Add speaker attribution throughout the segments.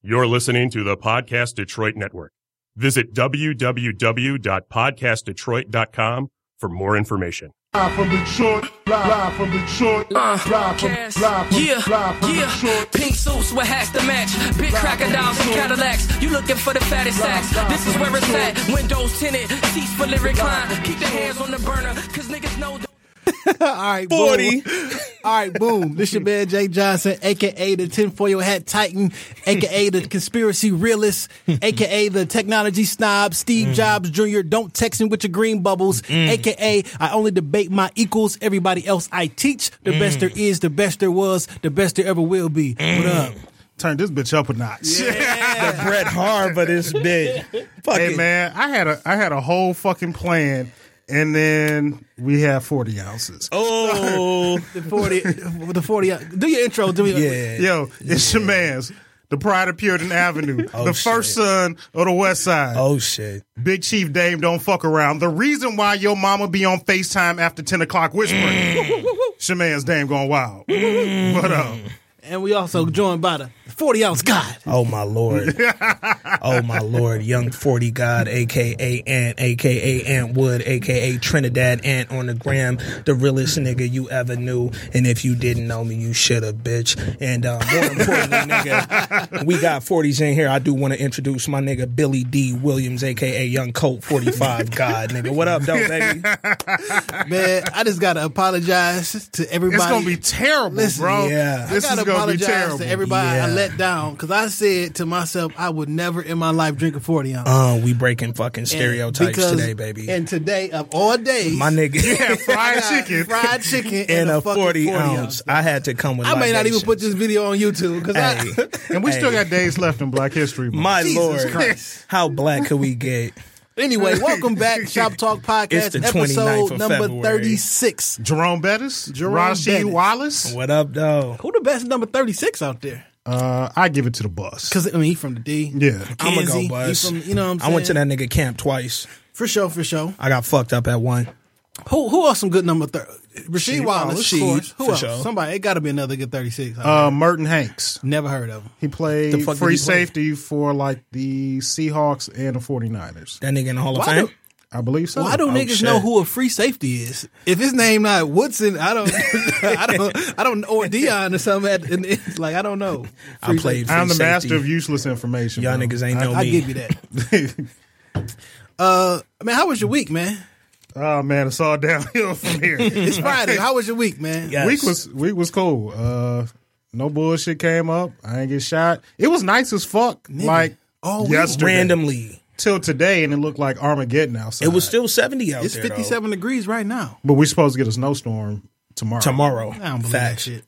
Speaker 1: You're listening to the Podcast Detroit Network. Visit www.podcastdetroit.com for more information.
Speaker 2: Live from Detroit, live from Detroit,
Speaker 3: Uh,
Speaker 2: live from, live
Speaker 3: cast.
Speaker 2: from,
Speaker 3: yeah,
Speaker 2: live from
Speaker 3: yeah.
Speaker 2: Detroit.
Speaker 3: Pink suits with hats to match. Big crocodiles and Cadillacs. You looking for the fattest sacks. This is where it's at. Windows tinted, seats fully reclined. Keep the hands on the burner, cause niggas know. The-
Speaker 4: All right, 40. All right, boom. This your man Jay Johnson, aka the tinfoil hat titan, aka the conspiracy realist, aka the technology snob, Steve
Speaker 5: Mm.
Speaker 4: Jobs Jr. Don't text me with your green bubbles, aka I only debate my equals. Everybody else I teach.
Speaker 5: Mm.
Speaker 4: The best there is, the best there was, the best there ever will be. What up?
Speaker 6: Turn this bitch up a notch.
Speaker 5: Bret Hart for this bitch. Fuck
Speaker 6: Hey
Speaker 5: it.
Speaker 6: man, I had a I had a whole fucking plan, and then we had forty ounces.
Speaker 5: Oh,
Speaker 4: The 40, the 40, do your intro, do your,
Speaker 5: yeah. Oh,
Speaker 6: Yo, it's your man's. The Pride of Puritan Avenue, the first
Speaker 5: shit.
Speaker 6: son of the West Side.
Speaker 5: Oh shit.
Speaker 6: Big Chief Dame, don't fuck around. The reason why your mama be on FaceTime after 10 o'clock whispering.
Speaker 5: Mm.
Speaker 6: Shaman's Dame going wild. uh, What up?
Speaker 4: and we also joined by the 40 ounce God.
Speaker 5: Oh my lord. oh my lord. Young forty god, aka Ant, aka Ant Wood, aka Trinidad Ant on the gram, the realest nigga you ever knew. And if you didn't know me, you should have, bitch. And um, more importantly, nigga, we got forties in here. I do want to introduce my nigga Billy D Williams, aka Young Colt Forty Five God, nigga. What up, though, baby?
Speaker 4: Man, I just gotta apologize to everybody.
Speaker 6: It's going to be terrible,
Speaker 4: Listen,
Speaker 6: bro.
Speaker 5: yeah.
Speaker 6: This
Speaker 4: I gotta
Speaker 6: is going to be
Speaker 4: apologize
Speaker 6: terrible.
Speaker 4: to everybody I
Speaker 5: Yeah.
Speaker 4: let down because I said to myself I would never in my life drink a forty ounce.
Speaker 5: Uh, we breaking fucking
Speaker 4: And
Speaker 5: stereotypes
Speaker 4: because-
Speaker 5: today, baby.
Speaker 4: And today of all days,
Speaker 5: my nigga.
Speaker 6: yeah,
Speaker 4: I
Speaker 6: fried
Speaker 4: got
Speaker 6: chicken.
Speaker 4: fried chicken, and,
Speaker 5: in a
Speaker 4: fucking
Speaker 5: 40, ounce. I had to come with
Speaker 4: I may not even
Speaker 5: libations.
Speaker 4: put this video on YouTube because
Speaker 5: Hey.
Speaker 4: I.
Speaker 6: And we still
Speaker 5: Hey.
Speaker 6: got days left in Black History Month.
Speaker 5: My
Speaker 4: Jesus
Speaker 5: Lord.
Speaker 4: Christ.
Speaker 5: How black could we get?
Speaker 4: anyway, welcome back, Shop Talk
Speaker 5: It's
Speaker 4: Podcast,
Speaker 5: the 29th
Speaker 4: episode
Speaker 5: of
Speaker 4: number
Speaker 5: February.
Speaker 4: thirty six.
Speaker 6: Jerome Bettis,
Speaker 4: Jerome
Speaker 6: Rasheed
Speaker 4: Bettis.
Speaker 6: Wallace.
Speaker 5: What up, though?
Speaker 4: Who the best number thirty six out there?
Speaker 6: Uh, I give it to the bus.
Speaker 4: Because I mean, he from the D.
Speaker 6: Yeah.
Speaker 5: I'm going
Speaker 4: Kenzie,
Speaker 5: to go
Speaker 4: he
Speaker 5: bust.
Speaker 4: from- you know what I'm
Speaker 5: I went to
Speaker 4: saying?
Speaker 5: that nigga camp twice.
Speaker 4: For sure, for sure.
Speaker 5: I got fucked up at one.
Speaker 4: Who who else some good number thirty? Rasheed Wallace, of
Speaker 5: Rasheed,
Speaker 4: course. Who
Speaker 5: for
Speaker 4: else?
Speaker 5: sure.
Speaker 4: Somebody. It got to be another good thirty six.
Speaker 6: Uh, Merton Hanks.
Speaker 4: Never heard of him.
Speaker 6: He played
Speaker 5: The fuck did
Speaker 6: free
Speaker 5: he play?
Speaker 6: safety for like the Seahawks and the 49ers.
Speaker 5: That nigga in the Hall of
Speaker 4: Why
Speaker 5: Fame.
Speaker 4: do-
Speaker 6: I believe so.
Speaker 4: Why don't
Speaker 5: oh,
Speaker 4: niggas know
Speaker 5: shit.
Speaker 4: who a free safety is? If his name not Woodson, I don't, I don't, I don't, or Dion or something. At, and it's like I don't know.
Speaker 5: I played free
Speaker 6: I'm the
Speaker 5: safety.
Speaker 6: master of useless information.
Speaker 5: Y'all
Speaker 6: bro.
Speaker 5: niggas ain't
Speaker 4: Oh, I,
Speaker 5: know
Speaker 4: I
Speaker 5: me.
Speaker 4: give you that. Uh, man, how was your week, man?
Speaker 6: Oh man, it's all downhill from here.
Speaker 4: It's Friday. How was your week, man?
Speaker 5: Yes.
Speaker 6: Week was week was cool. Uh, no bullshit came up. I ain't get shot. It was nice as fuck. Like
Speaker 4: Oh, we
Speaker 6: yesterday
Speaker 5: randomly.
Speaker 6: till today, and it looked like Armageddon outside.
Speaker 5: It was still 70 out
Speaker 4: It's
Speaker 5: there. though.
Speaker 4: 57 degrees right now.
Speaker 6: but we're supposed to get a snowstorm tomorrow.
Speaker 5: Tomorrow.
Speaker 4: I don't believe that
Speaker 5: Facts.
Speaker 4: shit.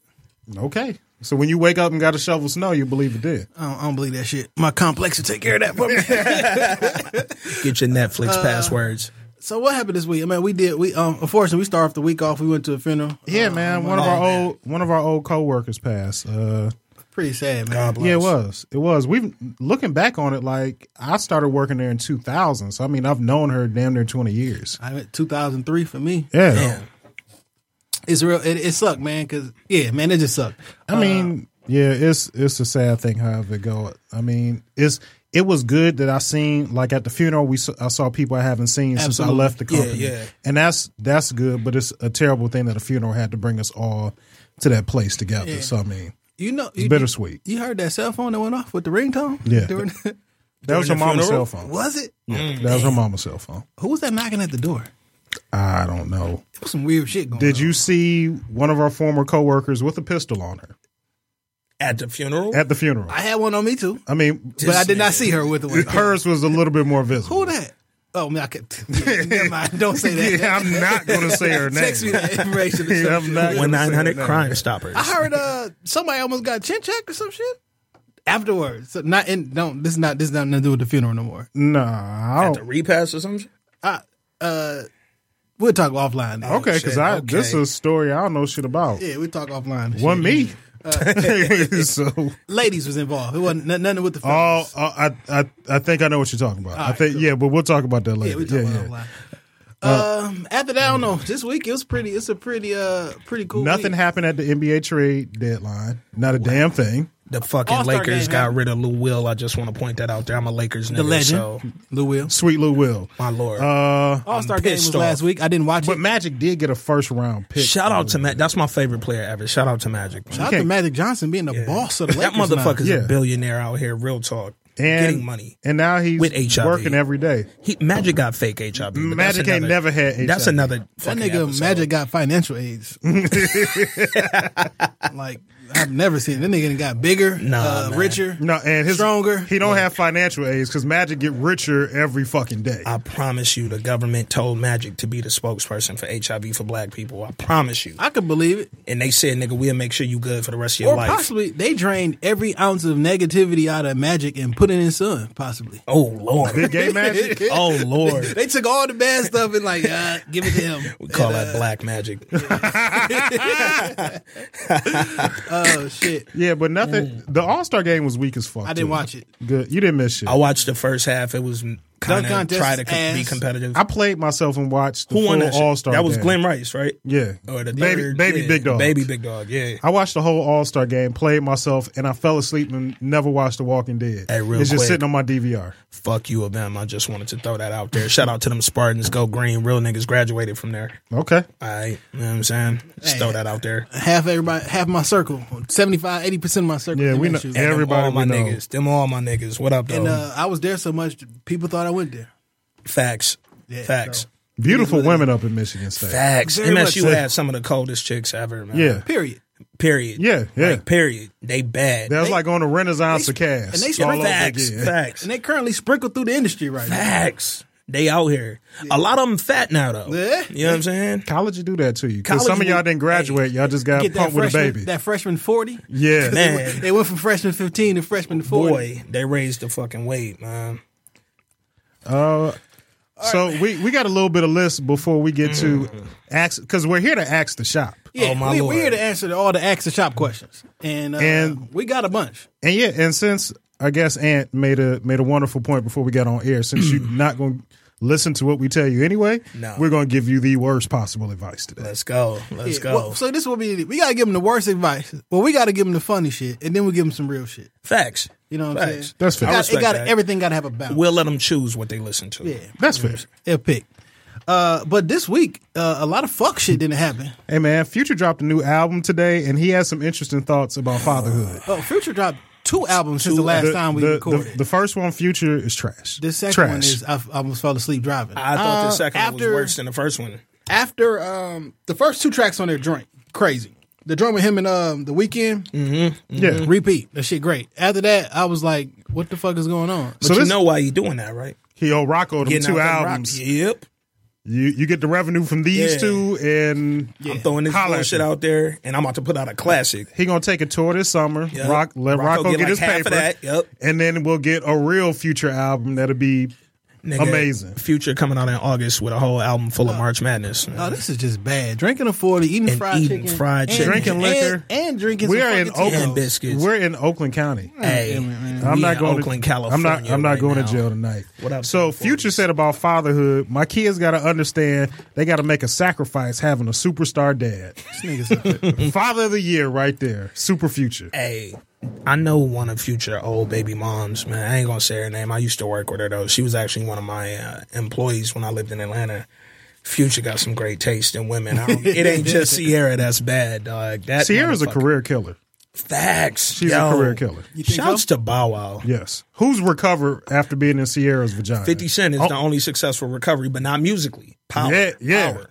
Speaker 6: Okay. So when you wake up and got a shovel snow, you believe it did.
Speaker 4: I don't, I don't believe that shit. My complex will take care of that for me.
Speaker 5: Get your Netflix
Speaker 4: Uh,
Speaker 5: passwords.
Speaker 4: so what happened this week? I mean, we did. We um, unfortunately, we started off the week off. We went to a funeral.
Speaker 6: Yeah,
Speaker 4: Uh,
Speaker 6: man.
Speaker 4: my
Speaker 6: One of our
Speaker 4: mom, man.
Speaker 6: old one of our old coworkers passed. Uh,
Speaker 4: Pretty sad, man.
Speaker 5: God bless.
Speaker 6: Yeah, it was. It was. We've looking back on it, like I started working there in 2000. So I mean, I've known her damn near 20 years.
Speaker 4: I meant 2003 for me.
Speaker 6: Yeah.
Speaker 5: Damn.
Speaker 4: It's real. It, it sucked, man. Cause yeah, man, it just sucked.
Speaker 6: I mean, yeah, it's it's a sad thing however it go. I mean, it's it was good that I seen like at the funeral we s- I saw people I haven't seen since I
Speaker 4: Absolutely.
Speaker 6: left the
Speaker 5: Yeah,
Speaker 6: company.
Speaker 5: yeah.
Speaker 6: And that's that's good, but it's a terrible thing that a funeral had to bring us all to that place together. So I mean,
Speaker 4: You know, you,
Speaker 6: bittersweet.
Speaker 4: You heard that cell phone that went off with the ringtone?
Speaker 6: Yeah.
Speaker 4: During,
Speaker 6: that was her
Speaker 5: During the
Speaker 6: mama's
Speaker 5: funeral?
Speaker 6: cell phone.
Speaker 4: was it?
Speaker 6: Yeah, that was her mama's cell phone.
Speaker 4: Who was that knocking at the door?
Speaker 6: I don't know.
Speaker 4: It was some weird shit going.
Speaker 6: Did
Speaker 4: on.
Speaker 6: you see one of our former coworkers with a pistol on her
Speaker 5: At the funeral?
Speaker 6: at the funeral?
Speaker 4: I had one on me too,
Speaker 6: I mean,
Speaker 4: but I did not see her with the one.
Speaker 6: hers was a little bit more
Speaker 4: Who
Speaker 6: visible.
Speaker 4: that? Oh man, I could. Never mind. Don't say that.
Speaker 6: Yeah, I'm not going to say her name.
Speaker 4: Text me that information. or
Speaker 6: Yeah,
Speaker 4: some
Speaker 6: I'm
Speaker 4: shit.
Speaker 6: not gonna
Speaker 5: One
Speaker 6: say her
Speaker 5: nine hundred
Speaker 6: name.
Speaker 5: Crime Stoppers.
Speaker 4: I heard uh somebody almost got chin checked or some shit. Afterwards, so not in. Don't. This is not. This is not nothing to do with the funeral no more.
Speaker 6: Mm. Nah, I
Speaker 5: At
Speaker 6: don't.
Speaker 5: the repass or something?
Speaker 4: I, uh, we'll talk offline. then.
Speaker 6: Okay, because I
Speaker 5: Shit,
Speaker 6: this is
Speaker 5: okay.
Speaker 6: a story I don't know shit about.
Speaker 4: Yeah, we talk offline. and
Speaker 6: One
Speaker 4: shit.
Speaker 6: me.
Speaker 5: Uh,
Speaker 6: so
Speaker 4: Ladies was involved. It wasn't n- nothing with the
Speaker 6: oh,
Speaker 4: fellas.
Speaker 6: uh, I I I think I know what you're talking about. I think yeah, but we'll talk about that
Speaker 4: yeah,
Speaker 6: later.
Speaker 4: we talk
Speaker 6: Oh, Yeah, yeah. Uh,
Speaker 4: about offline. um, after that, I don't know. This week it was pretty. It's a pretty uh pretty cool.
Speaker 6: Nothing
Speaker 4: week.
Speaker 6: happened at the NBA trade deadline. Not a damn thing.
Speaker 5: the fucking
Speaker 4: All-Star
Speaker 5: Lakers
Speaker 4: game,
Speaker 5: got
Speaker 4: huh?
Speaker 5: rid of Lou Will. I just want to point that out there. I'm a Lakers nigga,
Speaker 4: The legend,
Speaker 5: so
Speaker 4: Lou Will.
Speaker 6: Sweet Lou Will.
Speaker 5: my lord.
Speaker 6: Uh,
Speaker 4: All Star
Speaker 5: I'm
Speaker 4: game was
Speaker 5: pissed
Speaker 4: last
Speaker 5: off.
Speaker 4: week. I didn't watch
Speaker 6: but
Speaker 4: it.
Speaker 6: Magic did get a first round pick.
Speaker 5: Shout out to Matt. That's my favorite player ever. Shout out to Magic. man.
Speaker 4: Shout out to Magic Johnson being the boss of the
Speaker 5: that
Speaker 4: Lakers now.
Speaker 5: motherfucker's
Speaker 6: Yeah.
Speaker 5: a billionaire out here. Real talk,
Speaker 6: and,
Speaker 5: getting money.
Speaker 6: and now he's
Speaker 5: With HIV.
Speaker 6: working every day.
Speaker 5: He, Magic got fake HIV. but that's
Speaker 6: Magic ain't never
Speaker 5: another-
Speaker 6: had
Speaker 5: That's
Speaker 6: HIV.
Speaker 5: another.
Speaker 4: That
Speaker 5: fucking
Speaker 4: nigga
Speaker 5: episode.
Speaker 4: Magic got financial aids. like I've never seen that nigga done got bigger,
Speaker 5: Nah,
Speaker 4: uh,
Speaker 5: man.
Speaker 4: richer,
Speaker 6: No, and his
Speaker 4: stronger.
Speaker 6: He don't have financial aids because Magic get richer every fucking day.
Speaker 5: I promise you, the government told Magic to be the spokesperson for HIV for black people. I promise you.
Speaker 4: I could believe it.
Speaker 5: And they said, nigga, we'll make sure you good for the rest of your
Speaker 4: Or
Speaker 5: life.
Speaker 4: possibly they drained every ounce of negativity out of Magic and put it in Sun. Possibly.
Speaker 5: oh, Lord.
Speaker 6: Big gay Magic.
Speaker 5: oh, Lord.
Speaker 4: They took all the bad stuff and like, uh, give it to him.
Speaker 5: We call that black magic.
Speaker 4: Oh shit!
Speaker 6: Yeah, but nothing. The All Star game was weak as fuck.
Speaker 4: I didn't
Speaker 6: too.
Speaker 4: watch it.
Speaker 6: Good, you didn't miss shit.
Speaker 5: I watched the first half. It was kind of
Speaker 4: contest
Speaker 5: try to co- be
Speaker 4: ass.
Speaker 5: competitive.
Speaker 6: I played myself and watched the
Speaker 5: Who won
Speaker 6: full
Speaker 5: that?
Speaker 6: All
Speaker 5: shit?
Speaker 6: Star.
Speaker 5: That was Glenn Rice, right?
Speaker 6: Yeah,
Speaker 5: Or the
Speaker 6: baby,
Speaker 5: third-
Speaker 6: baby,
Speaker 5: yeah,
Speaker 6: big dog.
Speaker 5: Baby Big Dog, yeah.
Speaker 6: I watched the whole All Star game, played myself, and I fell asleep and never watched The Walking Dead.
Speaker 5: Hey, real
Speaker 6: it's just
Speaker 5: quick.
Speaker 6: sitting on my DVR.
Speaker 5: Fuck you of them. I just wanted to throw that out there. Shout out to them Spartans. Go green. Real niggas graduated from there.
Speaker 6: Okay,
Speaker 5: All right. You know what I'm saying? Just
Speaker 4: Hey.
Speaker 5: throw that out there.
Speaker 4: Half everybody, half my circle, 75, 80 percent of my circle.
Speaker 6: Yeah,
Speaker 4: in
Speaker 6: we
Speaker 4: that
Speaker 6: know-
Speaker 4: shit.
Speaker 6: yeah. Everybody
Speaker 5: them all my
Speaker 6: we know.
Speaker 5: niggas. Them all my niggas. What up, though?
Speaker 4: And uh, I was there so much, people thought I went there.
Speaker 5: Facts.
Speaker 4: Yeah,
Speaker 5: Facts.
Speaker 4: so-
Speaker 6: beautiful women up in Michigan State.
Speaker 5: Facts.
Speaker 4: Very much
Speaker 5: MSU
Speaker 4: so.
Speaker 5: had some of the coldest chicks ever, man.
Speaker 6: Yeah,
Speaker 4: Period.
Speaker 5: Period.
Speaker 6: Yeah, yeah.
Speaker 5: Like, period. They bad.
Speaker 6: that was like on the Renaissance
Speaker 4: they-
Speaker 6: of cast.
Speaker 4: and they
Speaker 6: all
Speaker 4: spread
Speaker 6: over
Speaker 5: facts.
Speaker 6: again.
Speaker 5: Facts.
Speaker 4: And they currently sprinkle through the industry right now.
Speaker 5: Facts. They out here. A lot of them fat now, though.
Speaker 4: Yeah.
Speaker 5: You know what I'm saying?
Speaker 6: College do that to you because
Speaker 5: College
Speaker 6: some of y'all
Speaker 5: will-
Speaker 6: didn't graduate. y'all just got
Speaker 4: Get that
Speaker 6: pumped with a
Speaker 4: freshman,
Speaker 6: baby.
Speaker 4: that freshman forty.
Speaker 6: yeah,
Speaker 5: Man.
Speaker 4: They went from freshman fifteen to freshman forty.
Speaker 5: Boy, they raised the fucking weight, man.
Speaker 6: So we, we got a little bit of list before we get to ask because we're here to ask the shop.
Speaker 4: Mm-hmm. Yeah,
Speaker 5: Oh, my
Speaker 4: we,
Speaker 5: Lord.
Speaker 4: we're here to answer all the ask the shop questions, and, uh,
Speaker 6: And-
Speaker 4: we got a bunch.
Speaker 6: And yeah, and since I guess Ant made a made a wonderful point before we got on air, since you're not going to listen to what we tell you anyway,
Speaker 5: No.
Speaker 6: we're going to give you the worst possible advice today.
Speaker 5: Let's go. Let's
Speaker 4: Yeah,
Speaker 5: go.
Speaker 4: well, so this will be we gotta give them the worst advice. Well, we gotta give them the funny shit, and then we give them some real shit.
Speaker 5: Facts.
Speaker 4: You know what I'm
Speaker 5: Facts.
Speaker 4: saying?
Speaker 6: That's fair.
Speaker 4: It
Speaker 6: I
Speaker 4: got,
Speaker 5: respect
Speaker 4: it got
Speaker 5: that.
Speaker 4: everything. Got to have a balance.
Speaker 5: We'll let them choose what they listen to.
Speaker 4: yeah,
Speaker 6: That's fair.
Speaker 4: they'll pick. Uh, but this week, uh, a lot of fuck shit didn't happen.
Speaker 6: Hey man, Future dropped a new album today, and he has some interesting thoughts about fatherhood.
Speaker 4: Oh, Future dropped two albums since the last time we
Speaker 6: the,
Speaker 4: recorded.
Speaker 6: the, the first one, Future, is trash.
Speaker 4: The second
Speaker 6: trash.
Speaker 4: one is I, I almost fell asleep driving.
Speaker 5: I thought the
Speaker 4: Uh,
Speaker 5: second one
Speaker 4: after-
Speaker 5: was worse than the first one.
Speaker 4: after um the first two tracks on their joint, crazy. The joint with him and um the weekend,
Speaker 5: Mm-hmm.
Speaker 6: yeah.
Speaker 4: repeat that shit great. After that, I was like, what the fuck is going on?
Speaker 5: But
Speaker 6: So
Speaker 5: you
Speaker 6: this-
Speaker 5: know why you doing that, right?
Speaker 6: He owe Rocco them
Speaker 5: Getting
Speaker 6: two
Speaker 5: out them
Speaker 6: albums.
Speaker 5: rocks. Yep.
Speaker 6: You you get the revenue from these
Speaker 5: Yeah.
Speaker 6: two, and
Speaker 5: I'm throwing this
Speaker 6: Holla at
Speaker 5: bullshit
Speaker 6: you.
Speaker 5: out there, and I'm about to put out a classic.
Speaker 6: He gonna take a tour this summer.
Speaker 5: Yep.
Speaker 6: Rock, let
Speaker 5: Rocco
Speaker 6: Rocco, get,
Speaker 5: get like
Speaker 6: his
Speaker 5: half of
Speaker 6: paper.
Speaker 5: that. Yep.
Speaker 6: And then we'll get a real future album that'll be
Speaker 5: Nigga,
Speaker 6: Amazing.
Speaker 5: Future coming out in August with a whole album full of March Madness.
Speaker 4: Oh, this is just bad. Drinking a forty, eating
Speaker 5: And
Speaker 4: fried
Speaker 5: eating
Speaker 4: chicken,
Speaker 5: fried chicken.
Speaker 6: Drinking
Speaker 4: and-
Speaker 6: liquor.
Speaker 4: and, drinking.
Speaker 6: we
Speaker 4: some
Speaker 6: are
Speaker 4: fucking
Speaker 6: in
Speaker 5: And
Speaker 6: Oakland.
Speaker 4: Tito's.
Speaker 5: biscuits.
Speaker 6: We're in Oakland County.
Speaker 5: hey,
Speaker 6: I'm
Speaker 5: we
Speaker 6: not
Speaker 5: in
Speaker 6: going
Speaker 5: Oakland,
Speaker 6: to
Speaker 5: California.
Speaker 6: I'm not. I'm not
Speaker 5: right
Speaker 6: going
Speaker 5: now.
Speaker 6: to jail tonight.
Speaker 5: What up,
Speaker 6: so
Speaker 5: California?
Speaker 6: Future said about fatherhood. My kids got to understand. They got to make a sacrifice having a superstar dad.
Speaker 4: This nigga's-
Speaker 5: Mm.
Speaker 6: Father of the year, right there. Super Future.
Speaker 5: Hey, I know one of future old baby moms, man. I ain't gonna say her name. I used to work with her though. She was actually one of my uh, employees when I lived in Atlanta. Future got some great taste in women. I don't, it ain't just Sierra that's bad, dog. That
Speaker 6: Sierra's a
Speaker 5: motherfucker-
Speaker 6: career killer.
Speaker 5: Facts.
Speaker 6: She's a
Speaker 5: yo.
Speaker 6: career killer.
Speaker 4: think
Speaker 5: Shouts to Bow Wow.
Speaker 6: Yes. Who's recovered after being in Sierra's vagina?
Speaker 5: Fifty Cent is the only successful recovery, but not musically. Power.
Speaker 6: Oh. Yeah, yeah.
Speaker 5: Power.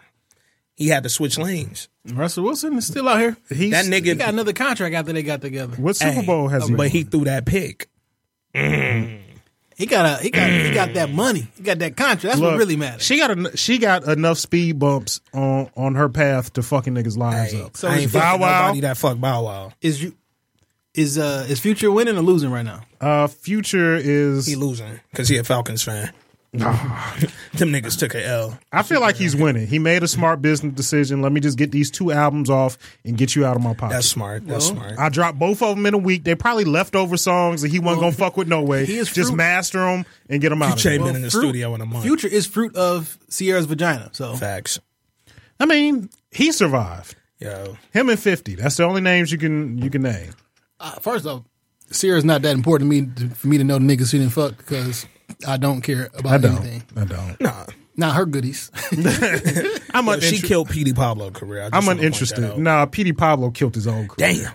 Speaker 5: He had to switch lanes.
Speaker 4: Russell Wilson is still out here.
Speaker 6: He's,
Speaker 5: That nigga.
Speaker 4: He got another contract after they got together.
Speaker 6: What Super
Speaker 5: Hey,
Speaker 6: Bowl has he?
Speaker 5: But
Speaker 6: won?
Speaker 5: he threw that pick.
Speaker 4: He got a he got he got that money. He got that contract. That's what
Speaker 6: Look,
Speaker 4: really matters.
Speaker 6: She got en- she got enough speed bumps on on her path to fucking niggas' lives
Speaker 5: Hey,
Speaker 6: up.
Speaker 5: I ain't
Speaker 4: is
Speaker 6: Bow
Speaker 5: Bow
Speaker 6: Wow-
Speaker 5: Wow. Nobody that fuck Bow Wow.
Speaker 4: is you is uh is Future winning or losing right now?
Speaker 6: Uh, Future
Speaker 5: He
Speaker 6: is.
Speaker 5: losing because he a Falcons fan. Them niggas took a L.
Speaker 6: I feel like he's winning. He made a smart business decision. Let me just get these two albums off and get you out of my pocket.
Speaker 5: That's smart. That's smart.
Speaker 6: I dropped both of them in a week. They probably leftover songs that he wasn't gonna fuck with no way.
Speaker 4: he is
Speaker 6: just
Speaker 4: fruit-
Speaker 6: master them and get them out. Of
Speaker 5: Future
Speaker 6: there.
Speaker 5: been in the studio in a month.
Speaker 4: Future is fruit of Sierra's vagina. So
Speaker 5: Facts.
Speaker 6: I mean, he survived.
Speaker 5: Yo,
Speaker 6: Him and Fifty. That's the only names you can you can name.
Speaker 4: uh, first off,
Speaker 7: Sierra's not that important to me to, for me to know the niggas who didn't fuck because I don't care about
Speaker 6: I don't.
Speaker 7: anything.
Speaker 6: I don't.
Speaker 5: Nah.
Speaker 7: Not her goodies.
Speaker 6: I'm
Speaker 5: Yo, she
Speaker 6: uninter-
Speaker 5: killed Petey Pablo career. I just
Speaker 6: I'm
Speaker 5: wanna point that
Speaker 6: uninterested.
Speaker 5: out.
Speaker 6: Nah, Petey Pablo killed his own. Career.
Speaker 5: Damn.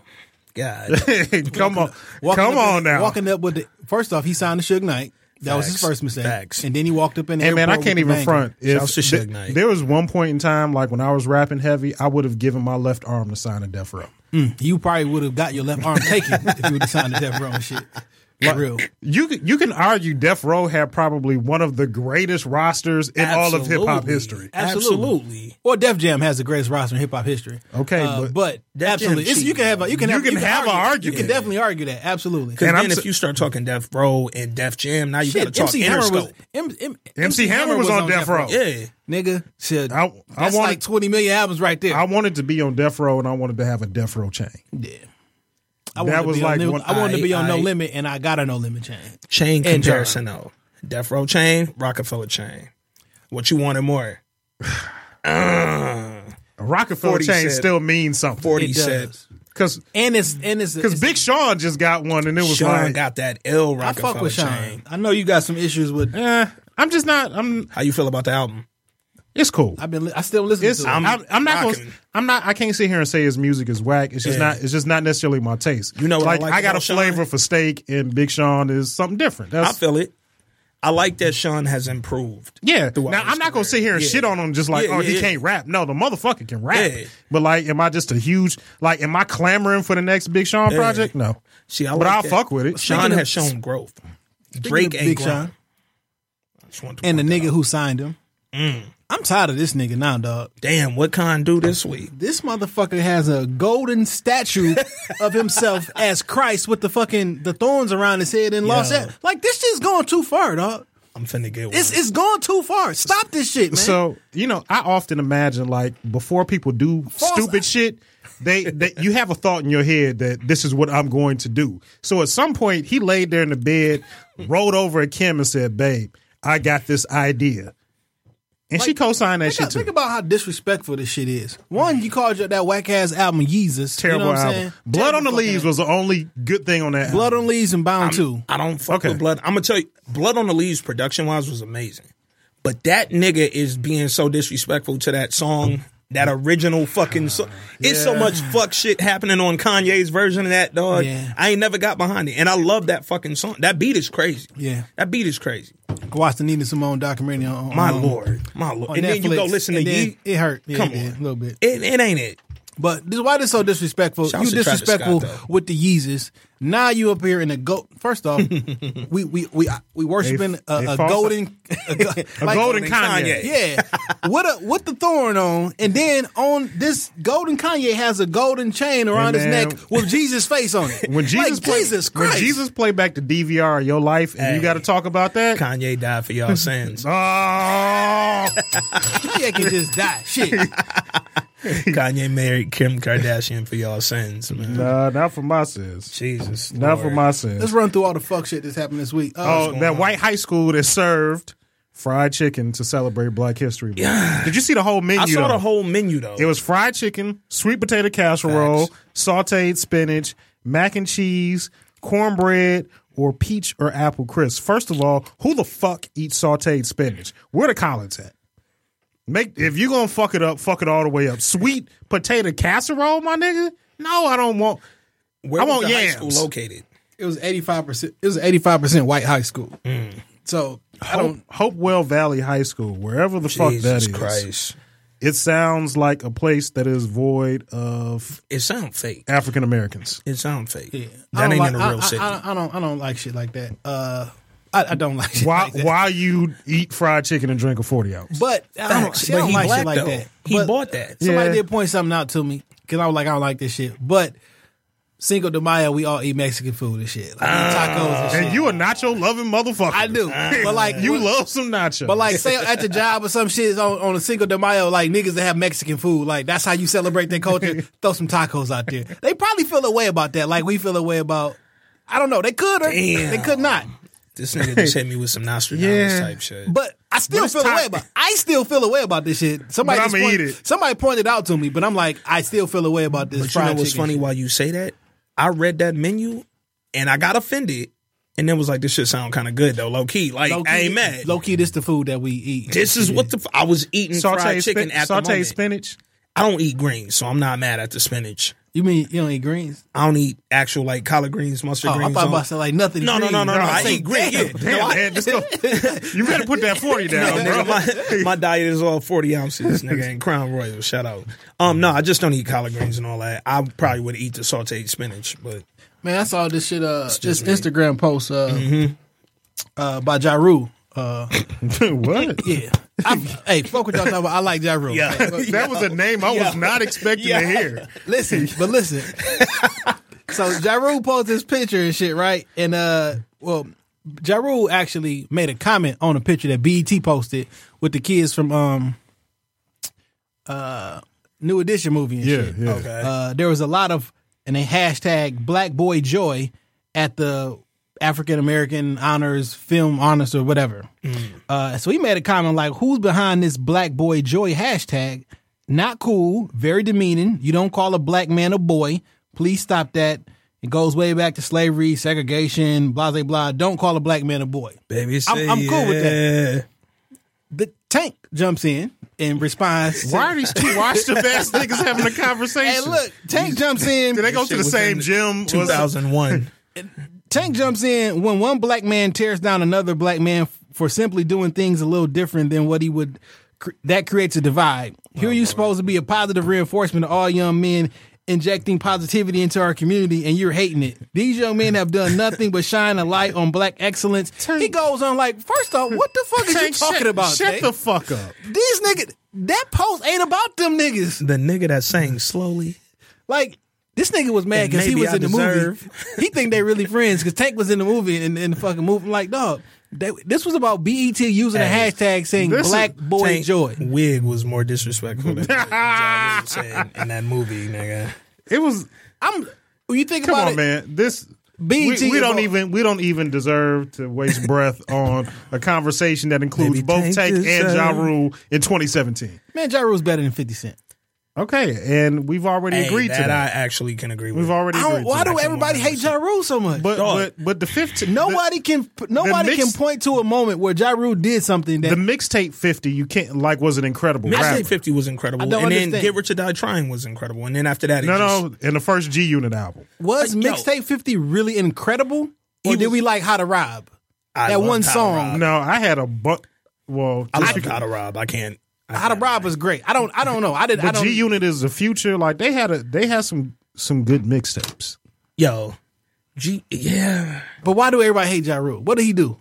Speaker 5: God.
Speaker 6: come on,
Speaker 7: Walking
Speaker 6: come
Speaker 7: up in-
Speaker 6: on now.
Speaker 7: Walking up with the first off, he signed the Suge Knight. That was his
Speaker 5: Facts.
Speaker 7: first mistake.
Speaker 5: Facts.
Speaker 7: And then he walked up in the
Speaker 6: Hey man, I
Speaker 7: airport
Speaker 6: can't
Speaker 7: with the
Speaker 6: even
Speaker 7: banger.
Speaker 6: front. If
Speaker 5: Shouts to
Speaker 6: th-
Speaker 5: Suge Knight.
Speaker 6: there was one point in time, like when I was rapping heavy, I would have given my left arm to sign a death row.
Speaker 7: You probably would have got your left arm taken if you would have signed the Death Row and shit. For real.
Speaker 6: You c- you can argue Death Row had probably one of the greatest rosters in all of hip hop
Speaker 5: Absolutely.
Speaker 6: history.
Speaker 5: Absolutely.
Speaker 7: Or Def Jam has the greatest roster in hip hop history.
Speaker 6: Okay,
Speaker 7: Uh,
Speaker 6: but-
Speaker 7: but,
Speaker 5: Jam
Speaker 7: absolutely, it's, you
Speaker 5: cheating,
Speaker 7: can have a, you can
Speaker 6: You
Speaker 7: have,
Speaker 6: can have a
Speaker 7: You can
Speaker 6: argument.
Speaker 7: definitely argue that. Absolutely.
Speaker 5: Because
Speaker 6: And I'm
Speaker 5: then
Speaker 6: so-
Speaker 5: if you start talking Death Row and Def Jam, now you got to
Speaker 7: Shit,
Speaker 5: talk
Speaker 7: MC Hammer was
Speaker 5: Interscope.
Speaker 7: M- M-
Speaker 6: MC Hammer was on Death Row.
Speaker 5: Yeah.
Speaker 7: Nigga, shit,
Speaker 6: I- I
Speaker 7: that's
Speaker 6: wanted-
Speaker 7: like twenty million albums right there.
Speaker 6: I wanted to be on Death Row and I wanted to have a Death Row chain.
Speaker 7: Yeah. I wanted,
Speaker 6: was
Speaker 7: to, be
Speaker 6: like
Speaker 7: on, Lim-
Speaker 6: one-
Speaker 7: I wanted to be on No
Speaker 5: I- I-
Speaker 7: Limit, and I got a No Limit chain.
Speaker 5: Chain
Speaker 7: And
Speaker 5: comparison, though. Death Row chain, Rockefeller chain. What you wanted more?
Speaker 6: A Rockefeller
Speaker 5: 40
Speaker 6: chain
Speaker 5: said-
Speaker 6: still means something
Speaker 5: 40
Speaker 7: It
Speaker 5: said.
Speaker 7: does.
Speaker 6: because
Speaker 7: And it's and it's
Speaker 6: because
Speaker 7: it's-
Speaker 6: Big Sean just got one and it was
Speaker 5: Sean
Speaker 6: like
Speaker 5: got that L
Speaker 7: I
Speaker 5: Rockefeller
Speaker 7: fuck with Sean.
Speaker 5: chain.
Speaker 7: I know you got some issues with.
Speaker 6: eh, I'm just not. I'm.
Speaker 5: How you feel about the album?
Speaker 6: It's cool.
Speaker 7: I've been. li- I still listen
Speaker 6: It's,
Speaker 7: to.
Speaker 6: I'm,
Speaker 7: it.
Speaker 6: I'm, not going.
Speaker 5: rocking.
Speaker 6: to I'm not. I can't sit here and say his music is whack. It's just
Speaker 5: Yeah.
Speaker 6: not. It's just not necessarily my taste.
Speaker 5: You know what I
Speaker 6: like,
Speaker 5: like
Speaker 6: got a
Speaker 5: about Sean?
Speaker 6: flavor for steak, and Big Sean is something different. That's,
Speaker 5: I feel it. I like that Sean has improved.
Speaker 6: yeah.
Speaker 5: throughout
Speaker 6: Now
Speaker 5: his
Speaker 6: I'm not gonna
Speaker 5: career.
Speaker 6: sit here and
Speaker 5: Yeah.
Speaker 6: shit on him just like,
Speaker 5: Yeah,
Speaker 6: oh,
Speaker 5: yeah,
Speaker 6: he
Speaker 5: yeah.
Speaker 6: can't rap. No, the motherfucker can rap.
Speaker 5: Yeah.
Speaker 6: But like, am I just a huge like? Am I clamoring for the next Big Sean project? No.
Speaker 5: See, I
Speaker 6: But
Speaker 5: like
Speaker 6: I'll
Speaker 5: that.
Speaker 6: fuck with it.
Speaker 5: Sean
Speaker 7: Speaking of-
Speaker 5: has shown growth. Drake
Speaker 7: of
Speaker 5: ain't
Speaker 7: Big
Speaker 5: grown.
Speaker 7: Sean.
Speaker 5: I just want to
Speaker 7: and the
Speaker 5: point that
Speaker 7: nigga
Speaker 5: out.
Speaker 7: who signed him.
Speaker 6: Mm.
Speaker 7: I'm tired of this nigga now, dog.
Speaker 5: damn, what Khan do this week?
Speaker 7: This motherfucker has a golden statue of himself as Christ with the fucking the thorns around his head and lost
Speaker 5: Yo.
Speaker 7: that. Like this shit's going too far, dog.
Speaker 5: I'm finna get one.
Speaker 7: It's it's going too far. Stop this shit, man.
Speaker 6: So you know, I often imagine like before people do stupid shit, they, they you have a thought in your head that this is what I'm going to do. So at some point, he laid there in the bed, rolled over at Kim and said, "Babe, I got this idea," and she
Speaker 7: Like,
Speaker 6: co-signed that
Speaker 7: think,
Speaker 6: shit
Speaker 7: think
Speaker 6: too.
Speaker 7: about how disrespectful this shit is. One, you called your, that whack ass album Yeezus.
Speaker 6: Terrible
Speaker 7: you know what I'm
Speaker 6: album.
Speaker 7: saying?
Speaker 6: Blood
Speaker 7: Terrible
Speaker 6: on the
Speaker 7: fucking
Speaker 6: Leaves
Speaker 7: album.
Speaker 6: was the only good thing on that.
Speaker 7: Blood
Speaker 6: album.
Speaker 7: on the Leaves and Bound Two.
Speaker 5: I don't fuck
Speaker 6: Okay.
Speaker 5: with blood. I'm gonna tell you, blood on the leaves production wise was amazing, but that nigga is being so disrespectful to that song, that original fucking song. It's so much fuck shit happening on Kanye's version of that dog.
Speaker 7: Yeah.
Speaker 5: I ain't never got behind it, and I love that fucking song. That beat is crazy.
Speaker 7: Yeah.
Speaker 5: that beat is crazy.
Speaker 7: I watched the Nina Simone documentary on, on
Speaker 5: My
Speaker 6: Um,
Speaker 7: on-
Speaker 5: lord, my lord.
Speaker 7: on
Speaker 5: and then you go
Speaker 7: Netflix,
Speaker 5: listen to
Speaker 7: and then
Speaker 5: Yeet.
Speaker 7: It hurt. Yeah,
Speaker 5: Come
Speaker 7: it did,
Speaker 5: on.
Speaker 7: a little bit.
Speaker 5: It, it ain't it.
Speaker 7: But this, why this so disrespectful?
Speaker 5: Shouts
Speaker 7: you
Speaker 5: to Travis
Speaker 7: disrespectful
Speaker 5: Scott, though.
Speaker 7: with the Yeezus. Now you up here in a goat. First off, we we we we worshiping
Speaker 6: They-
Speaker 7: a,
Speaker 6: they
Speaker 7: a
Speaker 6: false-
Speaker 7: golden a, go-
Speaker 6: A
Speaker 7: like-
Speaker 6: golden Kanye.
Speaker 5: Kanye.
Speaker 7: Yeah, with a with the thorn on, and then on this golden Kanye has a golden chain around
Speaker 6: Hey, man.
Speaker 7: his neck with Jesus face on it.
Speaker 6: When Jesus,
Speaker 7: like,
Speaker 6: play-
Speaker 7: Jesus
Speaker 6: when
Speaker 7: Christ,
Speaker 6: Jesus played back the DVR of your life, and you
Speaker 5: Hey.
Speaker 6: got to talk about that.
Speaker 5: Kanye died for y'all sins.
Speaker 6: Oh,
Speaker 7: Kanye can just die. Shit,
Speaker 5: Kanye married Kim Kardashian for y'all sins, man.
Speaker 6: nah, not for my sins.
Speaker 5: Jesus,
Speaker 6: Not
Speaker 5: Lord.
Speaker 6: for my sins.
Speaker 7: let's run through all the fuck shit that's happened this week. Uh,
Speaker 6: Oh, that white high school that served fried chicken to celebrate Black History Month. Did you see the whole menu?
Speaker 5: I saw
Speaker 6: though?
Speaker 5: the whole menu though.
Speaker 6: It was fried chicken, sweet potato casserole, sautéed spinach, mac and cheese, cornbread, or peach or apple crisp. First of all, who the fuck eats sautéed spinach? Where the Collins at? Make if you gonna fuck it up, fuck it all the way up. Sweet potato casserole, my nigga. No, I don't want.
Speaker 5: Where
Speaker 6: I
Speaker 5: was
Speaker 6: want
Speaker 5: the
Speaker 6: yams.
Speaker 5: high school located?
Speaker 7: It was eighty five percent. It was eighty five percent white high school.
Speaker 5: Mm.
Speaker 7: So I
Speaker 6: Hope,
Speaker 7: don't.
Speaker 6: Hopewell Valley High School, wherever the fuck that
Speaker 5: Jesus
Speaker 6: is.
Speaker 5: Christ.
Speaker 6: it sounds like a place that is void of
Speaker 5: It sound fake.
Speaker 6: African Americans.
Speaker 5: It sound fake.
Speaker 7: Yeah. I
Speaker 5: That
Speaker 7: don't
Speaker 5: ain't
Speaker 7: like,
Speaker 5: in a
Speaker 7: I-
Speaker 5: real
Speaker 7: I,
Speaker 5: city.
Speaker 7: I, I don't. I don't like shit like that. Uh, I, I don't like shit
Speaker 6: Why?
Speaker 7: like that.
Speaker 6: Why you eat fried chicken and drink a forty ounce?
Speaker 7: But I don't,
Speaker 5: Facts.
Speaker 7: see, I don't
Speaker 5: he
Speaker 7: like
Speaker 5: black,
Speaker 7: shit like
Speaker 5: though.
Speaker 7: that.
Speaker 5: He
Speaker 7: But
Speaker 5: bought that.
Speaker 7: Somebody
Speaker 6: Yeah.
Speaker 7: did point something out to me because I was like, I don't like this shit. But Cinco de Mayo, we all eat Mexican food and shit, like tacos and shit.
Speaker 6: And you a nacho loving motherfucker.
Speaker 7: uh, I do, but like
Speaker 6: You
Speaker 7: when-
Speaker 6: love some nacho.
Speaker 7: But like, say at the job or some shit on, on a Cinco de Mayo, like niggas that have Mexican food, like that's how you celebrate their culture. throw some tacos out there. They probably feel a way about that, like we feel a way about. I don't know. They could or
Speaker 5: Damn.
Speaker 7: they could not.
Speaker 5: This nigga just hit me with some Nostradamus
Speaker 6: Yeah.
Speaker 5: type shit.
Speaker 7: But I still
Speaker 6: it's
Speaker 7: feel a
Speaker 6: ta-
Speaker 7: way about. I still feel a way about this shit. Somebody
Speaker 6: But
Speaker 7: just
Speaker 6: I'ma
Speaker 7: point-
Speaker 6: eat it.
Speaker 7: Somebody pointed out to me, but I'm like, I still feel a way about this.
Speaker 5: But you know
Speaker 7: fried
Speaker 5: what's
Speaker 7: chicken
Speaker 5: funny?
Speaker 7: shit.
Speaker 5: While you say that, I read that menu. and I got offended, and then was like, "This shit sound kind of good though, low key." Like
Speaker 7: Low-key,
Speaker 5: I ain't mad.
Speaker 7: Low key, this the food that we eat.
Speaker 5: this is what the f- I was eating fried
Speaker 6: Sauteed
Speaker 5: chicken
Speaker 6: spin-
Speaker 5: at the
Speaker 6: sauteed
Speaker 5: moment.
Speaker 6: spinach.
Speaker 5: I don't eat greens, so I'm not mad at the spinach.
Speaker 7: you mean. You don't eat greens?
Speaker 5: I don't eat actual like collard greens, mustard
Speaker 7: Oh, I
Speaker 5: greens.
Speaker 7: thought
Speaker 5: on-
Speaker 7: about saying like nothing.
Speaker 5: no, no,
Speaker 7: green.
Speaker 5: no, no, no, I
Speaker 7: say
Speaker 5: eat green. Yeah.
Speaker 6: Damn,
Speaker 5: No, I-
Speaker 6: man, this go- you better put that forty down,
Speaker 5: Nigga,
Speaker 6: bro.
Speaker 5: my, my diet is all 40 ounces, nigga, and Crown Royal. Shout out. Um, no, I just don't eat collard greens and all that. I probably would eat the sauteed spinach, but
Speaker 7: Man, I saw this shit. Uh, this
Speaker 5: just me.
Speaker 7: Instagram post. Uh,
Speaker 5: Mm-hmm.
Speaker 7: uh, by Jaru. Uh,
Speaker 6: what?
Speaker 7: yeah. I, hey, fuck what y'all talking about. I like Jaru.
Speaker 6: That was a name I was not expecting to hear.
Speaker 7: Listen, but listen. so Jaru posted this picture and shit, right? And uh, well, Jaru actually made a comment on a picture that BET posted with the kids from um, uh, New Edition movie and shit.
Speaker 6: yeah.
Speaker 5: okay.
Speaker 7: Uh, there was a lot of and they hashtag Black Boy Joy at the African American Honors Film Honors or whatever. Uh, so he made a comment like, "Who's behind this Black Boy Joy hashtag? Not cool, very demeaning. You don't call a black man a boy. Please stop that. It goes way back to slavery, segregation, blah blah blah. Don't call a black man a boy."
Speaker 5: Baby,
Speaker 7: I'm- I'm cool with
Speaker 5: that.
Speaker 7: The tank jumps in and responds. to-
Speaker 6: Why are these two washed up ass niggas having a conversation?
Speaker 7: Hey, look, Tank jumps in.
Speaker 6: Did they go to the
Speaker 5: was
Speaker 6: same
Speaker 5: in
Speaker 6: gym? Was-
Speaker 5: 2001.
Speaker 7: Tank jumps in when one black man tears down another black man f- for simply doing things a little different than what he would. Cr- that creates a divide.
Speaker 6: Oh,
Speaker 7: Here you're supposed to be a positive reinforcement of all young men injecting positivity into our community, and you're hating it. These young men have done nothing but shine a light on black excellence. he goes on like, first off, what the fuck are you
Speaker 6: Tank,
Speaker 7: talking
Speaker 6: shut,
Speaker 7: about?
Speaker 6: Shut
Speaker 7: Tank?
Speaker 6: the fuck up.
Speaker 7: These niggas, that post ain't about them niggas.
Speaker 5: the nigga that sang slowly.
Speaker 7: Like this nigga was mad
Speaker 5: And
Speaker 7: because he
Speaker 5: maybe
Speaker 7: was
Speaker 5: I
Speaker 7: in the
Speaker 5: deserve.
Speaker 7: movie. He think they really friends because Tank was in the movie and in the fucking movie. I'm like, dog, they, this was about BET using
Speaker 5: Hey,
Speaker 7: a hashtag saying
Speaker 6: this is-
Speaker 7: Black Boy
Speaker 5: Tank
Speaker 7: Joy.
Speaker 5: Wig was more disrespectful than what Ja Rule said in that movie, nigga.
Speaker 6: It was.
Speaker 7: I'm. When you think
Speaker 6: Come
Speaker 7: about
Speaker 6: on,
Speaker 7: it,
Speaker 6: man. This. We,
Speaker 7: BET
Speaker 6: we don't
Speaker 7: about-
Speaker 6: even we don't even deserve to waste breath on a conversation that includes
Speaker 5: Maybe
Speaker 6: both
Speaker 5: Tank
Speaker 6: Tank and
Speaker 5: deserve-
Speaker 6: Ja Rule in 2017.
Speaker 7: man, Ja Rule's better than Fifty Cent.
Speaker 6: Okay, and we've already
Speaker 5: Hey,
Speaker 6: agreed
Speaker 5: that
Speaker 6: to
Speaker 5: I
Speaker 6: that.
Speaker 5: actually can agree with.
Speaker 6: we've already
Speaker 7: I
Speaker 6: agreed.
Speaker 7: don't, why
Speaker 6: to
Speaker 7: do
Speaker 6: that.
Speaker 7: everybody hate Ja Rule so much?
Speaker 6: But
Speaker 5: Dog.
Speaker 6: but but the 15
Speaker 7: nobody can nobody
Speaker 6: mix-
Speaker 7: can point to a moment where Ja Rule did something
Speaker 6: the,
Speaker 7: that.
Speaker 6: the mixtape 50 you can't like was an incredible
Speaker 5: I
Speaker 6: rapper.
Speaker 5: think 50 was incredible.
Speaker 7: I
Speaker 5: And
Speaker 7: don't
Speaker 5: then
Speaker 7: understand.
Speaker 5: Get Rich or Die Trying was incredible. And then after that, it
Speaker 6: No,
Speaker 5: just,
Speaker 6: no, in the first G Unit album.
Speaker 7: was
Speaker 5: Like, yo.
Speaker 7: mixtape fifty really incredible, or
Speaker 5: He
Speaker 7: did
Speaker 5: was-
Speaker 7: we like How to Rob?
Speaker 5: I
Speaker 7: that
Speaker 5: love
Speaker 7: one
Speaker 5: Tyler
Speaker 7: song.
Speaker 5: Robb.
Speaker 6: No, I had a but. Well,
Speaker 5: I
Speaker 6: just
Speaker 5: love
Speaker 6: because-
Speaker 5: How to Rob. I can't. I
Speaker 7: How to
Speaker 5: can't.
Speaker 7: Rob was great. I don't. I don't know. I did. I
Speaker 6: but
Speaker 7: don't.
Speaker 6: G Unit is the future. Like they had a they had some some good mixtapes.
Speaker 5: Yo, G. Yeah.
Speaker 7: but why do everybody hate Ja Rule? What did he do?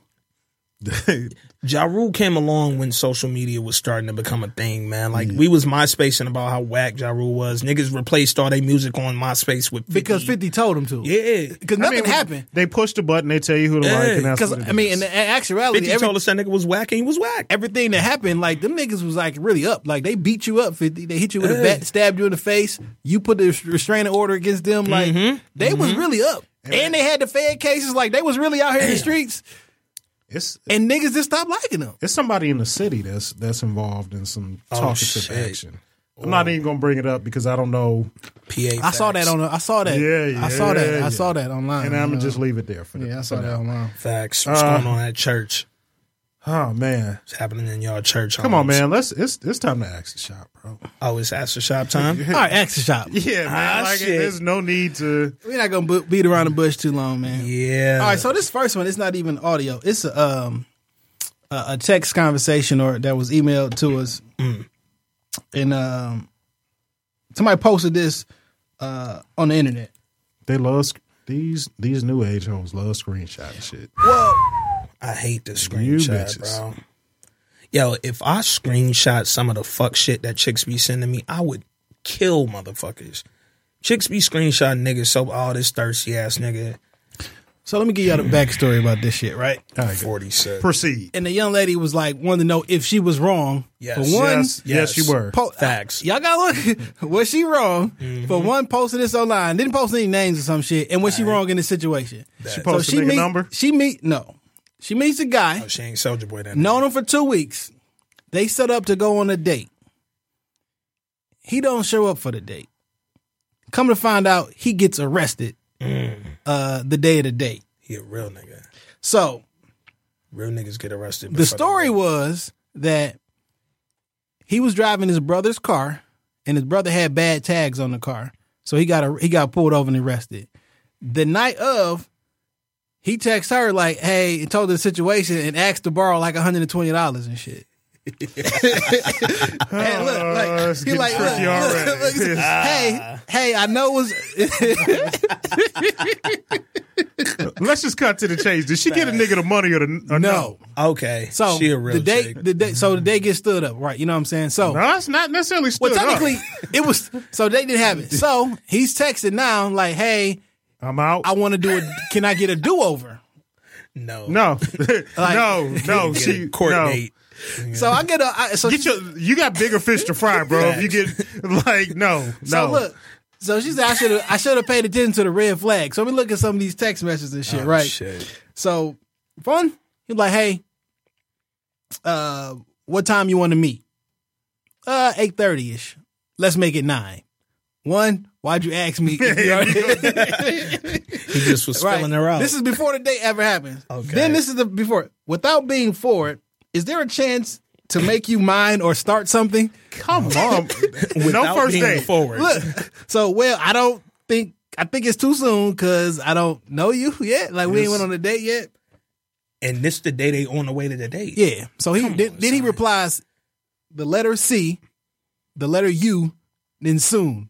Speaker 5: Ja Rule came along when social media was starting to become a thing, man. Like we was MySpacing about how whack Ja Rule was. Niggas replaced all their music on MySpace with 50.
Speaker 7: Because 50 told him to.
Speaker 5: yeah,
Speaker 7: Because nothing happened.
Speaker 6: They push the button. They tell you who to like, and that's
Speaker 7: Because,
Speaker 6: what it
Speaker 7: I mean,
Speaker 6: is.
Speaker 7: in, in actuality,
Speaker 5: 50
Speaker 7: every,
Speaker 5: told us that nigga was whack and he was whack.
Speaker 7: everything that happened, like, them niggas was, like, really up. Like, they beat you up, 50. They hit you with a bat, stabbed you in the face. You put the res- restraining order against them. Like,
Speaker 6: Mm-hmm.
Speaker 7: they was really up. And they had the Fed cases. Like, they was really out here in the streets.
Speaker 6: it's
Speaker 7: And niggas just stopped liking them.
Speaker 6: it's somebody in the city that's that's involved in some talkative
Speaker 5: shit.
Speaker 6: action. I'm not even gonna bring it up because I don't know,
Speaker 5: PA.
Speaker 7: I saw that
Speaker 5: facts.
Speaker 7: on. the- I saw that.
Speaker 6: Yeah,
Speaker 7: I saw that.
Speaker 6: yeah,
Speaker 7: I saw
Speaker 6: yeah.
Speaker 7: that online.
Speaker 6: and I'm
Speaker 7: you
Speaker 6: gonna
Speaker 7: know.
Speaker 6: just leave it there for
Speaker 7: Yeah, I
Speaker 6: the-
Speaker 7: saw
Speaker 6: for
Speaker 7: that
Speaker 6: now.
Speaker 7: online.
Speaker 5: facts. What's
Speaker 6: Uh,
Speaker 5: going on at church?
Speaker 6: Oh man,
Speaker 5: It's happening in y'all church.
Speaker 6: come on,
Speaker 5: homies.
Speaker 6: man. Let's it's it's time to ask the shop, bro.
Speaker 5: Oh, it's after shop time.
Speaker 7: All right, Action Shop.
Speaker 6: Yeah, man.
Speaker 5: Ah,
Speaker 6: like,
Speaker 5: shit.
Speaker 6: there's no need to.
Speaker 7: We're not going to beat around the bush too long, man.
Speaker 5: yeah.
Speaker 7: All right, so this first one, it's not even audio. It's a um a, a text conversation or that was emailed to us, and um somebody posted this uh on the internet.
Speaker 6: They love sc- these these new age homes love screenshot and shit.
Speaker 7: Well,
Speaker 5: I hate the
Speaker 6: You
Speaker 5: screenshot,
Speaker 6: bitches.
Speaker 5: bro. Yo, if I screenshot some of the fuck shit that chicks be sending me, I would kill motherfuckers. Chicks be screenshotting niggas so all this thirsty ass nigga.
Speaker 7: so let me give y'all the backstory about this shit, right?
Speaker 5: Forty six.
Speaker 6: Proceed.
Speaker 7: And the young lady was like wanted to know if she was wrong.
Speaker 5: Yes.
Speaker 7: For one,
Speaker 6: yes, yes,
Speaker 5: yes.
Speaker 6: you were.
Speaker 7: po-
Speaker 5: Facts.
Speaker 7: Y'all gotta look. was she wrong? For one, posted this online. Didn't post any names or some shit. And was she wrong in this situation? She
Speaker 6: posted nigga
Speaker 7: meet,
Speaker 6: number?
Speaker 7: She meet no. She meets a guy.
Speaker 5: She ain't soldier boy that.
Speaker 7: Known him for two weeks. They set up to go on a date. He don't show up for the date. Come to find out, he gets arrested uh, the day of the date.
Speaker 5: He a real nigga.
Speaker 7: So
Speaker 5: Real niggas get arrested.
Speaker 7: the story was that he was driving his brother's car, and his brother had bad tags on the car, so he got a, he got pulled over and arrested. The night of, he texted her like, "Hey," and told her the situation and asked to borrow like one hundred and twenty dollars and shit. Hey, look,
Speaker 6: Oh,
Speaker 7: like,
Speaker 6: it's
Speaker 7: he
Speaker 6: getting
Speaker 7: like, look,
Speaker 6: tricky
Speaker 7: look,
Speaker 6: already.
Speaker 7: look, he said, hey, hey, I know it was
Speaker 6: Let's just cut to the chase. Did she get a nigga the money or the or
Speaker 7: no.
Speaker 5: Okay.
Speaker 7: So
Speaker 5: she a real
Speaker 7: the day,
Speaker 5: chick.
Speaker 7: the day, so the day gets stood up, right? You know what I'm saying? So
Speaker 6: No, it's not necessarily stood
Speaker 7: Well, technically,
Speaker 6: up.
Speaker 7: it was so they didn't have it. So he's texting now, like, "Hey,
Speaker 6: I'm out.
Speaker 7: I want to do it. Can I get a do over?"
Speaker 5: no.
Speaker 6: no, no, no.
Speaker 5: Get
Speaker 6: She
Speaker 5: a court
Speaker 6: no.
Speaker 5: date.
Speaker 7: So I get a. I, so
Speaker 6: Get your, you got bigger fish to fry, bro. If you get like no, no.
Speaker 7: so look. So she said, "I should have. I should have paid attention to the red flag." So we look at some of these text messages and
Speaker 5: Oh,
Speaker 7: shit, right?
Speaker 5: Shit.
Speaker 7: So phone, he's like, "Hey, uh, what time you want to meet?" Uh, eight thirty ish. Let's make it nine. One, why'd you ask me?
Speaker 5: He just was spelling her out.
Speaker 7: This is before the date ever happens.
Speaker 5: Okay.
Speaker 7: Then this is the before. Without being forward, is there a chance to make you mine or start something?
Speaker 6: Come on, no
Speaker 5: Without
Speaker 6: first
Speaker 5: being
Speaker 6: date.
Speaker 5: Forward.
Speaker 7: Look, so well, I don't think I think it's too soon because I don't know you yet. Like we ain't went on a date yet.
Speaker 5: And this the day they on the way to the date.
Speaker 7: Yeah. So he then, then he replies the letter C, the letter U, then soon.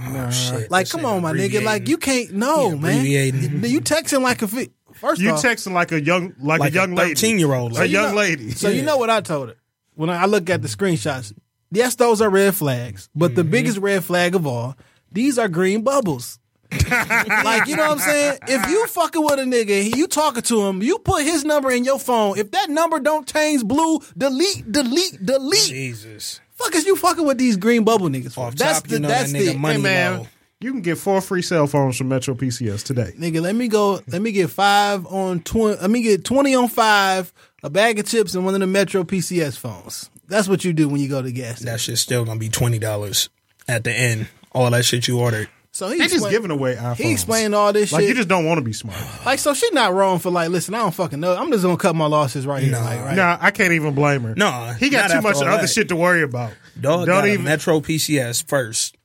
Speaker 5: Oh, shit.
Speaker 7: Like,
Speaker 5: This
Speaker 7: come on, my nigga. Like
Speaker 5: abbreviating.
Speaker 7: you can't. No,
Speaker 5: He
Speaker 7: man.
Speaker 5: abbreviating.
Speaker 7: You texting like a fi- first.
Speaker 6: You
Speaker 7: off,
Speaker 6: texting like a young, like,
Speaker 5: Like
Speaker 6: a
Speaker 5: a
Speaker 6: young lady,
Speaker 5: 13-year-old,
Speaker 6: a
Speaker 5: like-
Speaker 6: young
Speaker 7: know-
Speaker 6: lady.
Speaker 7: So you know what I told her when I I look at the screenshots. Yes, those are red flags, but the biggest red flag of all, these are green bubbles. like you know what I'm saying? If you fucking with a nigga, he- you talking to him, you put his number in your phone. If that number don't change blue, delete, delete, delete.
Speaker 5: Jesus.
Speaker 7: Fuck is you fucking with these green bubble niggas for?
Speaker 5: Off
Speaker 7: that's
Speaker 5: top,
Speaker 7: the
Speaker 5: you know
Speaker 7: that's
Speaker 5: that nigga
Speaker 7: the
Speaker 5: money
Speaker 6: Hey man,
Speaker 5: low.
Speaker 6: you can get four free cell phones from Metro PCS today.
Speaker 7: nigga. Let me go. Let me get five on twenty. Let me get twenty on five, a bag of chips, and one of the Metro PCS phones. That's what you do when you go to the gas. station.
Speaker 5: That shit's still gonna be twenty dollars at the end. All that shit you ordered.
Speaker 7: So he
Speaker 6: They just
Speaker 7: explained-
Speaker 6: giving away iPhones.
Speaker 7: He explained all this
Speaker 6: like
Speaker 7: shit.
Speaker 6: you just don't want to be smart.
Speaker 7: like so she not wrong for like, listen, I don't fucking know. I'm just gonna cut my losses right here.
Speaker 5: No.
Speaker 7: Like, right?
Speaker 6: Nah, I can't even blame her.
Speaker 5: Nah,
Speaker 6: he got
Speaker 5: not
Speaker 6: too
Speaker 5: after
Speaker 6: much
Speaker 5: all
Speaker 6: other
Speaker 5: that.
Speaker 6: shit to worry about.
Speaker 5: Dog got a
Speaker 6: even.
Speaker 5: Metro PCS first.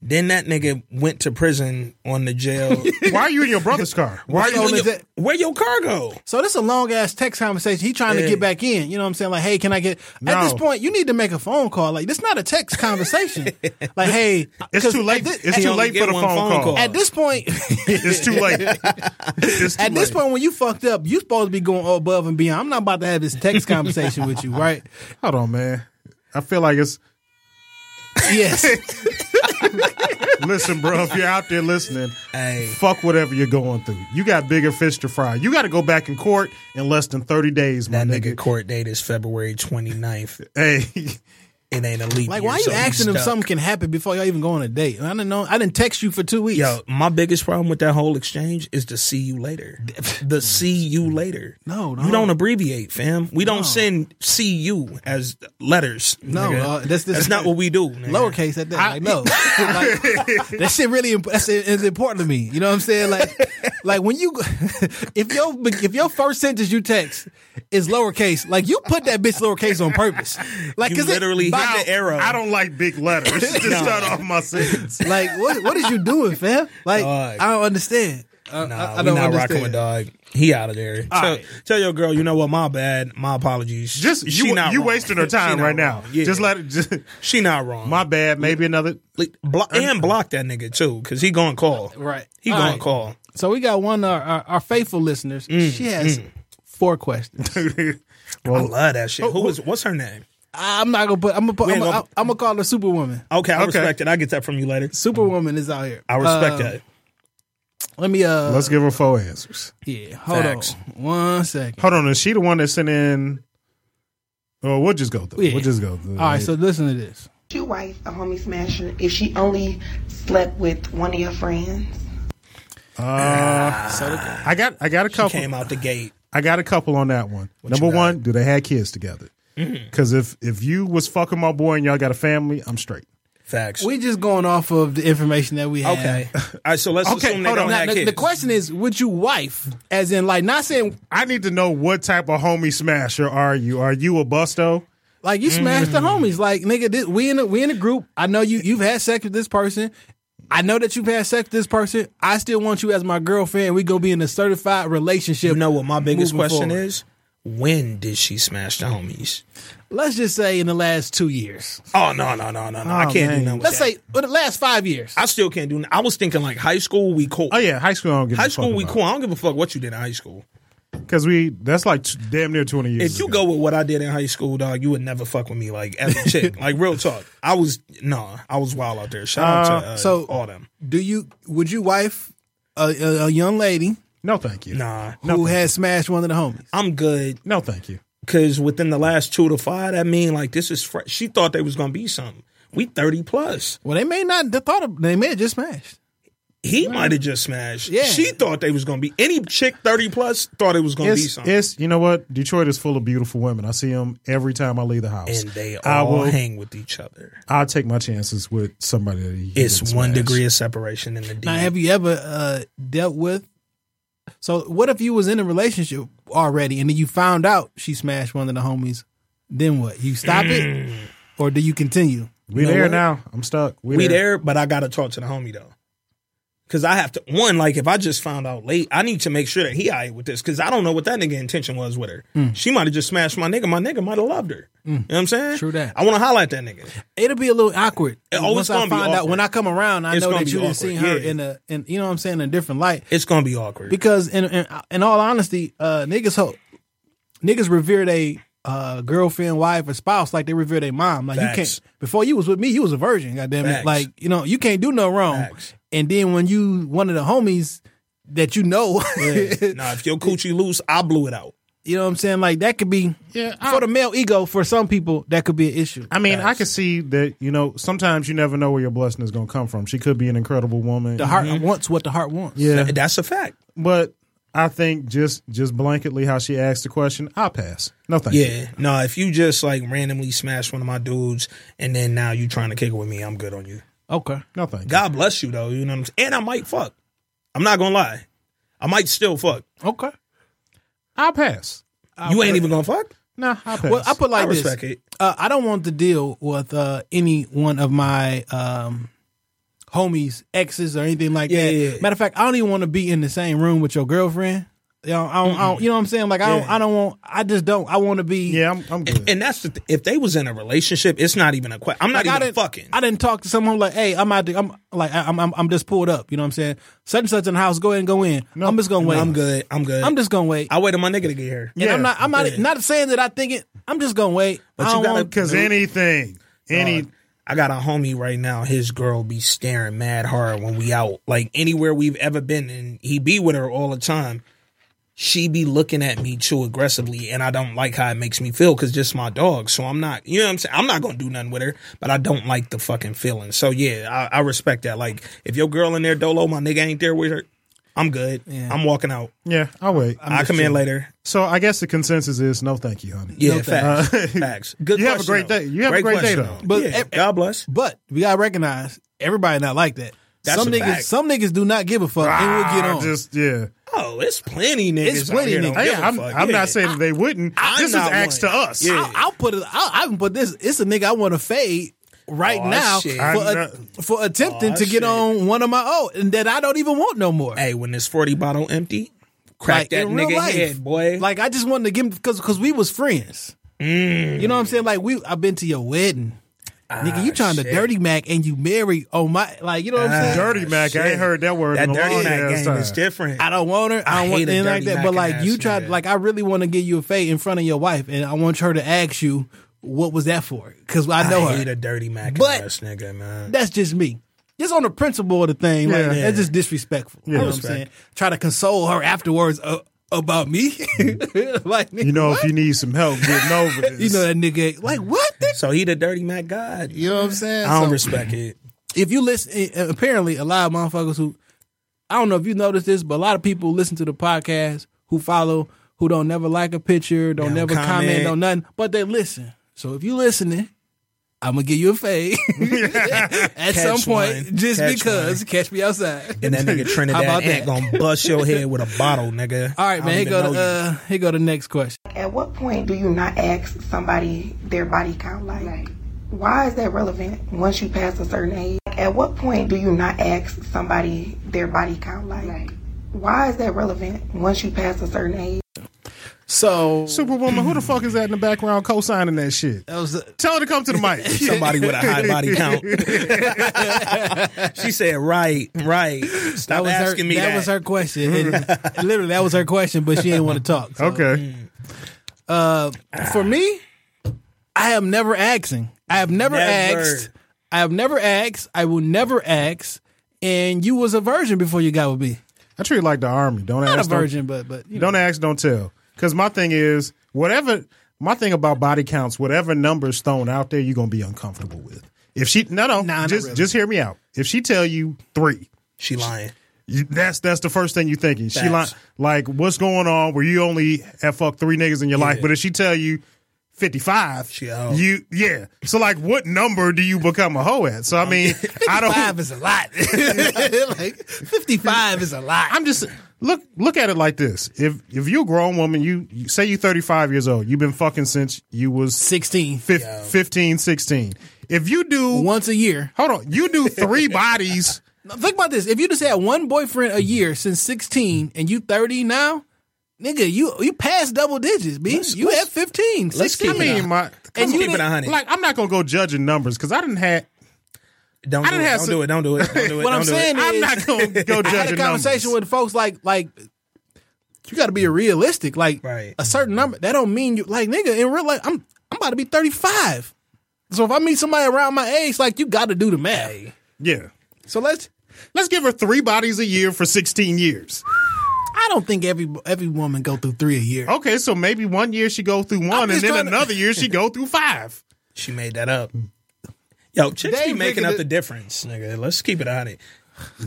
Speaker 5: Then that nigga went to prison on the jail.
Speaker 6: why are you in your brother's car? Why are
Speaker 7: So
Speaker 6: you?
Speaker 7: is that-
Speaker 5: Where your cargo?
Speaker 7: So this a long ass text conversation. He trying to
Speaker 5: Yeah.
Speaker 7: get back in. You know what I'm saying? Like, hey, can I get at
Speaker 6: No.
Speaker 7: this point you need to make a phone call. Like this not a text conversation. like, hey,
Speaker 6: It's
Speaker 7: 'cause
Speaker 6: too late.
Speaker 7: At this,
Speaker 6: It's
Speaker 7: at-
Speaker 6: too
Speaker 5: only
Speaker 6: late
Speaker 5: get
Speaker 6: for the phone,
Speaker 5: one phone
Speaker 6: call.
Speaker 5: call.
Speaker 7: at this point
Speaker 6: It's too late. It's too
Speaker 7: At this
Speaker 6: late.
Speaker 7: point, when you fucked up, you supposed to be going above and beyond. I'm not about to have this text conversation with you, right?
Speaker 6: hold on, man. I feel like it's.
Speaker 7: Yes.
Speaker 6: Listen, bro, if you're out there listening,
Speaker 5: Hey.
Speaker 6: fuck whatever you're going through. You got bigger fish to fry. You got to go back in court in less than 30 days, my
Speaker 5: That
Speaker 6: nigga.
Speaker 5: nigga court date is February 29th.
Speaker 6: Hey,
Speaker 5: It ain't a leap.
Speaker 7: Like,
Speaker 5: year,
Speaker 7: why you
Speaker 5: so he's
Speaker 7: asking him
Speaker 5: stuck.
Speaker 7: something can happen before y'all even go on a date? I didn't know. I didn't text you for two weeks.
Speaker 5: Yo, my biggest problem with that whole exchange is the see you later. The see you later.
Speaker 7: No, no.
Speaker 5: You don't abbreviate, fam. We don't send see you as letters.
Speaker 7: No,
Speaker 5: nigga.
Speaker 7: uh, that's- that's-
Speaker 5: that's not what we do. nigga.
Speaker 7: lowercase at that. like, no, like, that shit really imp- that's, is important to me. You know what I'm saying? Like, like when you if your if your first sentence you text is lowercase, like you put that bitch lowercase on purpose. Like,
Speaker 5: You
Speaker 7: 'cause it-
Speaker 5: literally hit
Speaker 7: by-
Speaker 5: the arrow.
Speaker 6: I don't like big letters. Just start off my sentence.
Speaker 7: Like, what what is you doing, fam? Like,
Speaker 5: Dog.
Speaker 7: I don't understand. Uh, I,
Speaker 5: Nah,
Speaker 7: I, I
Speaker 5: we
Speaker 7: don't
Speaker 5: not rocking
Speaker 7: understand.
Speaker 5: with dog. He out of there. Tell,
Speaker 7: right.
Speaker 5: tell your girl, you know what? My bad. My apologies.
Speaker 6: Just
Speaker 5: she
Speaker 6: you,
Speaker 5: not
Speaker 6: you
Speaker 5: wrong.
Speaker 6: wasting her
Speaker 5: She
Speaker 6: time
Speaker 5: not
Speaker 6: right now.
Speaker 5: wrong. Yeah.
Speaker 6: Just let it. Just,
Speaker 5: She not wrong.
Speaker 6: my bad. Maybe another.
Speaker 5: Like, blo- and block that nigga too, because he gonna call.
Speaker 7: Right.
Speaker 5: He
Speaker 7: All
Speaker 5: gonna
Speaker 7: right.
Speaker 5: call. Mm,
Speaker 7: So we got one uh, our, our, our faithful listeners. she has four questions.
Speaker 5: I love that shit. Who is? What's her name?
Speaker 7: I'm not gonna put. I'm gonna. Put,
Speaker 5: We
Speaker 7: I'm,
Speaker 5: ain't
Speaker 7: gonna
Speaker 5: gonna-
Speaker 7: I'm gonna call her Superwoman.
Speaker 5: Okay, I
Speaker 6: Okay.
Speaker 5: respect it. I get that from you later.
Speaker 7: Superwoman is out here.
Speaker 5: I respect
Speaker 7: Uh,
Speaker 5: that.
Speaker 7: Let me uh.
Speaker 6: Let's give her four answers.
Speaker 7: Yeah, hold
Speaker 5: Facts.
Speaker 7: on one second.
Speaker 6: Hold on. Is she the one that sent in? Oh, we'll just go through.
Speaker 7: Yeah.
Speaker 6: We'll just go through.
Speaker 7: All right, so listen to this.
Speaker 8: your wife a homie smasher if she only slept with one of your friends?
Speaker 6: I got. I got a couple.
Speaker 5: Came out the gate.
Speaker 6: I got a couple on that one. Number
Speaker 5: you got? Mm-hmm.
Speaker 6: one, do they have kids together? Because if if you was fucking my boy and y'all got a family, I'm straight.
Speaker 5: Facts.
Speaker 4: We just going off of the information that we have.
Speaker 5: okay. All right, so let's
Speaker 6: Okay,
Speaker 5: assume they
Speaker 6: hold
Speaker 5: don't
Speaker 6: on.
Speaker 4: Now,
Speaker 5: have
Speaker 4: the,
Speaker 5: kids.
Speaker 4: the question is, would you wife? As in, like, not saying
Speaker 6: I need to know what type of homie smasher are you? Are you a busto?
Speaker 4: like you smashed the
Speaker 5: Mm.
Speaker 4: homies. Like, nigga, this, we in a, we in a group. I know you you've had sex with this person. I know that you've had sex with this person. I still want you as my girlfriend. We gonna be in a certified relationship.
Speaker 5: you know what my biggest
Speaker 4: moving
Speaker 5: question
Speaker 4: forward.
Speaker 5: is? When did she smash the homies?
Speaker 4: Let's just say in the last two years.
Speaker 5: Oh no no no no no! I
Speaker 6: Oh,
Speaker 5: can't do
Speaker 6: man.
Speaker 5: nothing. with
Speaker 4: Let's
Speaker 5: that.
Speaker 4: say well, the last five years.
Speaker 5: I still can't do. I was thinking like high school we cool.
Speaker 6: Oh yeah, high school. I don't give a
Speaker 5: High
Speaker 6: fuck
Speaker 5: school we
Speaker 6: about.
Speaker 5: cool. I don't give a fuck what you did in high school.
Speaker 6: Because we that's like t- damn near twenty years.
Speaker 5: If you
Speaker 6: ago.
Speaker 5: go with what I did in high school, dog, you would never fuck with me like as a chick. like real talk, I was nah, I was wild out there. Shout out to uh,
Speaker 4: so-
Speaker 5: all them.
Speaker 4: Do you would you wife a, a, a young lady
Speaker 6: no, thank you.
Speaker 5: Nah,
Speaker 4: who has smashed one of the homies?
Speaker 5: I'm good
Speaker 6: No, thank you.
Speaker 5: because within the last two to five, I mean, like this is fresh. She thought they was gonna be something. We thirty plus.
Speaker 4: Well, they may not have thought of, they may have just smashed.
Speaker 5: He might have just smashed.
Speaker 4: Yeah.
Speaker 5: She thought they was gonna be any chick thirty plus thought it was gonna be
Speaker 6: It's,
Speaker 5: something.
Speaker 6: it's you know what Detroit is full of beautiful women. I see them every time I leave the house,
Speaker 5: and they
Speaker 6: I
Speaker 5: all
Speaker 6: will.
Speaker 5: hang with each other.
Speaker 6: I'll take my chances with somebody. That you
Speaker 5: It's
Speaker 6: didn't
Speaker 5: one
Speaker 6: smash.
Speaker 5: degree of separation in the deep.
Speaker 4: Now, have you ever uh, dealt with? So, what if you was in a relationship already and then you found out she smashed one of the homies? Then what? You stop
Speaker 5: Mm.
Speaker 4: it, or do you continue?
Speaker 6: We there now. I'm stuck.
Speaker 5: we there, but I gotta talk to the homie though. Cause I have to one, like if I just found out late, I need to make sure that he alright with this. Cause I don't know what that nigga intention was with her.
Speaker 4: Mm.
Speaker 5: She might have just smashed my nigga. My nigga might have loved her. You know what I'm saying?
Speaker 4: True that.
Speaker 5: I wanna highlight that nigga.
Speaker 4: It'll be a little awkward.
Speaker 5: It- oh, it's
Speaker 4: Once I
Speaker 5: gonna be
Speaker 4: find out
Speaker 5: awkward.
Speaker 4: when I come around, I
Speaker 5: It's
Speaker 4: know
Speaker 5: gonna
Speaker 4: that
Speaker 5: be
Speaker 4: you didn't
Speaker 5: awkward,
Speaker 4: see her uh,
Speaker 5: yeah.
Speaker 4: in a, in you know what I'm saying, in a different light.
Speaker 5: It's gonna be awkward.
Speaker 4: Because in in, in all honesty, uh, niggas ho- niggas revere they uh, girlfriend, wife, or spouse like they revere their mom. Like you
Speaker 5: Facts.
Speaker 4: can't. Before you was with me, you was a virgin. Goddamn it!
Speaker 5: Facts.
Speaker 4: Like you know you can't do no wrong.
Speaker 5: Facts.
Speaker 4: And then when you one of the homies that you know,
Speaker 5: now if your coochie loose, I blew it out.
Speaker 4: you know what I'm saying. Like that could be
Speaker 6: Yeah,
Speaker 4: for the male ego. For some people, that could be an issue.
Speaker 6: I mean, I can see that. You know, sometimes you never know where your blessing is going to come from. She could be an incredible woman.
Speaker 4: the heart wants what the heart wants.
Speaker 6: Yeah.
Speaker 5: Th- That's a fact.
Speaker 6: but I think just just blanketly how she asked the question, I pass. No, thank you.
Speaker 5: Yeah. No, if you just like randomly smash one of my dudes and then now you trying to kick it with me, I'm good on you.
Speaker 4: Okay.
Speaker 6: No, thank you.
Speaker 5: God bless you though. You know what I'm saying? And I might fuck. I'm not gonna lie. I might still fuck.
Speaker 4: Okay.
Speaker 6: I'll pass.
Speaker 5: you ain't even gonna fuck?
Speaker 6: Nah, I'll pass.
Speaker 4: Well, I put like
Speaker 5: I respect
Speaker 4: this.
Speaker 5: it.
Speaker 4: Uh, I don't want to deal with uh, any one of my um, homies, exes, or anything like
Speaker 5: Yeah,
Speaker 4: that.
Speaker 5: yeah, yeah.
Speaker 4: Matter of fact, I don't even want to be in the same room with your girlfriend. You know, I don't, I don't, you know what I'm saying? Like I don't,
Speaker 5: Yeah.
Speaker 4: I don't want. I just don't. I want to be.
Speaker 6: yeah, I'm, I'm good.
Speaker 5: And that's the th- if they was in a relationship, it's not even a question. I'm
Speaker 4: Like,
Speaker 5: not
Speaker 4: I
Speaker 5: even
Speaker 4: didn't
Speaker 5: fucking.
Speaker 4: I didn't talk to someone like, hey, I'm out. There, I'm like, I- I'm, I'm, I'm just pulled up. You know what I'm saying? Such and such in the house. Go in, go in. I'm just gonna wait.
Speaker 5: I'm good. I'm good.
Speaker 4: I'm just gonna wait.
Speaker 5: I waited my nigga to get here.
Speaker 4: and I'm
Speaker 6: yeah,
Speaker 4: not. I'm not. Not saying that I think it. I'm just gonna wait. I
Speaker 5: But you
Speaker 4: don't
Speaker 5: gotta-
Speaker 4: want-
Speaker 6: Because anything, any.
Speaker 5: I got a homie right now. His girl be staring mad hard when we out, like anywhere we've ever been, and he be with her all the time. She be looking at me too aggressively, and I don't like how it makes me feel because just my dog. So I'm not, you know what I'm saying? I'm not gonna do nothing with her, but I don't like the fucking feeling. So yeah, I, I respect that. Like if your girl in there dolo, my nigga ain't there with her, I'm good. I'm walking out.
Speaker 6: yeah, I'll wait.
Speaker 5: i come in later.
Speaker 6: so I guess the consensus is no, thank you, honey.
Speaker 5: Yeah,
Speaker 4: No,
Speaker 5: facts.
Speaker 6: thank you.
Speaker 5: facts. Good.
Speaker 6: You have a
Speaker 5: question,
Speaker 6: great
Speaker 5: though.
Speaker 6: day. You have a great day,
Speaker 5: question,
Speaker 6: though. e-
Speaker 4: But
Speaker 5: yeah,
Speaker 4: ev-
Speaker 5: God bless.
Speaker 4: But we gotta recognize everybody not like that.
Speaker 5: That's
Speaker 4: some
Speaker 5: a
Speaker 4: niggas,
Speaker 5: fact. Ah,
Speaker 4: some niggas do not give a fuck and will get
Speaker 6: I
Speaker 4: on.
Speaker 6: Just yeah.
Speaker 5: Oh, it's plenty niggas.
Speaker 4: It's plenty
Speaker 5: out here
Speaker 4: niggas.
Speaker 5: don't
Speaker 4: Hey,
Speaker 5: give
Speaker 6: Yeah,
Speaker 5: a
Speaker 6: I'm,
Speaker 5: fuck.
Speaker 6: I'm
Speaker 5: Yeah.
Speaker 6: not saying they wouldn't.
Speaker 5: I'm
Speaker 6: this is
Speaker 5: not
Speaker 6: acts
Speaker 5: one.
Speaker 6: to us.
Speaker 5: Yeah.
Speaker 4: I'll, I'll put it. I'll, I can put this. It's a nigga I want to fade right
Speaker 5: Aw,
Speaker 4: now
Speaker 5: Oh, shit.
Speaker 4: for
Speaker 6: I'm
Speaker 4: a-
Speaker 6: not-
Speaker 4: for attempting
Speaker 5: Aw,
Speaker 4: to
Speaker 5: shit.
Speaker 4: get on one of my own and that I don't even want no more.
Speaker 5: Hey, when this forty bottle empty, crack
Speaker 4: Like
Speaker 5: that
Speaker 4: in real
Speaker 5: nigga
Speaker 4: life,
Speaker 5: head, boy.
Speaker 4: Like I just wanted to give him because because we was friends.
Speaker 5: Mm.
Speaker 4: You know what I'm saying? Like we, I've been to your wedding. Nigga, you trying to
Speaker 5: Ah, shit. Ah.
Speaker 4: dirty Mac and you marry on my like you know what I'm saying?
Speaker 6: Dirty Mac. I ain't heard that word
Speaker 5: that
Speaker 6: in a
Speaker 5: dirty
Speaker 6: long
Speaker 5: Mac
Speaker 6: ass
Speaker 5: game
Speaker 6: time.
Speaker 5: is different.
Speaker 4: I don't want her. I
Speaker 5: I
Speaker 4: don't want
Speaker 5: hate a
Speaker 4: anything like
Speaker 5: dirty
Speaker 4: that.
Speaker 5: Mac
Speaker 4: But
Speaker 5: and
Speaker 4: like
Speaker 5: ass
Speaker 4: you tried,
Speaker 5: nigga.
Speaker 4: like I really want to give you a fade in front of your wife, and I want her to ask you what was that for? Because I
Speaker 5: I
Speaker 4: know
Speaker 5: hate
Speaker 4: her.
Speaker 5: a dirty Mac
Speaker 4: But-
Speaker 5: but, ass nigga, man.
Speaker 4: That's just me. Just on the principle of the thing, like
Speaker 6: Yeah.
Speaker 4: that's just disrespectful. You know what I'm
Speaker 5: Respect.
Speaker 4: saying? Try to console her afterwards uh, about me, like nigga,
Speaker 6: You know,
Speaker 4: what?
Speaker 6: if you need some help getting over this,
Speaker 4: you know that nigga, like what? nigga?
Speaker 5: so he the dirty Mac god.
Speaker 4: You know what I'm saying?
Speaker 5: I don't
Speaker 4: So-
Speaker 5: respect it.
Speaker 4: if you listen, uh, apparently a lot of motherfuckers who, I don't know if you noticed this, but a lot of people listen to the podcast who follow, who don't never like a picture, don't
Speaker 5: Don't
Speaker 4: never comment.
Speaker 5: comment.
Speaker 4: don't nothing, but they listen. So if you listening,
Speaker 7: I'm gonna give you a fade at some point
Speaker 5: one.
Speaker 7: just
Speaker 5: Catch
Speaker 7: because. Catch me outside.
Speaker 5: And that nigga Trinidad
Speaker 7: about
Speaker 5: ain't
Speaker 7: that?
Speaker 5: gonna bust your head with a bottle, nigga.
Speaker 7: All right,
Speaker 5: I
Speaker 7: man.
Speaker 5: don't
Speaker 7: Here go
Speaker 5: even
Speaker 7: the
Speaker 5: know you.
Speaker 7: uh, here go the next question.
Speaker 8: At what point do you not ask somebody their body count? Like, why is that relevant once you pass a certain age? At what point do you not ask somebody their body count? Like, why is that relevant once you pass a certain age?
Speaker 7: So
Speaker 6: Superwoman, who the fuck is that in the background co-signing that shit?
Speaker 7: that was the,
Speaker 6: Tell her to come to the mic.
Speaker 5: somebody with a high body count. she said, "Right, right." Stop
Speaker 7: that was her,
Speaker 5: asking
Speaker 7: that,
Speaker 5: me that.
Speaker 7: was her question. And literally, that was her question, but she didn't want to talk. So.
Speaker 6: Okay.
Speaker 7: For me, I am never asking. I have never,
Speaker 5: Never.
Speaker 7: asked. I have never asked. I will never ask. And you was a virgin before you got with me.
Speaker 6: I treat it like the army. Don't
Speaker 7: Not a
Speaker 6: ask. Don't,
Speaker 7: virgin, but but you know.
Speaker 6: don't ask. Don't tell. Because my thing is whatever. My thing about body counts, whatever numbers thrown out there, you're gonna be uncomfortable with. If she no no,
Speaker 7: Nah, not
Speaker 6: just
Speaker 7: really.
Speaker 6: just hear me out. If she tell you three,
Speaker 5: she lying.
Speaker 6: you, that's that's the first thing you thinking. She like
Speaker 5: Facts.
Speaker 6: like what's going on? Where you only have fucked three niggas in your life, but if she tell you fifty five,
Speaker 5: She a hoe.
Speaker 6: you yeah. So like, what number do you become a hoe at? So I mean, I don't.
Speaker 7: Five is a lot. like fifty-five is a lot.
Speaker 6: I'm just look look at it like this. If if you're a grown woman, you, you say you're 35 years old. You've been fucking since you was
Speaker 7: Sixteen
Speaker 6: fif- 15, 16. If you do
Speaker 7: once a year.
Speaker 6: hold on, you do three bodies.
Speaker 7: Now, Think about this. If you just had one boyfriend a year since 16 and you 30 now, nigga, you you passed double digits, B. you had 15, 16.
Speaker 6: I mean, my
Speaker 7: And
Speaker 5: Let's
Speaker 7: you
Speaker 5: keep it
Speaker 7: didn't-
Speaker 5: a hundred.
Speaker 6: like I'm not gonna go judging numbers because I didn't have.
Speaker 5: Don't,
Speaker 6: I
Speaker 5: do
Speaker 6: done
Speaker 5: it.
Speaker 6: had
Speaker 5: don't
Speaker 6: some-
Speaker 5: do it. Don't do it. Don't do it.
Speaker 7: What
Speaker 5: don't
Speaker 7: I'm
Speaker 5: do it.
Speaker 7: saying
Speaker 6: I'm
Speaker 7: is-
Speaker 6: not gonna go
Speaker 7: I had a
Speaker 6: judging numbers.
Speaker 7: conversation with folks like like you got to be realistic. Like
Speaker 5: Right.
Speaker 7: a certain number that don't mean you like nigga in real life. I'm I'm about to be 35. So if I meet somebody around my age, like you got to do the math.
Speaker 6: Yeah,
Speaker 7: So let's.
Speaker 6: let's give her three bodies a year for 16 years.
Speaker 7: I don't think every every woman go through three a year.
Speaker 6: Okay, so maybe one year she go through one, and
Speaker 7: just
Speaker 6: then
Speaker 7: trying to-
Speaker 6: another year she go through five.
Speaker 5: She made that up. Yo, chicks
Speaker 7: They
Speaker 5: be making
Speaker 7: making
Speaker 5: up
Speaker 7: it-
Speaker 5: the difference, nigga. Let's keep it a hundred.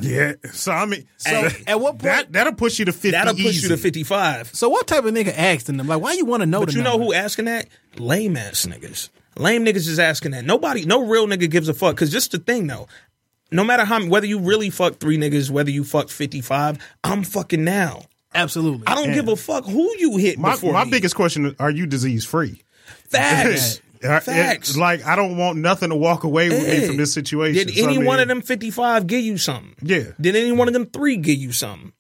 Speaker 6: Yeah. So I mean, so
Speaker 5: Hey,
Speaker 7: at what point-
Speaker 6: that that'll push you to 50.
Speaker 5: That'll push you
Speaker 6: easy.
Speaker 5: to fifty-five.
Speaker 7: So what type of nigga asking them? Like why you want to know?
Speaker 5: But
Speaker 7: the
Speaker 5: you know
Speaker 7: number?
Speaker 5: who asking that? Lame ass niggas. Lame niggas is asking that. Nobody, no real nigga gives a fuck. Cause just the thing though, no matter how whether you really fuck three niggas, whether you fuck fifty five, I'm fucking now.
Speaker 7: Absolutely.
Speaker 5: I don't give a fuck who you hit
Speaker 6: My,
Speaker 5: before
Speaker 6: my
Speaker 5: me.
Speaker 6: biggest question is, are you disease free?
Speaker 5: facts. facts.
Speaker 6: like, I don't want nothing to walk away with me
Speaker 5: Hey,
Speaker 6: from this situation.
Speaker 5: Did
Speaker 6: So, I
Speaker 5: any
Speaker 6: mean,
Speaker 5: one of them 55 give you something?
Speaker 6: Yeah.
Speaker 5: Did any one of them three give you something?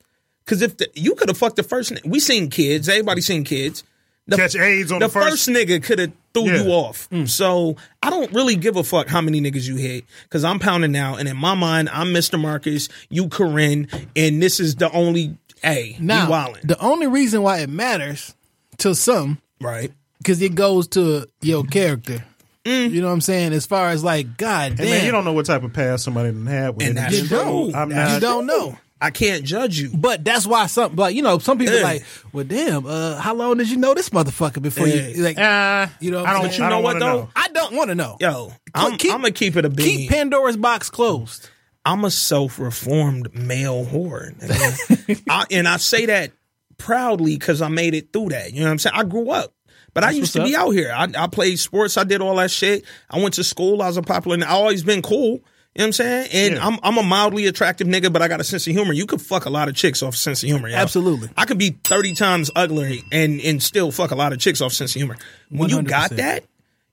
Speaker 5: Because if the, you could have fucked the first, ni- we seen kids. Everybody seen kids. The,
Speaker 6: Catch AIDS on the first-
Speaker 5: nigga could have threw
Speaker 6: Yeah. Mm.
Speaker 5: you off. So I don't really give a fuck how many niggas you hit because I'm pounding now, and in my mind, I'm Mr. Marcus, you Corinne, and this is the only a
Speaker 7: Now,
Speaker 5: you wildin'.
Speaker 7: the only reason why it matters to some
Speaker 5: right?
Speaker 7: because it goes to your character.
Speaker 5: Mm.
Speaker 7: You know what I'm saying? As far as like, god
Speaker 6: Hey,
Speaker 7: damn,
Speaker 6: man, you don't know what type of past somebody done had with
Speaker 5: And
Speaker 6: it.
Speaker 5: that's
Speaker 7: You
Speaker 5: true.
Speaker 7: don't.
Speaker 6: I'm
Speaker 5: That's
Speaker 6: not-
Speaker 7: You don't
Speaker 5: true.
Speaker 7: know.
Speaker 5: I can't judge you.
Speaker 7: But that's why some, like you know, some people
Speaker 5: Yeah.
Speaker 7: like, well, damn, uh, how long did you know this motherfucker before
Speaker 5: Yeah.
Speaker 7: you like?
Speaker 6: Uh,
Speaker 7: You know what
Speaker 6: I
Speaker 7: I'm
Speaker 6: don't,
Speaker 7: saying? But
Speaker 5: you
Speaker 6: I
Speaker 5: know
Speaker 6: don't
Speaker 5: what,
Speaker 6: wanna
Speaker 5: though?
Speaker 6: know.
Speaker 7: I don't want to know.
Speaker 5: Yo, I'm,
Speaker 7: Keep-
Speaker 5: I'm gonna keep it a bean.
Speaker 7: Keep Pandora's box closed.
Speaker 5: I'm a self reformed male whore. nigga. I, and I say that proudly because I made it through that. You know what I'm saying? I grew up. But I used to be out here. I, I played sports. I did all that shit. I went to school. I was a popular. I always been cool. You know what I'm saying? And
Speaker 6: Yeah.
Speaker 5: I'm I'm a mildly attractive nigga, but I got a sense of humor. You could fuck a lot of chicks off sense of humor. yo.
Speaker 7: Absolutely.
Speaker 5: I could be 30 times uglier and and still fuck a lot of chicks off sense of humor. When you got
Speaker 7: 100%.
Speaker 5: that,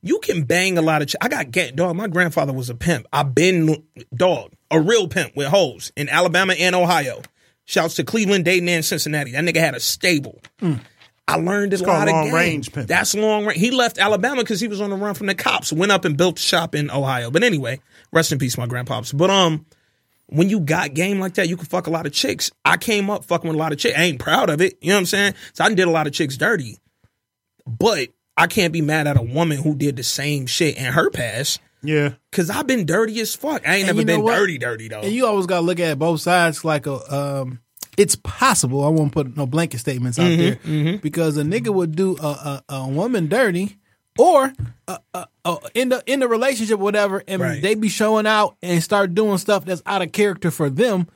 Speaker 5: you can bang a lot of. Ch- I got get dog. My grandfather was a pimp. I've been dog a real pimp with hoes in Alabama and Ohio. Shouts to Cleveland, Dayton, and Cincinnati. That nigga had a stable. I learned a
Speaker 6: Hmm. called
Speaker 5: lot of
Speaker 6: long
Speaker 5: game.
Speaker 6: range pimping.
Speaker 5: That's long range. He left Alabama because he was on the run from the cops. Went up and built a shop in Ohio. But anyway, rest in peace, my grandpops. But um, when you got game like that, you can fuck a lot of chicks. I came up fucking with a lot of chicks. I ain't proud of it. You know what I'm saying? So I did a lot of chicks dirty but I can't be mad at a woman who did the same shit in her past
Speaker 6: Yeah.
Speaker 5: because I've been dirty as fuck. I ain't
Speaker 7: And
Speaker 5: never
Speaker 7: you know
Speaker 5: been
Speaker 7: what?
Speaker 5: dirty, dirty though.
Speaker 7: And you always gotta look at both sides like a um it's possible, I won't put no blanket statements out there because a nigga would do a, a, a woman dirty or a, a, a, in the in the relationship whatever and
Speaker 5: Right.
Speaker 7: they be showing out and start doing stuff that's out of character for them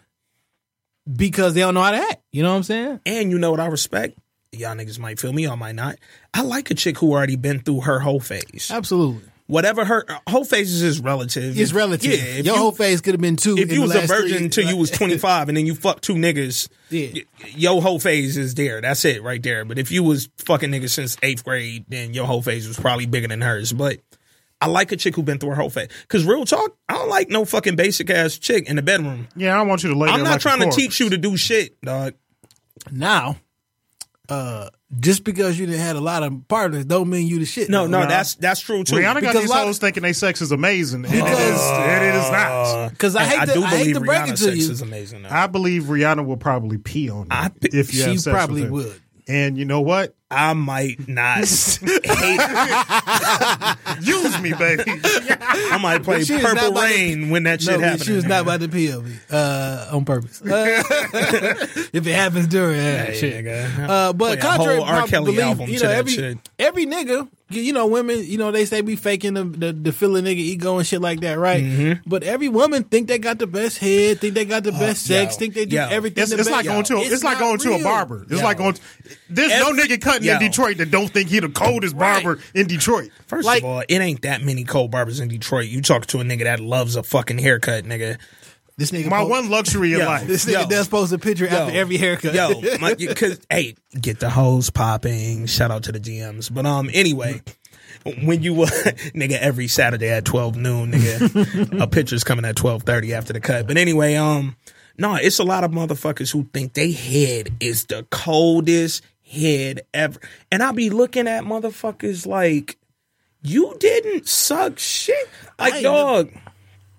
Speaker 7: because they don't know how to act. You know what I'm saying?
Speaker 5: and you know what I respect? Y'all niggas might feel me, y'all might not. I like a chick who already been through her whole phase.
Speaker 7: Absolutely.
Speaker 5: whatever her whole face is just relative.
Speaker 7: It's relative.
Speaker 5: Yeah, if
Speaker 7: Your
Speaker 5: you-
Speaker 7: whole face could have been two.
Speaker 5: if
Speaker 7: in
Speaker 5: you
Speaker 7: the
Speaker 5: was a
Speaker 7: last
Speaker 5: virgin
Speaker 7: three-
Speaker 5: until you was 25 and then you fucked two niggas,
Speaker 7: Yeah.
Speaker 5: y- your whole phase is there. That's it right there. But if you was fucking niggas since eighth grade, then your whole phase was probably bigger than hers. But I like a chick who been through her whole phase. Because real talk, I don't like no fucking basic ass chick in the bedroom.
Speaker 6: Yeah, I want you to lay.
Speaker 5: I'm
Speaker 6: there
Speaker 5: not
Speaker 6: like a
Speaker 5: trying to
Speaker 6: corpse.
Speaker 5: teach you to do shit, dog.
Speaker 7: now, uh, just because you didn't had a lot of partners, don't mean you the shit.
Speaker 5: No, no,
Speaker 6: Nah.
Speaker 5: that's that's true too.
Speaker 6: Rihanna got
Speaker 7: Because
Speaker 6: these
Speaker 7: a lot-
Speaker 6: hoes thinking they sex is amazing, and it is,
Speaker 7: Because-
Speaker 6: and it is not.
Speaker 7: because I
Speaker 5: And
Speaker 7: hate to, I hate to break it
Speaker 5: Rihanna's
Speaker 7: to
Speaker 5: sex
Speaker 7: you.
Speaker 5: is amazing. Though.
Speaker 6: I believe Rihanna will probably pee on you
Speaker 5: I-
Speaker 6: if you have
Speaker 7: She
Speaker 6: sex with
Speaker 7: probably
Speaker 6: her.
Speaker 7: would.
Speaker 6: And you know what?
Speaker 5: I might not hate.
Speaker 6: Use me, baby.
Speaker 5: I might play
Speaker 7: She is not
Speaker 5: Purple
Speaker 7: about to-
Speaker 5: Rain when that shit
Speaker 7: No,
Speaker 5: happens.
Speaker 7: she was not about to pee on me uh, on purpose. Uh, if it happens during that shit. Uh, but
Speaker 5: Play a
Speaker 7: contrary,
Speaker 5: whole R.
Speaker 7: I
Speaker 5: Kelly
Speaker 7: believe,
Speaker 5: album
Speaker 7: you
Speaker 5: to
Speaker 7: know,
Speaker 5: that
Speaker 7: every
Speaker 5: shit.
Speaker 7: every nigga, you you know, women, you know, they say we faking the the, the feeling nigga ego and shit like that, right?
Speaker 5: Mm-hmm.
Speaker 7: But every woman think they got the best head, think they got the best
Speaker 5: Oh,
Speaker 7: sex,
Speaker 5: yo,
Speaker 7: think they do
Speaker 5: yo.
Speaker 7: everything.
Speaker 6: It's,
Speaker 7: the
Speaker 6: it's
Speaker 7: best.
Speaker 6: like going to a, it's, like
Speaker 7: not
Speaker 6: going to a
Speaker 7: real.
Speaker 6: barber. It's
Speaker 5: Yo.
Speaker 6: like going. To, there's no
Speaker 5: Every-
Speaker 6: nigga cutting in
Speaker 5: Yo.
Speaker 6: Detroit that don't think he the coldest barber in Detroit.
Speaker 5: First
Speaker 7: Like-
Speaker 5: of all, it ain't that many cold barbers in Detroit. You talk to a nigga that loves a fucking haircut, nigga.
Speaker 7: This nigga,
Speaker 6: My
Speaker 7: post-
Speaker 6: one luxury in
Speaker 5: Yo.
Speaker 6: life.
Speaker 7: This nigga
Speaker 5: Yo.
Speaker 7: does post a picture after every haircut.
Speaker 5: Yo, my, cause hey, get the hose popping. Shout out to the GMs. But um, anyway, when you uh, nigga every Saturday at twelve noon, nigga, a picture's coming at twelve thirty after the cut. But anyway, um, no, it's a lot of motherfuckers who think they head is the coldest head ever, and I be looking at motherfuckers like. You didn't suck shit.
Speaker 7: I
Speaker 5: Like,
Speaker 7: ain't
Speaker 5: dog.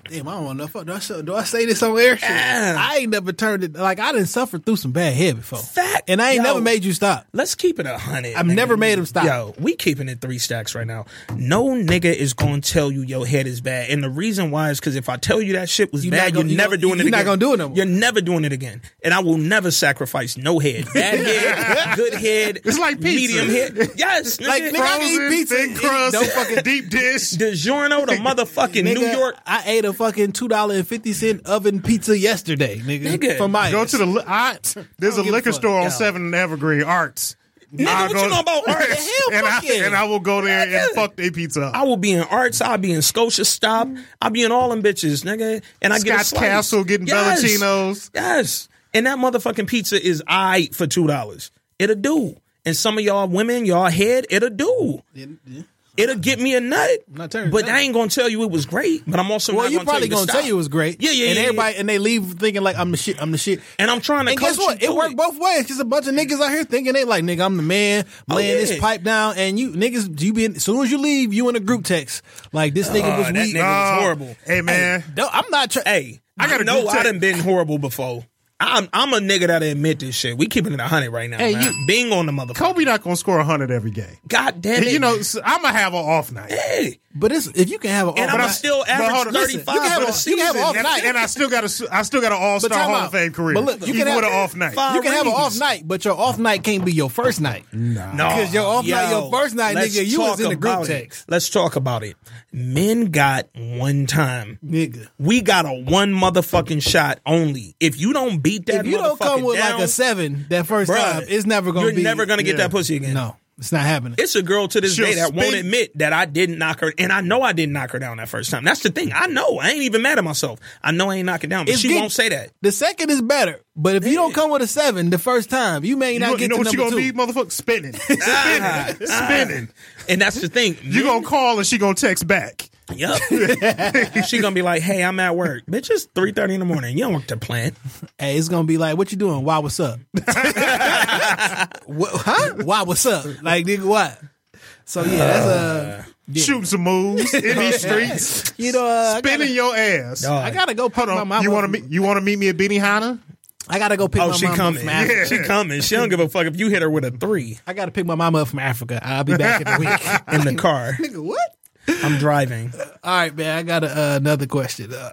Speaker 7: Damn, I don't know. Fuck, do I, say- do I say this on air? Shit.
Speaker 5: Yeah.
Speaker 7: I ain't never turned it. Like I didn't suffer through some bad hair before,
Speaker 5: Fact.
Speaker 7: and I ain't
Speaker 5: Yo.
Speaker 7: never made you stop.
Speaker 5: Let's keep it a hundred.
Speaker 7: I've
Speaker 5: nigga.
Speaker 7: never made 'em stop.
Speaker 5: Yo, we keeping it three stacks right now. No nigga is gonna tell you your head is bad, and the reason why is because if I tell you that shit was
Speaker 7: You not
Speaker 5: bad,
Speaker 7: gonna- you
Speaker 5: you're never
Speaker 7: gonna-
Speaker 5: doing it.
Speaker 7: you not
Speaker 5: again.
Speaker 7: gonna do it no more.
Speaker 5: You're never doing it again, and I will never sacrifice no head. Bad head, good head.
Speaker 6: It's like pizza.
Speaker 5: medium head. Yes,
Speaker 7: Like,
Speaker 5: nigga.
Speaker 7: nigga, I can eat
Speaker 6: Frozen,
Speaker 7: pizza.
Speaker 6: thin crust,
Speaker 7: Don't fucking-
Speaker 6: deep dish.
Speaker 5: DiGiorno to motherfucking
Speaker 7: Nigga,
Speaker 5: New York.
Speaker 7: I ate a fucking two dollar and fifty cent oven pizza yesterday, nigga.
Speaker 5: Nigga.
Speaker 7: from my
Speaker 6: Go to the li- I, there's a
Speaker 7: give a
Speaker 6: liquor
Speaker 7: fuck,
Speaker 6: store on
Speaker 5: yo.
Speaker 6: Seven and Evergreen Arts.
Speaker 5: Nigga,
Speaker 6: I'll
Speaker 5: what you know about arts?
Speaker 7: Hell,
Speaker 6: and, I,
Speaker 7: fuck yeah.
Speaker 6: and I will go there
Speaker 5: Nigga.
Speaker 6: and fuck they pizza up.
Speaker 5: I will be in arts. I'll be in Scotia Stop. I'll be in all them bitches, nigga. And I get a
Speaker 6: Scott's
Speaker 5: slice.
Speaker 6: Castle getting Valentinos.
Speaker 5: Yes. And that motherfucking pizza is I for two dollars. It'll do. And some of y'all women, y'all head, it'll do. It'll get me a nut.
Speaker 7: not turning
Speaker 5: but
Speaker 7: down.
Speaker 5: I ain't gonna tell you it was great. But I'm also
Speaker 7: well,
Speaker 5: not
Speaker 7: you
Speaker 5: gonna
Speaker 7: probably
Speaker 5: tell
Speaker 7: gonna
Speaker 5: to
Speaker 7: tell
Speaker 5: stop.
Speaker 7: you it was great.
Speaker 5: Yeah, yeah,
Speaker 7: And
Speaker 5: yeah,
Speaker 7: everybody
Speaker 5: yeah.
Speaker 7: and they leave thinking like I'm the shit. I'm the shit.
Speaker 5: And I'm trying to.
Speaker 7: And guess
Speaker 5: coach
Speaker 7: what?
Speaker 5: you
Speaker 7: It
Speaker 5: to
Speaker 7: worked both ways because a bunch of niggas out here thinking they like, nigga, I'm the man, I'm
Speaker 5: Oh, yeah.
Speaker 7: laying this pipe down, and you niggas, you be in, as soon as you leave, you in a group text like this nigga
Speaker 5: Oh,
Speaker 7: was
Speaker 5: that
Speaker 7: weak.
Speaker 5: nigga was
Speaker 6: Oh,
Speaker 5: horrible.
Speaker 6: Hey man,
Speaker 7: No, I'm not. Tra-
Speaker 5: Hey,
Speaker 6: I
Speaker 5: I
Speaker 6: got a
Speaker 5: gotta know
Speaker 6: group
Speaker 5: I
Speaker 6: text.
Speaker 5: done been horrible before. I'm I'm a nigga that admit this shit. We keeping it hundred right now.
Speaker 7: Hey,
Speaker 5: man.
Speaker 7: you-
Speaker 5: being on the motherfucker.
Speaker 6: Kobe not gonna score hundred every game.
Speaker 5: God damn
Speaker 6: And,
Speaker 5: it.
Speaker 6: you know, so I'm gonna have an off night.
Speaker 5: Hey.
Speaker 7: but it's, if you can have an
Speaker 5: and
Speaker 7: off
Speaker 5: I'm
Speaker 7: night-
Speaker 5: still
Speaker 6: hold
Speaker 5: average
Speaker 6: on,
Speaker 5: thirty
Speaker 6: listen,
Speaker 5: five
Speaker 7: you can have
Speaker 5: for the
Speaker 7: a- you can have
Speaker 5: season.
Speaker 7: an off
Speaker 6: And,
Speaker 7: night.
Speaker 6: and I still got a, I still got an All
Speaker 7: But
Speaker 6: Star
Speaker 7: time
Speaker 6: Hall
Speaker 7: out.
Speaker 6: of Fame career.
Speaker 7: But look, you
Speaker 6: even
Speaker 7: can have-
Speaker 6: with an off night.
Speaker 5: Five-
Speaker 7: you can have an off
Speaker 5: rings.
Speaker 7: night, but your off night can't be your first night.
Speaker 5: No,
Speaker 7: Because your off night- your first night,
Speaker 5: let's
Speaker 7: nigga, you was
Speaker 5: talk
Speaker 7: in the group
Speaker 5: about it.
Speaker 7: text.
Speaker 5: Let's talk about it. Men got one time.
Speaker 7: Nigga.
Speaker 5: We got a one motherfucking shot only. If you don't beat that,
Speaker 7: If you don't come
Speaker 5: motherfucker
Speaker 7: with
Speaker 5: down,
Speaker 7: like a seven that first
Speaker 5: bruh,
Speaker 7: time, it's never gonna
Speaker 5: You're
Speaker 7: be.
Speaker 5: never gonna get
Speaker 6: Yeah.
Speaker 5: that pussy again.
Speaker 7: No, it's not happening.
Speaker 5: It's a girl to this
Speaker 6: She'll
Speaker 5: day that won't
Speaker 6: spin-
Speaker 5: admit that I didn't knock her, and I know I didn't knock her down that first time. That's the thing. I know. I ain't even mad at myself. I know I ain't knocking down, but
Speaker 7: It's
Speaker 5: she
Speaker 7: getting-
Speaker 5: won't say that.
Speaker 7: The second is better, but if you don't come with a seven the first time, you may
Speaker 6: You,
Speaker 7: not
Speaker 6: know-
Speaker 7: get
Speaker 6: you know
Speaker 7: to
Speaker 6: what you
Speaker 7: number
Speaker 6: gonna
Speaker 7: two.
Speaker 6: be, motherfucker? Spinning, spinning, spinning.
Speaker 5: And that's the thing.
Speaker 6: You gonna call and she gonna text back.
Speaker 5: Yep. she gonna be like, "Hey, I'm at work, bitch. It's three thirty in the morning. You don't work the plant.
Speaker 7: Hey, it's gonna be like, what you doing? Why? What's up? what, huh? Why? What's up? Like, nigga, what? So yeah, that's a
Speaker 6: Shooting some moves in these streets.
Speaker 7: you know. Uh, I, gotta,
Speaker 6: Spinning your ass.
Speaker 7: I gotta go pick
Speaker 6: Hold
Speaker 7: my
Speaker 6: on.
Speaker 7: mama.
Speaker 6: you want to meet? You want to meet me at Benihana?
Speaker 7: I gotta go pick
Speaker 5: Oh,
Speaker 7: my
Speaker 5: she
Speaker 7: mama up
Speaker 5: coming.
Speaker 7: from Africa.
Speaker 5: She coming. She don't give a fuck if you hit her with a three
Speaker 7: I gotta pick my mama up from Africa. I'll be back in a week.
Speaker 5: in the car.
Speaker 7: nigga, what?
Speaker 5: I'm driving.
Speaker 7: All right, man. I got a, uh, another question. Uh,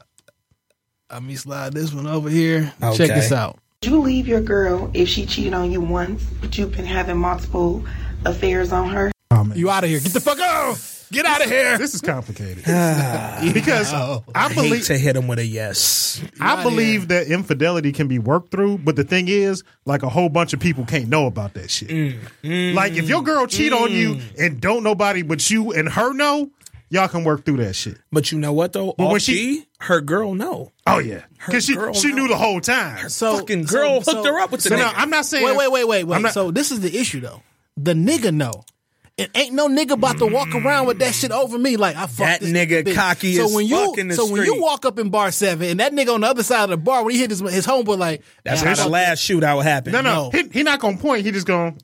Speaker 7: let me slide this one over here. Check
Speaker 5: Okay.
Speaker 7: this out.
Speaker 8: Would you leave your girl if she cheated on you once, but you've been having multiple affairs on her?
Speaker 6: Oh,
Speaker 7: You out of here. Get the fuck out. Get out of here.
Speaker 6: This is complicated Ah. because I
Speaker 5: Hate
Speaker 6: believe
Speaker 5: to hit him with a yes.
Speaker 6: I believe that infidelity can be worked through, but the thing is, like a whole bunch of people can't know about that shit. like if your girl cheat on you and don't nobody but you and her know, Y'all can work through that shit.
Speaker 5: But you know what though?
Speaker 6: when
Speaker 5: All
Speaker 6: she-
Speaker 5: she, her girl, no.
Speaker 6: Oh yeah, because she
Speaker 5: girl
Speaker 6: she
Speaker 5: know.
Speaker 6: knew the whole time.
Speaker 7: So
Speaker 5: Fucking girl
Speaker 7: so-
Speaker 5: hooked
Speaker 7: so-
Speaker 5: her up with the
Speaker 6: So now
Speaker 5: nigga.
Speaker 6: I'm not saying
Speaker 7: Wait, wait, wait, wait, wait.
Speaker 6: I'm not-
Speaker 7: so this is the issue though. The nigga know. It ain't no nigga about to walk around with that shit over me like I fuck
Speaker 5: That
Speaker 7: this
Speaker 5: nigga
Speaker 7: bitch.
Speaker 5: cocky
Speaker 7: so
Speaker 5: as
Speaker 7: when
Speaker 5: fuck
Speaker 7: you,
Speaker 5: in the
Speaker 7: So when you
Speaker 5: street.
Speaker 7: walk up in bar seven and that nigga on the other side of the bar when he hit his his homeboy like
Speaker 5: That's
Speaker 7: "Man, I
Speaker 5: how the
Speaker 7: fuck-
Speaker 5: last shootout happened.
Speaker 6: No, no,
Speaker 7: No.
Speaker 6: he he not gonna point. He just going.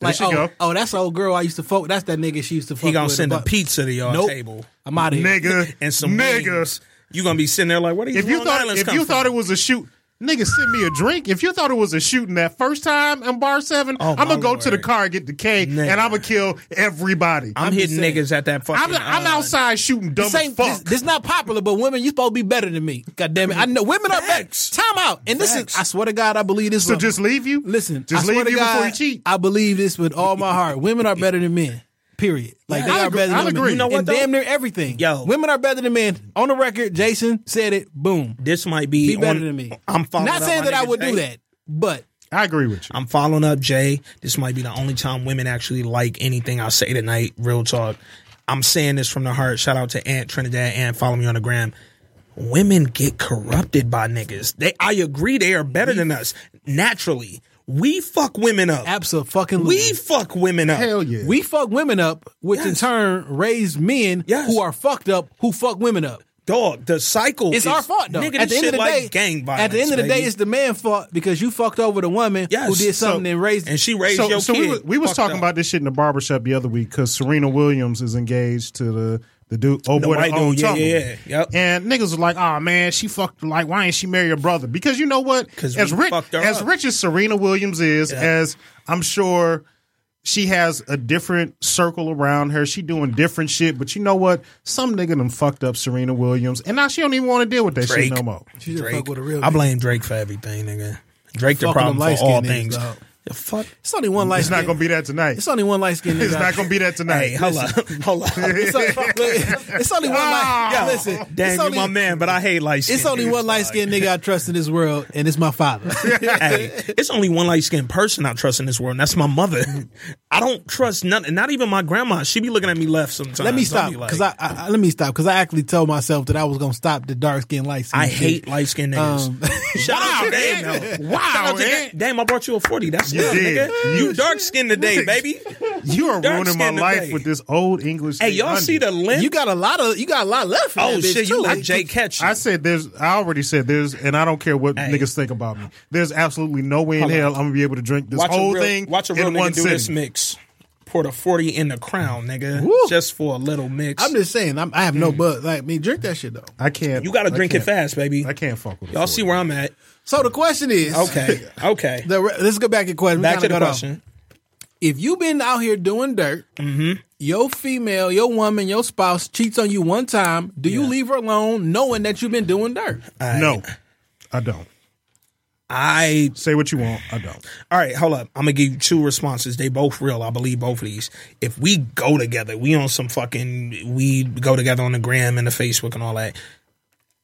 Speaker 6: There
Speaker 7: like,
Speaker 6: she
Speaker 7: oh,
Speaker 6: go.
Speaker 7: oh that's the old girl I used to fuck. That's that nigga she used to fuck.
Speaker 5: He gonna
Speaker 7: with
Speaker 5: send a
Speaker 7: fuck-
Speaker 5: pizza to y'all
Speaker 7: Nope.
Speaker 5: table
Speaker 7: I'm out of here.
Speaker 6: nigga
Speaker 5: and some
Speaker 6: niggas.
Speaker 5: niggas. You gonna be sitting there like, what are these
Speaker 6: If you
Speaker 5: Long
Speaker 6: thought
Speaker 5: Islands
Speaker 6: if
Speaker 5: come
Speaker 6: you
Speaker 5: from?
Speaker 6: thought it was a shoot, nigga, send me a drink. If you thought it was a shooting that first time in bar seven,
Speaker 5: Oh,
Speaker 6: I'm gonna
Speaker 5: my
Speaker 6: go to the
Speaker 5: Lord.
Speaker 6: car and get the K,
Speaker 5: Nigga.
Speaker 6: and I'm gonna kill everybody.
Speaker 5: I'm,
Speaker 6: I'm
Speaker 5: hitting
Speaker 7: just saying.
Speaker 5: niggas at that
Speaker 6: I'm,
Speaker 5: fucking.
Speaker 6: I'm
Speaker 5: uh,
Speaker 6: outside shooting dumb
Speaker 7: This
Speaker 6: as
Speaker 7: ain't
Speaker 6: fuck.
Speaker 7: this, this not popular, but women, you supposed to be better than me. God damn it, I know women are better.
Speaker 5: Facts.
Speaker 7: Time out, and this
Speaker 5: Facts.
Speaker 7: is—I swear to God, I believe this.
Speaker 6: so
Speaker 7: one.
Speaker 6: just leave you.
Speaker 7: Listen,
Speaker 6: just
Speaker 7: I
Speaker 6: leave
Speaker 7: swear to
Speaker 6: you
Speaker 7: God,
Speaker 6: before you cheat.
Speaker 7: I believe this with all my heart. Women are better than men. Period. Like they
Speaker 6: I
Speaker 7: are
Speaker 6: agree-
Speaker 7: better
Speaker 6: I
Speaker 7: than women.
Speaker 6: agree. You know
Speaker 5: what,
Speaker 7: and
Speaker 5: though?
Speaker 7: damn near everything.
Speaker 5: Yo.
Speaker 7: women are better than men. On the record, Jason said it. Boom.
Speaker 5: This might be,
Speaker 7: Be better
Speaker 5: on-
Speaker 7: than me.
Speaker 5: I'm following.
Speaker 7: Not
Speaker 5: up
Speaker 7: saying
Speaker 5: my
Speaker 7: that I
Speaker 5: nigga
Speaker 7: would do
Speaker 5: Jay.
Speaker 7: that, but
Speaker 6: I agree with you.
Speaker 5: I'm following up Jay. This might be the only time women actually like anything I say tonight. Real talk. I'm saying this from the heart. Shout out to Aunt Trinidad and follow me on the gram. Women get corrupted by niggas. They I agree they are better than us naturally. We fuck women up.
Speaker 7: absolutely.
Speaker 5: We fuck women up.
Speaker 6: Hell yeah.
Speaker 7: We fuck women up, which in
Speaker 5: Yes.
Speaker 7: turn raise men
Speaker 5: Yes.
Speaker 7: who are fucked up, who fuck women up.
Speaker 5: Dog, the cycle. is-
Speaker 7: It's our fault though.
Speaker 5: Nigga,
Speaker 7: at
Speaker 5: this
Speaker 7: the end
Speaker 5: shit
Speaker 7: of the
Speaker 5: like
Speaker 7: day,
Speaker 5: gang violence.
Speaker 7: at the end of the day,
Speaker 5: baby.
Speaker 7: it's the man's fault because you fucked over the woman
Speaker 5: Yes.
Speaker 7: who did
Speaker 5: So-
Speaker 7: something and raised.
Speaker 5: and she raised
Speaker 6: so,
Speaker 5: your
Speaker 6: so
Speaker 5: kid.
Speaker 6: we was, we was
Speaker 5: Fucked
Speaker 6: talking
Speaker 5: up.
Speaker 6: about this shit in the barbershop the other week because Serena Williams is engaged to the the dude oh boy
Speaker 5: white
Speaker 6: that owned
Speaker 5: dude, yeah,
Speaker 6: Tumblr.
Speaker 5: yeah, yeah. Yep.
Speaker 6: and niggas was like oh man she fucked like why ain't she marry her brother because you know what
Speaker 5: 'Cause
Speaker 6: as
Speaker 5: we
Speaker 6: rich
Speaker 5: fucked her
Speaker 6: as
Speaker 5: up.
Speaker 6: rich as Serena Williams is as I'm sure she has a different circle around her she doing different shit but you know what some nigga done fucked up Serena Williams and now she don't even want to deal with that shit
Speaker 5: Drake.
Speaker 6: no more
Speaker 7: She just fuck with a real.
Speaker 5: I blame Drake for everything, nigga. Drake the
Speaker 7: Fucking
Speaker 5: problem
Speaker 7: them
Speaker 5: for all
Speaker 7: light-skinned niggas,
Speaker 5: things.
Speaker 7: dog.
Speaker 5: The fuck.
Speaker 7: It's only one light.
Speaker 6: it's not gonna be that tonight
Speaker 7: It's only one light skinned.
Speaker 6: it's not gonna be that tonight
Speaker 5: Hey, hold up, hold up.
Speaker 7: It's only, it's only one light.
Speaker 6: Wow.
Speaker 7: Yo, listen,
Speaker 5: Damn,
Speaker 7: it's
Speaker 5: Ah. you
Speaker 7: only,
Speaker 5: my man, but I hate light skin.
Speaker 7: It's only one light skinned nigga I trust in this world, and it's my father.
Speaker 5: hey, it's only one light skinned person I trust in this world, and that's my mother. I don't trust nothing. Not even my grandma. She be looking at me left sometimes.
Speaker 7: let me
Speaker 5: I'll
Speaker 7: stop
Speaker 5: be like,
Speaker 7: because I, I, I let me stop because I actually told myself that I was gonna stop the dark skin light skin.
Speaker 5: I hate light skinned niggas.
Speaker 7: Um,
Speaker 5: Shout out
Speaker 6: Wow,
Speaker 5: to Dame,
Speaker 6: man.
Speaker 5: though.
Speaker 6: Wow,
Speaker 5: Shout out to
Speaker 6: man.
Speaker 5: Dame. Dame, I brought you a 40. That's
Speaker 6: You
Speaker 5: love,
Speaker 6: did.
Speaker 5: nigga.
Speaker 6: You-
Speaker 5: You dark skinned today, baby.
Speaker 6: You are
Speaker 5: Dark
Speaker 6: ruining my
Speaker 5: skin
Speaker 6: life
Speaker 5: today.
Speaker 6: with this old English.
Speaker 5: Hey,
Speaker 6: thing
Speaker 5: y'all
Speaker 6: under.
Speaker 5: see the length?
Speaker 7: you. Got a lot of you got a lot left. For
Speaker 5: oh,
Speaker 7: that bitch,
Speaker 5: shit, you
Speaker 7: too.
Speaker 5: like Jay Ketchum.
Speaker 6: I said there's. I already said there's, and I don't care what
Speaker 5: Hey.
Speaker 6: niggas think about me. There's absolutely no way in
Speaker 5: Hold on.
Speaker 6: hell I'm gonna be able to drink this
Speaker 5: watch
Speaker 6: whole
Speaker 5: a real,
Speaker 6: thing
Speaker 5: Watch a real
Speaker 6: in
Speaker 5: nigga
Speaker 6: one
Speaker 5: do
Speaker 6: sitting.
Speaker 5: this mix. Pour the 40 in the crown, nigga.
Speaker 7: Woo.
Speaker 5: Just for a little mix.
Speaker 7: I'm just saying. I'm, I have
Speaker 5: Mm.
Speaker 7: no buzz. Like, I mean, drink that shit though.
Speaker 6: I can't.
Speaker 5: you got to
Speaker 6: I
Speaker 5: drink it
Speaker 6: can't-
Speaker 5: fast, baby.
Speaker 6: I can't fuck with
Speaker 5: Y'all
Speaker 6: it.
Speaker 5: see where I'm at.
Speaker 7: So the question is,
Speaker 5: Okay. Okay.
Speaker 7: The, re- let's go back to the question. We
Speaker 5: Back to
Speaker 7: kinda
Speaker 5: the
Speaker 7: got off.
Speaker 5: question.
Speaker 7: if you been out here doing dirt,
Speaker 5: Mm-hmm.
Speaker 7: your female, your woman, your spouse cheats on you one time, do you leave her alone knowing that you've been doing dirt?
Speaker 6: No, I don't.
Speaker 5: I
Speaker 6: Say what you want. I don't.
Speaker 5: all right, hold up. I'm gonna give you two responses. They both real. I believe both of these. If we go together, we on some fucking we go together on the gram and the Facebook and all that.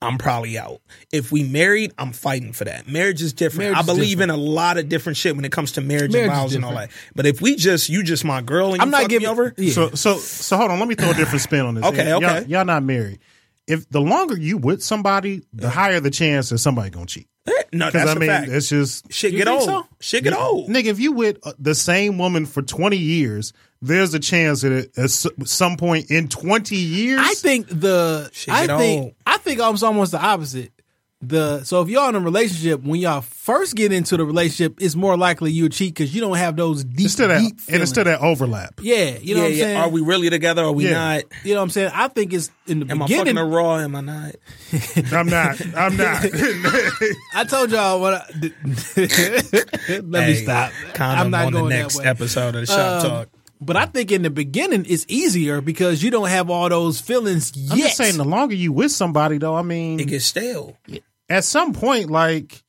Speaker 5: I'm probably out. If we married, I'm fighting for that. Marriage is different.
Speaker 7: Marriage
Speaker 5: I
Speaker 7: is
Speaker 5: believe in a lot of different shit when it comes to marriage,
Speaker 7: Marriage
Speaker 5: and
Speaker 7: is
Speaker 5: vows and all that.
Speaker 7: different.
Speaker 5: But if we just you just my girl and
Speaker 7: I'm
Speaker 5: you
Speaker 7: not
Speaker 5: fuck
Speaker 7: giving
Speaker 5: me over,
Speaker 7: Yeah.
Speaker 6: So so so hold on. Let me throw a different spin on this.
Speaker 5: Okay,
Speaker 6: Y'all-
Speaker 5: okay.
Speaker 6: Y'all not married. If the longer you with somebody, the higher the chance that somebody gonna cheat.
Speaker 5: eh, no,
Speaker 6: Because
Speaker 5: that's
Speaker 6: I
Speaker 5: a
Speaker 6: mean,
Speaker 5: fact.
Speaker 6: it's just
Speaker 5: Shit
Speaker 7: You
Speaker 5: get
Speaker 7: think
Speaker 5: old.
Speaker 7: so?
Speaker 5: Shit get old.
Speaker 6: Nigga, if you with uh, the same woman for 20 years, there's a chance that at s- some point in 20 years,
Speaker 7: I think the
Speaker 5: Shit
Speaker 7: I
Speaker 5: get
Speaker 7: think
Speaker 5: old.
Speaker 7: I think almost almost the opposite. The so if y'all in a relationship, when y'all first get into the relationship, it's more likely you cheat because you don't have those deep,
Speaker 6: it's still that,
Speaker 7: deep
Speaker 6: and
Speaker 7: feelings.
Speaker 6: it's still that overlap.
Speaker 7: yeah, you
Speaker 5: yeah,
Speaker 7: know what I'm
Speaker 5: yeah.
Speaker 7: saying.
Speaker 5: Are we really together? Are we
Speaker 6: Yeah.
Speaker 5: not?
Speaker 7: You know what I'm saying. I think it's in the
Speaker 5: Am I
Speaker 7: beginning.
Speaker 5: fucking a raw? Am I not?
Speaker 6: I'm not. I'm not.
Speaker 7: I told y'all what. I, let me
Speaker 5: Hey,
Speaker 7: stop.
Speaker 5: Condom
Speaker 7: I'm not
Speaker 5: on
Speaker 7: going
Speaker 5: the next
Speaker 7: that way.
Speaker 5: episode of the Shop
Speaker 7: Um,
Speaker 5: Talk.
Speaker 7: But I think in the beginning it's easier because you don't have all those feelings yet.
Speaker 6: I'm just saying, the longer you with somebody, though, I
Speaker 5: It
Speaker 6: mean,
Speaker 5: gets stale.
Speaker 6: at some point, like,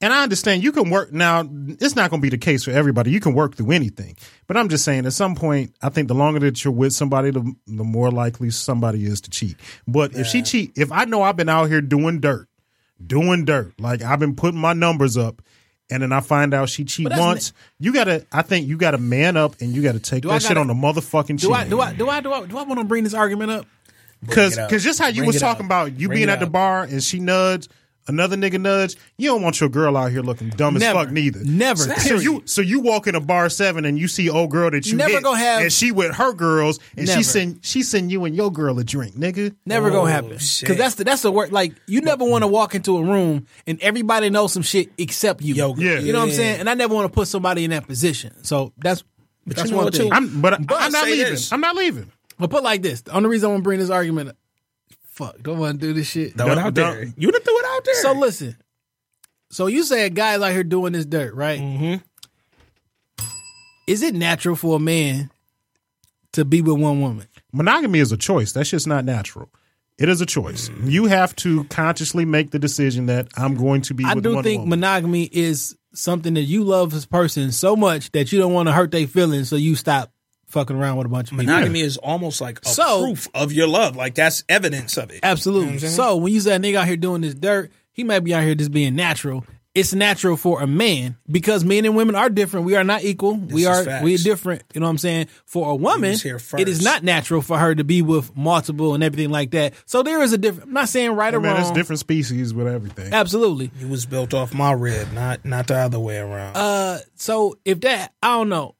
Speaker 6: and I understand you can work now. It's not going to be the case for everybody. You can work through anything, but I'm just saying, at some point, I think the longer that you're with somebody, the the more likely somebody is to cheat. But if she cheat, if I know I've been out here doing dirt, doing dirt, like I've been putting my numbers up. And then I find out she cheat
Speaker 7: that's
Speaker 6: once. You gotta, I think you gotta man up and you gotta take
Speaker 7: I
Speaker 6: that shit
Speaker 7: gotta-
Speaker 6: on the motherfucking
Speaker 7: do
Speaker 6: chin.
Speaker 7: I do I do I do I do I want to bring this argument up?
Speaker 6: Because
Speaker 5: it up.
Speaker 6: because just how you
Speaker 5: Bring
Speaker 6: was
Speaker 5: it up.
Speaker 6: talking about you
Speaker 5: Bring
Speaker 6: being
Speaker 5: it
Speaker 6: at the
Speaker 5: up.
Speaker 6: bar and she nudge another nigga nudge, you don't want your girl out here looking dumb
Speaker 7: Never.
Speaker 6: as fuck neither.
Speaker 7: Never.
Speaker 6: So, so
Speaker 7: Period.
Speaker 6: you so you walk in a bar seven and you see old girl that you
Speaker 7: Never
Speaker 6: hit,
Speaker 7: gonna have-
Speaker 6: and she with her girls and
Speaker 7: Never.
Speaker 6: she send she send you and your girl a drink, nigga.
Speaker 7: Never
Speaker 5: Oh,
Speaker 7: gonna happen. Because
Speaker 5: shit.
Speaker 7: that's the that's the work. Like you never want to walk into a room and everybody knows some shit except you.
Speaker 5: Yo,
Speaker 6: Yeah.
Speaker 7: You know what I'm
Speaker 5: yeah.
Speaker 7: saying? And I never want to put somebody in that position. So that's that's
Speaker 5: you know
Speaker 7: one
Speaker 5: what,
Speaker 7: thing.
Speaker 5: too?
Speaker 6: I'm but,
Speaker 5: But
Speaker 6: I, am not
Speaker 5: say
Speaker 6: leaving.
Speaker 5: this.
Speaker 6: I'm not leaving.
Speaker 7: But put like this. The only reason I want to bring this argument, fuck, don't want to do this shit.
Speaker 5: Throw it out
Speaker 6: Don't-
Speaker 5: there. You done threw it out there.
Speaker 7: So listen. So you said guys out here doing this dirt, right? Mm-hmm.
Speaker 5: Mm-hmm.
Speaker 7: Is it natural for a man to be with one woman?
Speaker 6: monogamy is a choice. That shit's not natural. It is a choice.
Speaker 7: Mm-hmm.
Speaker 6: You have to consciously make the decision that I'm going to be.
Speaker 7: I
Speaker 6: with
Speaker 7: do
Speaker 6: one
Speaker 7: think
Speaker 6: woman.
Speaker 7: monogamy is something that you love this person so much that you don't want to hurt their feelings, so you stop fucking around with a bunch of people.
Speaker 5: monogamy is almost like a
Speaker 7: So-
Speaker 5: proof of your love. Like that's evidence of it.
Speaker 7: Absolutely. so when you say a nigga out here doing this dirt, he might be out here just being natural. It's natural for a man because men and women are different. We are not equal. we
Speaker 5: is
Speaker 7: are
Speaker 5: facts.
Speaker 7: we are different. You know what I'm saying? For a woman,
Speaker 5: was here
Speaker 7: it is
Speaker 5: first.
Speaker 7: not natural for her to be with multiple and everything like that. So there is a different. I'm not saying right or
Speaker 6: Man, it's
Speaker 7: wrong.
Speaker 6: different species with everything.
Speaker 7: Absolutely.
Speaker 5: It was built off my rib, not not the other way around.
Speaker 7: Uh, so if that, I don't know.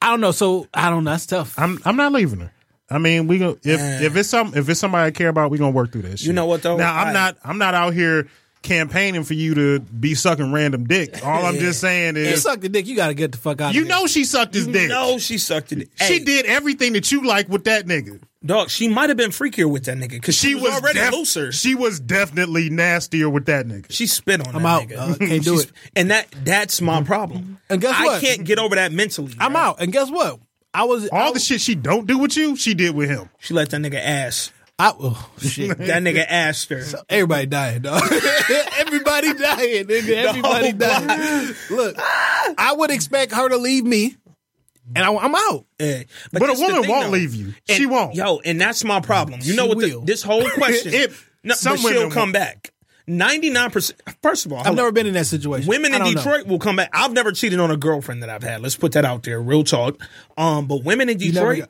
Speaker 7: I don't know. So I don't know. That's tough.
Speaker 6: I'm I'm not leaving her. I mean, we gonna if
Speaker 5: Man.
Speaker 6: if it's some if it's somebody I care about, we gonna work through that. Shit.
Speaker 5: know what, though?
Speaker 6: Now I'm
Speaker 5: I-
Speaker 6: not I'm not out here campaigning for you to be sucking random dick. All I'm just saying
Speaker 7: you
Speaker 6: is,
Speaker 7: suck the dick. You got to get the fuck out.
Speaker 6: you
Speaker 7: of here.
Speaker 6: know, she sucked his dick.
Speaker 5: no, she sucked it.
Speaker 6: she
Speaker 5: Hey,
Speaker 6: did everything that you like with that nigga.
Speaker 5: Dog, she might have been freakier with that nigga because she,
Speaker 6: She
Speaker 5: was, already
Speaker 6: def-
Speaker 5: looser. She,
Speaker 6: She was definitely nastier with that nigga.
Speaker 5: spit on
Speaker 7: I'm
Speaker 5: that
Speaker 7: out.
Speaker 5: nigga.
Speaker 7: Uh, can't do
Speaker 5: She's-
Speaker 7: it. Mm-hmm.
Speaker 5: And that that's my problem.
Speaker 7: And guess
Speaker 5: I
Speaker 7: what?
Speaker 5: can't get over that mentally.
Speaker 7: I'm
Speaker 5: bro.
Speaker 7: out. And guess what? I was I
Speaker 6: All the
Speaker 7: was-
Speaker 6: shit she don't do with you, she did with him.
Speaker 5: She let that nigga ass.
Speaker 7: I, oh shit.
Speaker 5: That nigga asked her.
Speaker 7: Everybody dying, dog. Everybody dying, nigga. Everybody
Speaker 5: whole
Speaker 7: dying. Look, I would expect her to leave me, and I, am out.
Speaker 5: Yeah.
Speaker 6: But a
Speaker 5: that's the
Speaker 6: woman
Speaker 5: thing,
Speaker 6: won't
Speaker 5: though.
Speaker 6: leave you.
Speaker 5: And-
Speaker 6: She won't.
Speaker 5: Yo, and that's my problem. You know
Speaker 7: She
Speaker 5: what? the-
Speaker 7: will.
Speaker 5: this whole question.
Speaker 6: If-
Speaker 5: no,
Speaker 6: some
Speaker 5: but she'll
Speaker 6: women
Speaker 5: come
Speaker 6: will.
Speaker 5: back. Ninety nine percent. First of all,
Speaker 7: I've
Speaker 5: hold on.
Speaker 7: never been in that situation.
Speaker 5: Women
Speaker 7: I
Speaker 5: in
Speaker 7: don't know.
Speaker 5: Detroit will come back. I've never cheated on a girlfriend that I've had. Let's put that out there. Real talk. Um, but women in
Speaker 7: never
Speaker 5: Detroit.
Speaker 7: got-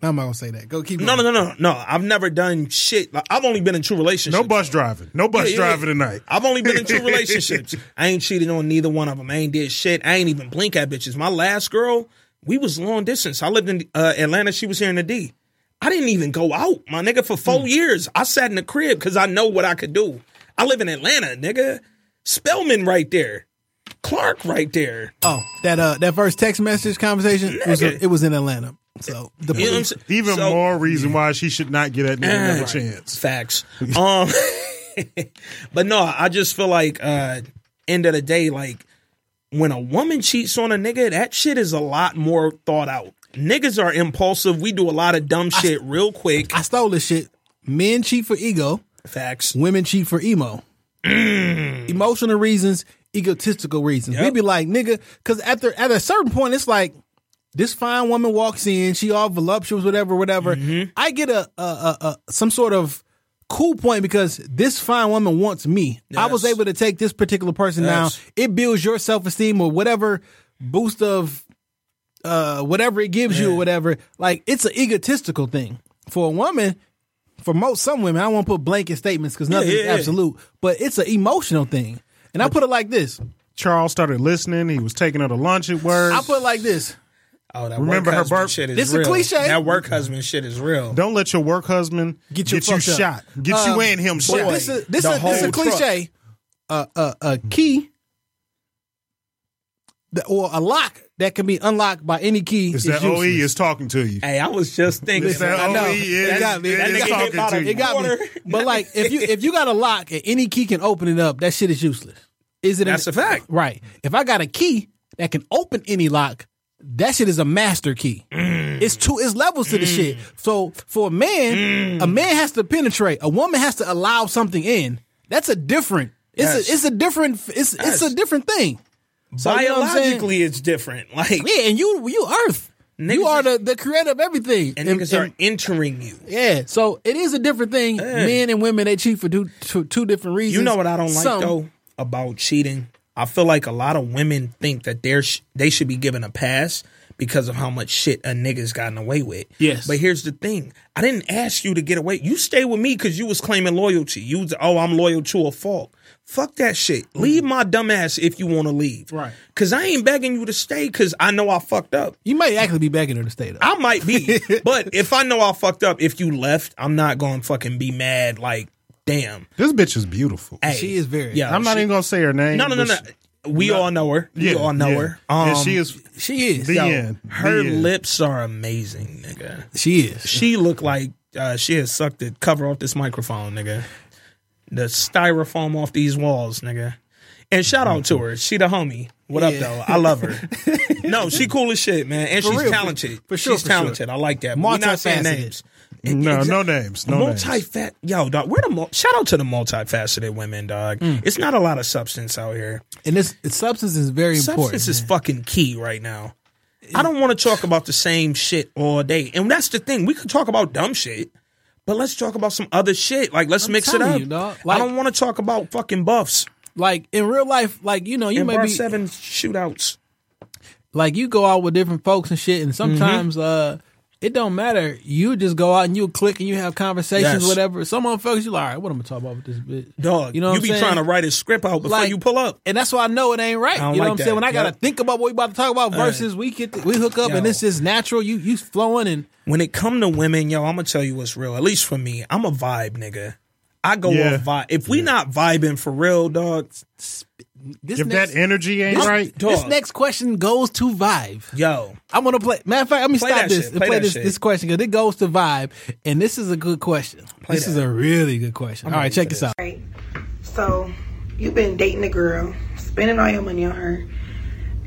Speaker 7: No, I'm not gonna say that. Go keep.
Speaker 5: No,
Speaker 7: going.
Speaker 5: no, no, no, no. I've never done shit. Like, I've only been in two relationships.
Speaker 6: No bus driving. No bus
Speaker 5: Yeah, yeah,
Speaker 6: driving
Speaker 5: yeah.
Speaker 6: tonight.
Speaker 5: I've only been in two relationships. I ain't cheated on neither one of them. I ain't did shit. I ain't even blink at bitches. My last girl, we was long distance. I lived in uh, Atlanta. She was here in the D. I didn't even go out, my nigga, for
Speaker 6: Hmm.
Speaker 5: four years. I sat in the crib because I know what I could do. I live in Atlanta, nigga. Spellman right there. Clark right there.
Speaker 7: Oh, that uh, that first text message conversation was
Speaker 5: Nigga.
Speaker 7: it was in Atlanta. So the
Speaker 5: You know what I'm
Speaker 7: police.
Speaker 5: saying?
Speaker 6: Even
Speaker 5: So-
Speaker 6: more reason why she should not get that nigga another
Speaker 5: Right.
Speaker 6: chance.
Speaker 5: Facts. Um, but no, I just feel like uh, end of the day, like when a woman cheats on a nigga, that shit is a lot more thought out. Niggas are impulsive. We do a lot of dumb shit real quick.
Speaker 7: I stole this shit. Men cheat for ego.
Speaker 5: Facts.
Speaker 7: Women cheat for emo.
Speaker 5: Mm.
Speaker 7: Emotional reasons, egotistical reasons. We be like, nigga, because at, the, at a certain point, it's like, this fine woman walks in, she all voluptuous, whatever, whatever.
Speaker 5: Mm-hmm.
Speaker 7: I get a, a, a, a some sort of cool point because this fine woman wants me. I was
Speaker 5: Yes.
Speaker 7: able to take this particular person
Speaker 5: Yes.
Speaker 7: down. It builds your self esteem or whatever boost of uh, whatever it gives you or whatever. Like it's an egotistical thing for a woman. For most some women, I won't put blanket statements because nothing's
Speaker 5: yeah, yeah.
Speaker 7: absolute, but it's an emotional thing. And I put it like this.
Speaker 6: Charles started listening. He was taking her to lunch at work.
Speaker 7: I put it like this.
Speaker 5: Oh, that
Speaker 6: Remember
Speaker 5: work
Speaker 6: her
Speaker 5: husband
Speaker 6: burp?
Speaker 5: Shit is
Speaker 7: This a
Speaker 5: real.
Speaker 7: cliche.
Speaker 5: That work husband shit is real.
Speaker 6: Don't let your work husband
Speaker 7: Get
Speaker 6: get
Speaker 7: you
Speaker 6: you,
Speaker 7: fucked up.
Speaker 6: shot. Get you and him
Speaker 7: Um, But
Speaker 6: shot.
Speaker 7: this is this
Speaker 5: The
Speaker 7: is this a
Speaker 5: whole
Speaker 7: cliche. A uh, uh, a key that- or a lock that can be unlocked by any key.
Speaker 6: It's that
Speaker 5: E
Speaker 6: OE
Speaker 7: useless.
Speaker 6: is talking to you.
Speaker 5: Hey, I was just thinking.
Speaker 6: It's that
Speaker 7: I know.
Speaker 6: OE
Speaker 7: It
Speaker 6: is,
Speaker 7: got me.
Speaker 6: is
Speaker 7: That nigga hit
Speaker 6: talking
Speaker 5: about
Speaker 6: to
Speaker 5: a-
Speaker 6: you.
Speaker 7: It got me.
Speaker 5: Quarter.
Speaker 7: But like if you if you got a lock and any key can open it up, that shit is useless. Is it
Speaker 5: That's a fact.
Speaker 7: Right. If I got a key that can open any lock, that shit is a master key.
Speaker 5: Mm.
Speaker 7: It's two it's levels to the shit. So for a
Speaker 5: Mm.
Speaker 7: man, a man has to penetrate. A woman has to allow something in. That's a different it's
Speaker 5: Yes.
Speaker 7: a it's a different it's it's a
Speaker 5: Yes.
Speaker 7: different thing. So, you know what I'm saying?
Speaker 5: Biologically, it's different. Like,
Speaker 7: Yeah, and you you earth. you
Speaker 5: Niggas
Speaker 7: are
Speaker 5: is-
Speaker 7: the, the creator of everything.
Speaker 5: and
Speaker 7: And-
Speaker 5: niggas
Speaker 7: and-
Speaker 5: are entering you.
Speaker 7: yeah, so it is a different thing. Men and women they cheat for two, two, two different reasons.
Speaker 5: You know what I don't like
Speaker 7: Some-
Speaker 5: though about cheating. I feel like a lot of women think that they're sh- they should be given a pass because of how much shit a nigga's gotten away with.
Speaker 7: Yes.
Speaker 5: But here's the thing. I didn't ask you to get away. You stay with me because you was claiming loyalty. You was, oh, I'm loyal to a fault. Fuck that shit. Leave my dumb ass if you want to leave.
Speaker 6: Mm. Right.
Speaker 5: Cause I ain't begging you to stay because I know I fucked up.
Speaker 7: You might actually be begging her to stay though.
Speaker 5: I might be. but if I know I fucked up, if you left, I'm not gonna fucking be mad like, damn.
Speaker 6: This bitch is beautiful.
Speaker 5: Hey,
Speaker 7: She is very-
Speaker 5: Yeah,
Speaker 6: I'm not
Speaker 5: she-
Speaker 6: even gonna say her name.
Speaker 5: No, no, no,
Speaker 6: but
Speaker 5: no.
Speaker 6: she-
Speaker 5: We all know her. we all know
Speaker 6: yeah.
Speaker 5: her. Um,
Speaker 6: Yeah, she is
Speaker 7: she is.
Speaker 6: the
Speaker 5: yo,
Speaker 6: end.
Speaker 5: Her
Speaker 6: The end.
Speaker 5: lips are amazing, nigga.
Speaker 7: she is.
Speaker 5: She looked like uh, she has sucked the cover off this microphone, nigga. The styrofoam off these walls, nigga. And shout out to her. She the homie. What up
Speaker 7: Yeah.
Speaker 5: though? I love her. no, she cool as shit, man. And she's
Speaker 7: real, for-
Speaker 5: talented.
Speaker 7: for sure,
Speaker 5: She's
Speaker 7: for sure.
Speaker 5: talented. I like that. We're not saying
Speaker 7: Multifaceted.
Speaker 5: names.
Speaker 6: No,
Speaker 5: Exa-
Speaker 6: no names. No names.
Speaker 5: multifat yo dog where the mul- shout out to the multifaceted women dog it's not a lot of substance out here
Speaker 7: And this its substance is very important.
Speaker 5: substance is fucking key right now i don't want to talk about the same shit all day and that's the thing we could talk about dumb shit but let's talk about some other shit like let's
Speaker 7: I'm
Speaker 5: mix it
Speaker 7: telling
Speaker 5: up
Speaker 7: you, dog.
Speaker 5: i
Speaker 7: Like-
Speaker 5: don't want to talk about fucking buffs
Speaker 7: like in real life, like you know, you
Speaker 5: and
Speaker 7: may
Speaker 5: bar
Speaker 7: be
Speaker 5: seven shootouts
Speaker 7: like you go out with different folks and shit, and
Speaker 5: Mm-hmm.
Speaker 7: sometimes uh it don't matter. You just go out and you click and you have conversations,
Speaker 5: Yes.
Speaker 7: whatever. Some motherfuckers, you like, all right, what am I talk about with this bitch?
Speaker 5: dog
Speaker 7: you know, what I'm
Speaker 5: be
Speaker 7: saying?
Speaker 5: trying to write a script out before
Speaker 7: Like-
Speaker 5: you pull up
Speaker 7: and that's why I know it ain't right. You
Speaker 5: I don't like
Speaker 7: know what I'm saying?
Speaker 5: that.
Speaker 7: When I gotta
Speaker 5: Yep.
Speaker 7: think about what we about to talk about versus we get to, we hook up and
Speaker 5: Yo.
Speaker 7: this is natural. You you flowing and
Speaker 5: when it come to women, yo, I'm gonna tell you what's real. At least for me, I'm a vibe nigga. I go
Speaker 6: Yeah.
Speaker 5: off vibe. If we not vibing for real, dog,
Speaker 7: this
Speaker 6: If
Speaker 7: next
Speaker 6: that energy ain't right,
Speaker 7: this
Speaker 5: dog,
Speaker 7: next question goes to Vive.
Speaker 5: yo,
Speaker 7: I'm gonna play. Matter of fact, let me
Speaker 5: Play
Speaker 7: stop
Speaker 5: that
Speaker 7: this
Speaker 5: shit.
Speaker 7: and
Speaker 5: Play
Speaker 7: play
Speaker 5: that
Speaker 7: this
Speaker 5: shit.
Speaker 7: this question because it goes to vibe, and this is a good question. this
Speaker 5: that.
Speaker 7: is a really good question. All right, check this out.
Speaker 8: Right. So you've been dating a girl, spending all your money on her.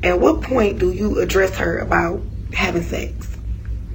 Speaker 8: At what point do you address her about having sex?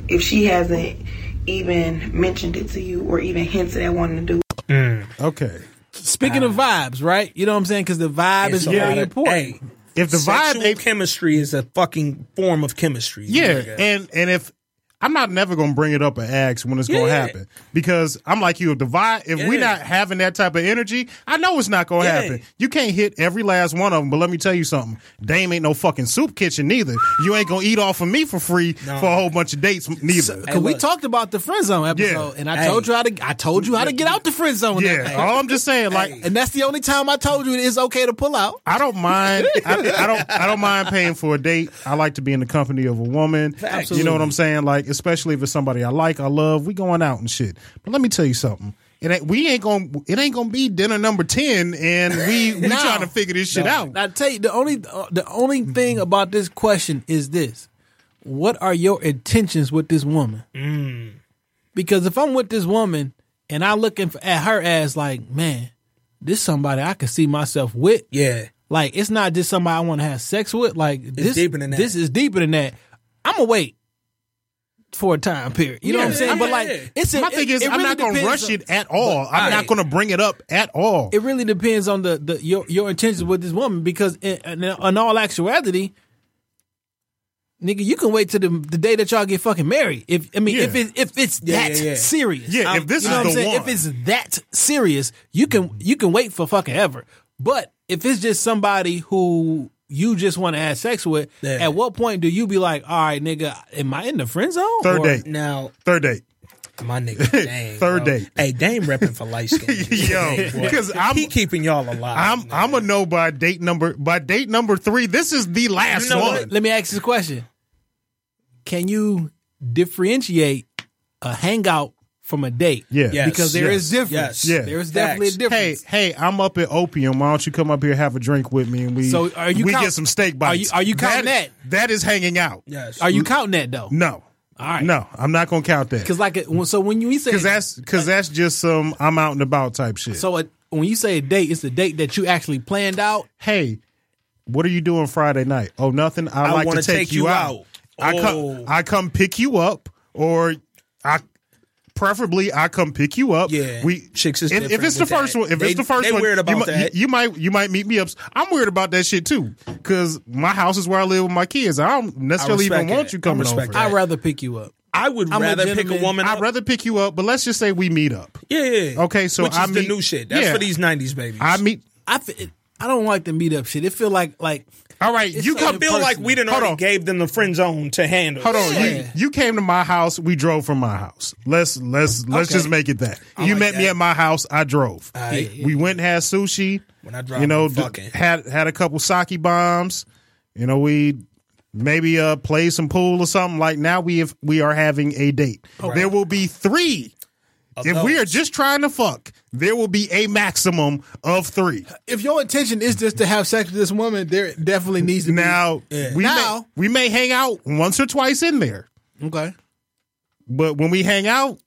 Speaker 8: If she hasn't even mentioned it to you or even hinted at wanting to do it.
Speaker 6: okay.
Speaker 7: Speaking of vibes, right? You know what I'm saying? Because the vibe
Speaker 5: it's
Speaker 7: is
Speaker 5: a lot
Speaker 7: very
Speaker 5: of-
Speaker 7: important.
Speaker 5: Hey,
Speaker 6: If the vibe
Speaker 5: sexual
Speaker 6: ain't
Speaker 5: chemistry is a fucking form of chemistry.
Speaker 6: Yeah,
Speaker 5: nigga.
Speaker 6: and and if I'm not never gonna bring it up and ask when it's gonna
Speaker 5: Yeah.
Speaker 6: happen because I'm like you. If the vibe, if we
Speaker 5: Yeah.
Speaker 6: not having that type of energy, I know it's not gonna
Speaker 5: Yeah.
Speaker 6: happen. You can't hit every last one of them. But let me tell you something. Dame ain't no fucking soup kitchen neither. You ain't gonna eat off of me for free for a whole bunch of dates neither.
Speaker 7: Cause we
Speaker 5: look.
Speaker 7: talked about the friend zone episode,
Speaker 6: Yeah.
Speaker 7: and I
Speaker 5: Hey.
Speaker 7: told you how to. I told you how to get out the friend zone. that
Speaker 6: yeah,
Speaker 7: day.
Speaker 6: all I'm just saying, like.
Speaker 7: and that's the only time I told you it is okay to pull out.
Speaker 6: I don't mind. I, I don't. I don't mind paying for a date. I like to be in the company of a woman. You know what I'm saying? Like, especially if it's somebody I like, I love. We going out and shit. But let me tell you something. It ain't, we ain't gonna. It ain't gonna be dinner number ten, and we we
Speaker 7: No.
Speaker 6: trying to figure this shit out.
Speaker 7: I tell you the only the only thing about this question is this: What are your intentions with this woman?
Speaker 6: Mm.
Speaker 7: Because if I'm with this woman and I looking for, at her as like, man, this somebody I could see myself with.
Speaker 5: yeah,
Speaker 7: Like it's not just somebody I want to have sex with. Like this,
Speaker 5: deeper than that.
Speaker 7: this is deeper than that. I'm gonna wait for a time period. You know what I'm
Speaker 5: Yeah,
Speaker 7: saying?
Speaker 5: yeah,
Speaker 7: but like,
Speaker 5: yeah.
Speaker 7: it's a,
Speaker 6: My thing
Speaker 7: it-
Speaker 6: is,
Speaker 7: it
Speaker 6: I'm
Speaker 7: really
Speaker 6: not gonna
Speaker 7: depends
Speaker 6: rush
Speaker 7: on-
Speaker 6: it at all. I'm not
Speaker 5: Right.
Speaker 6: gonna bring it up at all.
Speaker 7: it really depends on the, the your your intentions with this woman because in, in, in all actuality, nigga, you can wait till the, the day that y'all get fucking married. If I mean,
Speaker 6: Yeah.
Speaker 7: if it, if it's
Speaker 5: Yeah,
Speaker 7: that
Speaker 5: yeah, yeah.
Speaker 7: serious,
Speaker 6: Yeah, if this
Speaker 7: you know
Speaker 6: is
Speaker 7: what
Speaker 6: the
Speaker 7: I'm saying?
Speaker 6: one.
Speaker 7: If it's that serious, you can you can wait for fucking ever. But if it's just somebody who you just want to have sex with,
Speaker 5: Yeah.
Speaker 7: at what point do you be like, all right, nigga, am I in the friend zone?
Speaker 6: Third
Speaker 7: Or-
Speaker 6: date.
Speaker 5: now.
Speaker 6: Third date.
Speaker 5: My nigga, Dame,
Speaker 6: Third
Speaker 5: bro.
Speaker 6: date.
Speaker 5: Hey, Dame repping for light skin.
Speaker 6: Yo,
Speaker 5: Dame, boy.
Speaker 6: 'cause I'm-
Speaker 5: he keeping y'all alive.
Speaker 6: I'm
Speaker 5: nigga.
Speaker 6: I'm a no by date number by date number three. This is the last
Speaker 5: You know
Speaker 6: one.
Speaker 5: what?
Speaker 7: Let me ask this question. Can you differentiate a hangout from a date?
Speaker 6: Yeah.
Speaker 5: Yes.
Speaker 7: Because there is
Speaker 5: Yes.
Speaker 6: Yes.
Speaker 7: difference.
Speaker 6: Yeah.
Speaker 7: There is definitely
Speaker 5: Facts.
Speaker 7: a difference.
Speaker 6: Hey, hey, I'm up at Opium. Why don't you come up here have a drink with me and we
Speaker 7: So are you
Speaker 6: we
Speaker 7: count-
Speaker 6: get some steak
Speaker 7: are
Speaker 6: bites?
Speaker 7: you- are you counting
Speaker 6: That is hanging out.
Speaker 5: Yes.
Speaker 7: Are you counting that though?
Speaker 6: No.
Speaker 7: All right.
Speaker 6: No, I'm not going to count that.
Speaker 7: Cause like, a, so when you we say
Speaker 6: Cuz that's cuz that's just some I'm out and about type shit.
Speaker 7: so a, when you say a date, it's a date that you actually planned out.
Speaker 6: hey, what are you doing Friday night? Oh, nothing. I,
Speaker 5: I
Speaker 6: like to
Speaker 5: wanna
Speaker 6: take, you out. I
Speaker 5: Oh.
Speaker 6: come I come pick you up or I preferably I come pick you up.
Speaker 5: Yeah.
Speaker 6: We
Speaker 5: Chicks is
Speaker 6: if- if,
Speaker 5: different
Speaker 6: it's the
Speaker 5: with that.
Speaker 6: first one, if
Speaker 5: They-
Speaker 6: it's the first
Speaker 5: they
Speaker 6: one,
Speaker 5: weird about
Speaker 6: you, mi-
Speaker 5: that.
Speaker 6: You, you might you might meet me up. I'm weird about that shit too cuz my house is where I live with my kids. I don't necessarily
Speaker 5: respect
Speaker 6: even want
Speaker 5: that.
Speaker 6: you
Speaker 5: I
Speaker 6: coming
Speaker 5: respect
Speaker 6: over.
Speaker 5: that.
Speaker 7: I'd rather pick you up.
Speaker 5: I would
Speaker 7: I'm a
Speaker 5: rather pick a
Speaker 7: gentleman.
Speaker 5: woman.
Speaker 6: I'd
Speaker 5: Up.
Speaker 6: rather pick you up, but let's just say we meet up.
Speaker 5: yeah, yeah.
Speaker 6: Okay, so
Speaker 5: which
Speaker 6: I
Speaker 5: is the
Speaker 6: meet-
Speaker 5: new shit. That's
Speaker 6: yeah.
Speaker 5: for these '90s babies.
Speaker 6: I meet
Speaker 7: I fe- I don't like the meetup shit. It feel like like
Speaker 6: All right,
Speaker 7: It's
Speaker 6: you
Speaker 7: so
Speaker 6: come.
Speaker 5: I feel like we didn't
Speaker 6: Hold
Speaker 5: already
Speaker 6: on.
Speaker 5: gave them the friend zone to handle.
Speaker 6: Hold on, you,
Speaker 7: Yeah.
Speaker 6: you came to my house. We drove from my house. Let's let's let's
Speaker 5: Okay.
Speaker 6: just make it that you
Speaker 5: like
Speaker 6: met me
Speaker 5: that.
Speaker 6: at my house. I drove.
Speaker 5: Aight.
Speaker 6: We went and had sushi.
Speaker 5: When I drive,
Speaker 6: you know,
Speaker 5: I'm
Speaker 6: d-
Speaker 5: fucking.
Speaker 6: had had a couple sake bombs. You know, we maybe uh played some pool or something. Like now we have we are having a date. There will be three. if we are
Speaker 5: those.
Speaker 6: just trying to fuck, there will be a maximum of three.
Speaker 7: if your intention is just to have sex with this woman, there definitely needs to be
Speaker 6: Now we
Speaker 7: Now-
Speaker 6: may, we may hang out once or twice in there.
Speaker 7: okay.
Speaker 6: but when we hang out,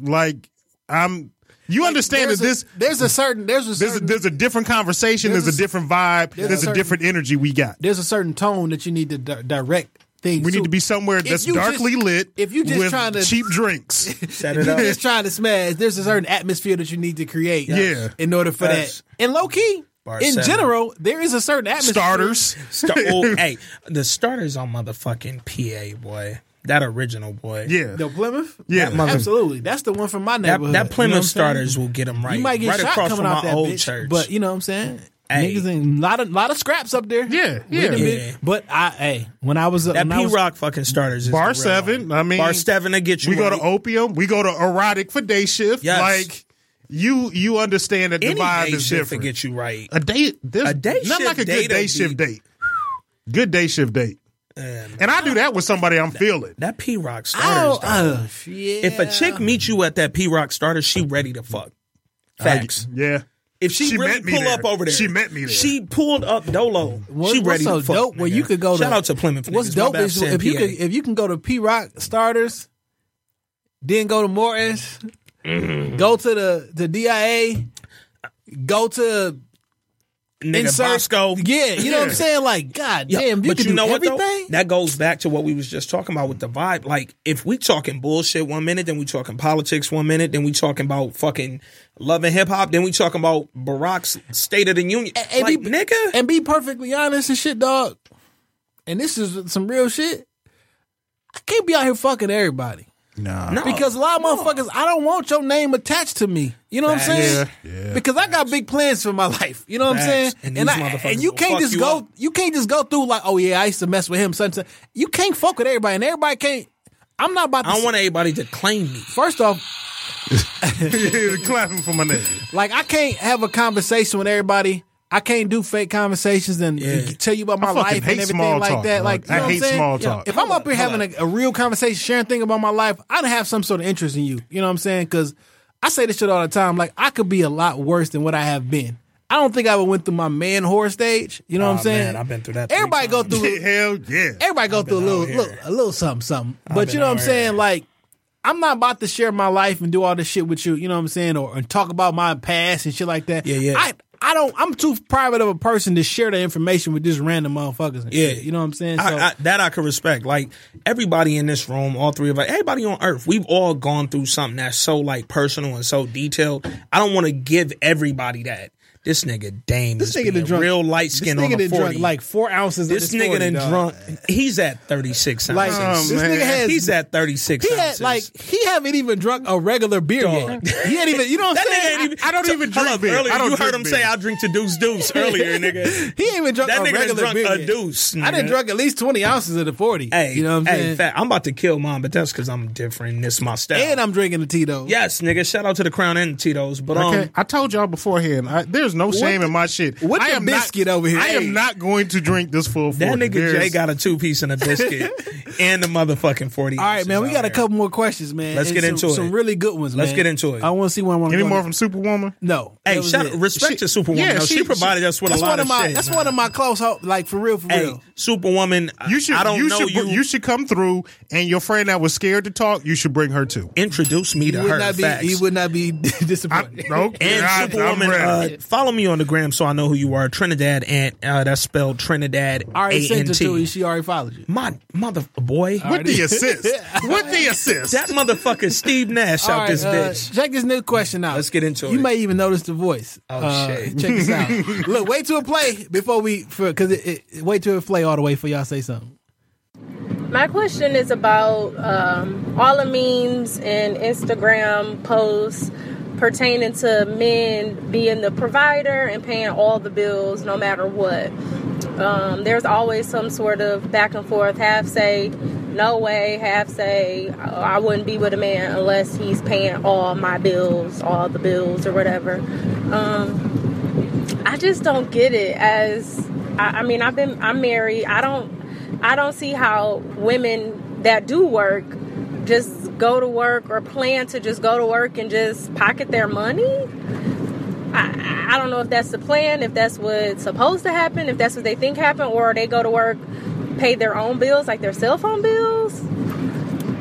Speaker 6: like I'm, you understand that
Speaker 7: There's a-
Speaker 6: this
Speaker 7: there's a certain there's a
Speaker 6: there's a,
Speaker 7: certain,
Speaker 6: there's a different conversation, there's,
Speaker 7: There's
Speaker 6: a,
Speaker 7: a-
Speaker 6: different vibe, there's,
Speaker 7: there's
Speaker 6: a,
Speaker 7: a certain-
Speaker 6: different energy we got.
Speaker 7: there's a certain tone that you need to di- direct things.
Speaker 6: We need to be somewhere
Speaker 7: if
Speaker 6: that's
Speaker 7: you just-
Speaker 6: darkly lit.
Speaker 7: if you just
Speaker 6: with
Speaker 7: trying to-
Speaker 6: cheap drinks,
Speaker 5: Set it
Speaker 7: You're
Speaker 5: up.
Speaker 7: just trying to smash. There's a certain atmosphere that you need to create,
Speaker 6: Yeah.
Speaker 7: in order for
Speaker 5: Yes.
Speaker 7: that. And low key,
Speaker 5: Bar
Speaker 7: in
Speaker 5: seven.
Speaker 7: general, there is a certain atmosphere.
Speaker 6: starters.
Speaker 5: Star- oh, hey, the starters on motherfucking PA boy. That original boy.
Speaker 6: Yeah,
Speaker 7: The Plymouth,
Speaker 6: Yeah.
Speaker 5: That mother-
Speaker 7: absolutely. That's the one from my
Speaker 5: That,
Speaker 7: neighborhood.
Speaker 5: that
Speaker 7: You know
Speaker 5: Plymouth
Speaker 7: what I'm saying?
Speaker 5: starters will get them right.
Speaker 7: You might get
Speaker 5: right
Speaker 7: shot
Speaker 5: across
Speaker 7: coming
Speaker 5: from
Speaker 7: out
Speaker 5: my
Speaker 7: that
Speaker 5: old
Speaker 7: bitch,
Speaker 5: church.
Speaker 7: but you know what I'm saying.
Speaker 5: Hey.
Speaker 7: Niggas ain't lot of lot of scraps up there.
Speaker 6: Yeah,
Speaker 7: We
Speaker 6: yeah.
Speaker 7: done been-
Speaker 5: Yeah.
Speaker 7: But I, hey, when I was
Speaker 5: that
Speaker 7: when I
Speaker 5: P
Speaker 7: was-
Speaker 5: Rock fucking starters is
Speaker 6: Bar
Speaker 5: the real
Speaker 6: seven,
Speaker 5: one.
Speaker 6: I mean-
Speaker 5: Bar seven to get you.
Speaker 6: we go to
Speaker 5: right.
Speaker 6: opium. We go to erotic for day shift.
Speaker 5: Yes.
Speaker 6: Like you, you understand that the
Speaker 5: any
Speaker 6: vibe
Speaker 5: day
Speaker 6: is
Speaker 5: shift to
Speaker 6: different.
Speaker 5: get you right.
Speaker 6: a date, there's
Speaker 5: A day
Speaker 6: not
Speaker 5: shift
Speaker 6: like a good
Speaker 5: date'll
Speaker 6: day
Speaker 5: be-
Speaker 6: shift date. Good day shift date. and I do that with somebody I'm feeling.
Speaker 5: That P Rock starters.
Speaker 7: Oh,
Speaker 5: though.
Speaker 7: uh, yeah.
Speaker 5: if a chick meets you at that P Rock starter, she ready to fuck. Facts.
Speaker 6: Yeah.
Speaker 5: if she,
Speaker 6: She
Speaker 5: really
Speaker 6: met me
Speaker 5: pull
Speaker 6: there.
Speaker 5: up over there,
Speaker 6: She met me there.
Speaker 5: She pulled up Dolo.
Speaker 7: What-
Speaker 5: she
Speaker 7: what's
Speaker 5: ready
Speaker 7: so
Speaker 5: to fuck.
Speaker 7: dope? Where
Speaker 5: nigga.
Speaker 7: you could go.
Speaker 5: Shout
Speaker 7: to,
Speaker 5: out to Plymouth.
Speaker 7: What's
Speaker 5: niggas. My
Speaker 7: dope
Speaker 5: bad
Speaker 7: is
Speaker 5: for saying
Speaker 7: if you
Speaker 5: PA.
Speaker 7: could if you can go to P Rock starters, then go to Morton's, go to the the DIA, go to
Speaker 5: nigga
Speaker 7: insert
Speaker 5: Bosco.
Speaker 7: Yeah, you know what I'm saying? Like, god
Speaker 5: Yeah,
Speaker 7: damn, you
Speaker 5: but
Speaker 7: can
Speaker 5: you
Speaker 7: do
Speaker 5: know what
Speaker 7: everything.
Speaker 5: though? That goes back to what we was just talking about with the vibe. Like, if we talking bullshit one minute, then we talking politics one minute, then we talking about fucking love and hip hop, then we talking about Barack's State of the Union.
Speaker 7: and
Speaker 5: like,
Speaker 7: be-
Speaker 5: nigga,
Speaker 7: and be perfectly honest and shit, dog. And this is some real shit. I can't be out here fucking everybody.
Speaker 5: no,
Speaker 7: Because a lot of motherfuckers, I don't want your name attached to me. You know what I'm
Speaker 5: Eh.
Speaker 7: saying? Because I got big plans for my life. You know what I'm saying?
Speaker 5: Facts. And
Speaker 7: and,
Speaker 5: these
Speaker 7: I,
Speaker 5: motherfuckers
Speaker 7: and you
Speaker 5: will
Speaker 7: can't
Speaker 5: fuck
Speaker 7: just
Speaker 5: you
Speaker 7: go.
Speaker 5: up.
Speaker 7: You can't just go through like, oh yeah, I used to mess with him. Such and such. You can't fuck with everybody, and everybody can't. I'm not about to.
Speaker 5: I don't want anybody to claim me.
Speaker 7: First off,
Speaker 6: clapping for my nigga.
Speaker 7: like I can't have a conversation with everybody. I can't do fake conversations and
Speaker 5: Yeah.
Speaker 7: tell you about my
Speaker 6: I fucking
Speaker 7: life
Speaker 6: hate
Speaker 7: and
Speaker 6: small
Speaker 7: everything like
Speaker 6: talk,
Speaker 7: that.
Speaker 6: dog.
Speaker 7: Like you
Speaker 6: I
Speaker 7: know what I'm
Speaker 6: hate
Speaker 7: saying?
Speaker 6: small
Speaker 7: Yeah.
Speaker 6: talk.
Speaker 7: If I'm up here having a, a real conversation, sharing things about my life, I'd have some sort of interest in you. You know what I'm saying? Because I say this shit all the time. Like I could be a lot worse than what I have been. I don't think I would went through my man whore stage. You know what
Speaker 5: Aw,
Speaker 7: I'm saying?
Speaker 5: Oh, man, I've been through that three
Speaker 7: Everybody go through.
Speaker 6: Hell yeah.
Speaker 7: Everybody go through a
Speaker 5: been
Speaker 7: little,
Speaker 5: out here.
Speaker 7: look, a little something, something. but
Speaker 5: been
Speaker 7: you know what I'm
Speaker 5: out
Speaker 7: saying?
Speaker 5: here.
Speaker 7: Like, I'm not about to share my life and do all this shit with you. You know what I'm saying? Or and talk about my past and shit like that.
Speaker 5: Yeah, yeah.
Speaker 7: I, I don't. I'm too private of a person to share that information with just random motherfuckers. And
Speaker 5: Yeah.
Speaker 7: shit, you know what I'm saying? So,
Speaker 5: I, I, that I can respect. Like everybody in this room, all three of us, everybody on earth, we've all gone through something that's so like personal and so detailed. I don't want to give everybody that. This nigga Dame, this
Speaker 7: this nigga
Speaker 5: nigga
Speaker 7: done drunk
Speaker 5: real light skin
Speaker 7: This
Speaker 5: on
Speaker 7: nigga
Speaker 5: the
Speaker 7: done
Speaker 5: forty.
Speaker 7: drunk like four ounces.
Speaker 5: this
Speaker 7: of this
Speaker 5: nigga
Speaker 7: 40,
Speaker 5: done
Speaker 7: dog.
Speaker 5: drunk. He's at thirty six
Speaker 7: Like
Speaker 5: ounces.
Speaker 7: this
Speaker 6: man.
Speaker 7: nigga has.
Speaker 5: Oh, He's at thirty six.
Speaker 7: he
Speaker 5: ounces.
Speaker 7: had like he haven't even drunk a regular beer
Speaker 5: Dog.
Speaker 7: yet. He ain't even. You know what I'm
Speaker 5: that
Speaker 7: saying?
Speaker 5: nigga ain't even.
Speaker 6: I don't
Speaker 5: so-
Speaker 6: even
Speaker 5: hold
Speaker 6: drink
Speaker 5: up,
Speaker 6: beer.
Speaker 5: Earlier,
Speaker 6: I don't
Speaker 5: you heard
Speaker 6: drink
Speaker 5: him
Speaker 6: beer.
Speaker 5: say I drink to deuce deuce earlier, nigga.
Speaker 7: He ain't even drunk
Speaker 5: That
Speaker 7: a
Speaker 5: nigga done
Speaker 7: regular
Speaker 5: drunk
Speaker 7: beer
Speaker 5: a
Speaker 7: yet.
Speaker 5: deuce,
Speaker 7: I done
Speaker 5: nigga.
Speaker 7: drunk at least twenty ounces of the forty.
Speaker 5: Hey,
Speaker 7: you know what I'm
Speaker 5: hey,
Speaker 7: saying?
Speaker 5: Fat, I'm about to kill mom, but that's because I'm different. This my style.
Speaker 7: And I'm drinking the Tito.
Speaker 5: Yes, nigga. Shout out to the Crown and Tito's. But um,
Speaker 6: Okay, I told y'all beforehand. I, there's no shame
Speaker 7: the-
Speaker 6: in my shit.
Speaker 7: what
Speaker 6: I
Speaker 7: the
Speaker 6: not-
Speaker 7: biscuit over here?
Speaker 6: I
Speaker 7: Hey.
Speaker 6: am not going to drink this full.
Speaker 5: that
Speaker 6: 40.
Speaker 5: nigga
Speaker 6: There's-
Speaker 5: Jay got a two piece and a biscuit and the motherfucking forty.
Speaker 7: All right, man. We got a
Speaker 5: there.
Speaker 7: couple more questions, man.
Speaker 5: Let's
Speaker 7: And
Speaker 5: get
Speaker 7: some,
Speaker 5: into it.
Speaker 7: Some really good ones.
Speaker 5: Let's
Speaker 7: man.
Speaker 5: get into it.
Speaker 7: I want to see where I want to
Speaker 6: any
Speaker 7: go.
Speaker 6: more from Superwoman?
Speaker 7: No.
Speaker 5: Hey,
Speaker 7: that was
Speaker 5: shout
Speaker 7: it.
Speaker 5: out, respect
Speaker 6: She-
Speaker 5: to Superwoman.
Speaker 6: yeah,
Speaker 5: though. she,
Speaker 6: she-
Speaker 5: provided us with
Speaker 7: That's
Speaker 5: a lot
Speaker 7: one of my.
Speaker 5: shit.
Speaker 7: that's one of my close. Ho- like for real, for
Speaker 5: Hey,
Speaker 7: real.
Speaker 5: Superwoman.
Speaker 6: You should.
Speaker 5: I don't
Speaker 6: you
Speaker 5: know
Speaker 6: should,
Speaker 5: you.
Speaker 6: br- should come through, and your friend that was scared to talk, you should bring her too.
Speaker 5: introduce me
Speaker 7: He
Speaker 5: to
Speaker 7: would
Speaker 5: her.
Speaker 7: not be.
Speaker 5: facts.
Speaker 7: He would not be
Speaker 6: I,
Speaker 7: disappointed.
Speaker 6: okay,
Speaker 5: And
Speaker 6: I, I'm
Speaker 5: Superwoman,
Speaker 6: ready.
Speaker 5: uh, follow me on the gram so I know who you are. Trinidad and uh, that's spelled Trinidad
Speaker 7: I already
Speaker 5: A
Speaker 7: sent
Speaker 5: N
Speaker 7: it to you.
Speaker 5: T.
Speaker 7: She already followed you.
Speaker 5: My mother boy,
Speaker 6: with the assist, with the assist.
Speaker 5: that motherfucker Steve Nash out
Speaker 7: All right,
Speaker 5: this
Speaker 7: uh,
Speaker 5: bitch.
Speaker 7: Check this new question out.
Speaker 5: Let's get into
Speaker 7: you
Speaker 5: it.
Speaker 7: You may even notice the voice.
Speaker 5: Oh,
Speaker 7: Uh,
Speaker 5: shit.
Speaker 7: Check this out. Look, wait till it play before we for because it, it wait till it play all the way for y'all say something.
Speaker 9: My question is about um, all the memes and Instagram posts pertaining to men being the provider and paying all the bills no matter what. Um, there's always some sort of back and forth, half say, no way, half say, I I wouldn't be with a man unless he's paying all my bills, all the bills, or whatever. Um, I just don't get it. As I, I mean, I've been I'm married. I don't I don't see how women that do work just go to work or plan to just go to work and just pocket their money. I, I don't know if that's the plan, if that's what's supposed to happen, if that's what they think happened, or they go to work, pay their own bills, like their cell phone bills.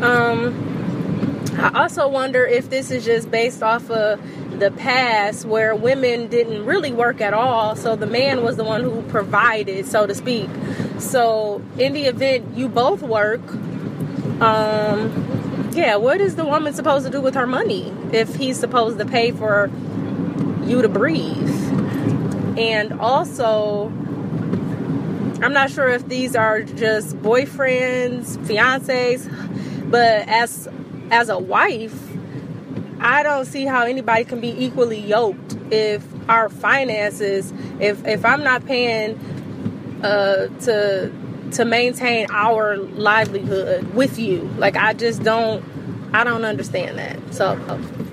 Speaker 9: Um, I also wonder if this is just based off of the past where women didn't really work at all, so the man was the one who provided, so to speak. So, in the event you both work, um, yeah, what is the woman supposed to do with her money if he's supposed to pay for you to breathe? And also, I'm not sure if these are just boyfriends, fiancés, but as as a wife, I don't see how anybody can be equally yoked if our finances, if if I'm not paying uh, to to maintain our livelihood with you, like I just don't, I don't understand that. So,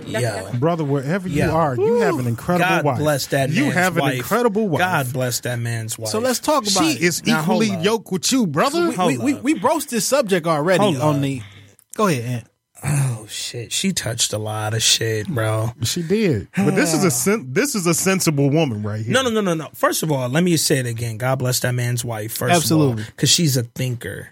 Speaker 5: Yo.
Speaker 6: Brother, wherever you
Speaker 5: Yeah.
Speaker 6: are, you have an incredible
Speaker 5: God
Speaker 6: wife.
Speaker 5: bless that man's
Speaker 6: You have an
Speaker 5: wife.
Speaker 6: incredible wife.
Speaker 5: God bless that man's wife.
Speaker 7: So let's talk about
Speaker 6: She
Speaker 7: it.
Speaker 6: is
Speaker 5: Now, hold
Speaker 6: equally
Speaker 5: up.
Speaker 6: yoked with you, brother.
Speaker 7: we, we, we broached this subject already
Speaker 5: Hold
Speaker 7: on
Speaker 5: up.
Speaker 7: the. Go ahead, Aunt.
Speaker 5: Oh shit, she touched a lot of shit, bro.
Speaker 6: she did.
Speaker 1: But this is a sen- this is a sensible woman right here.
Speaker 5: No, no, no, no, no. First of all, let me say it again. God bless that man's wife. First,
Speaker 7: Absolutely.
Speaker 5: because she's a thinker.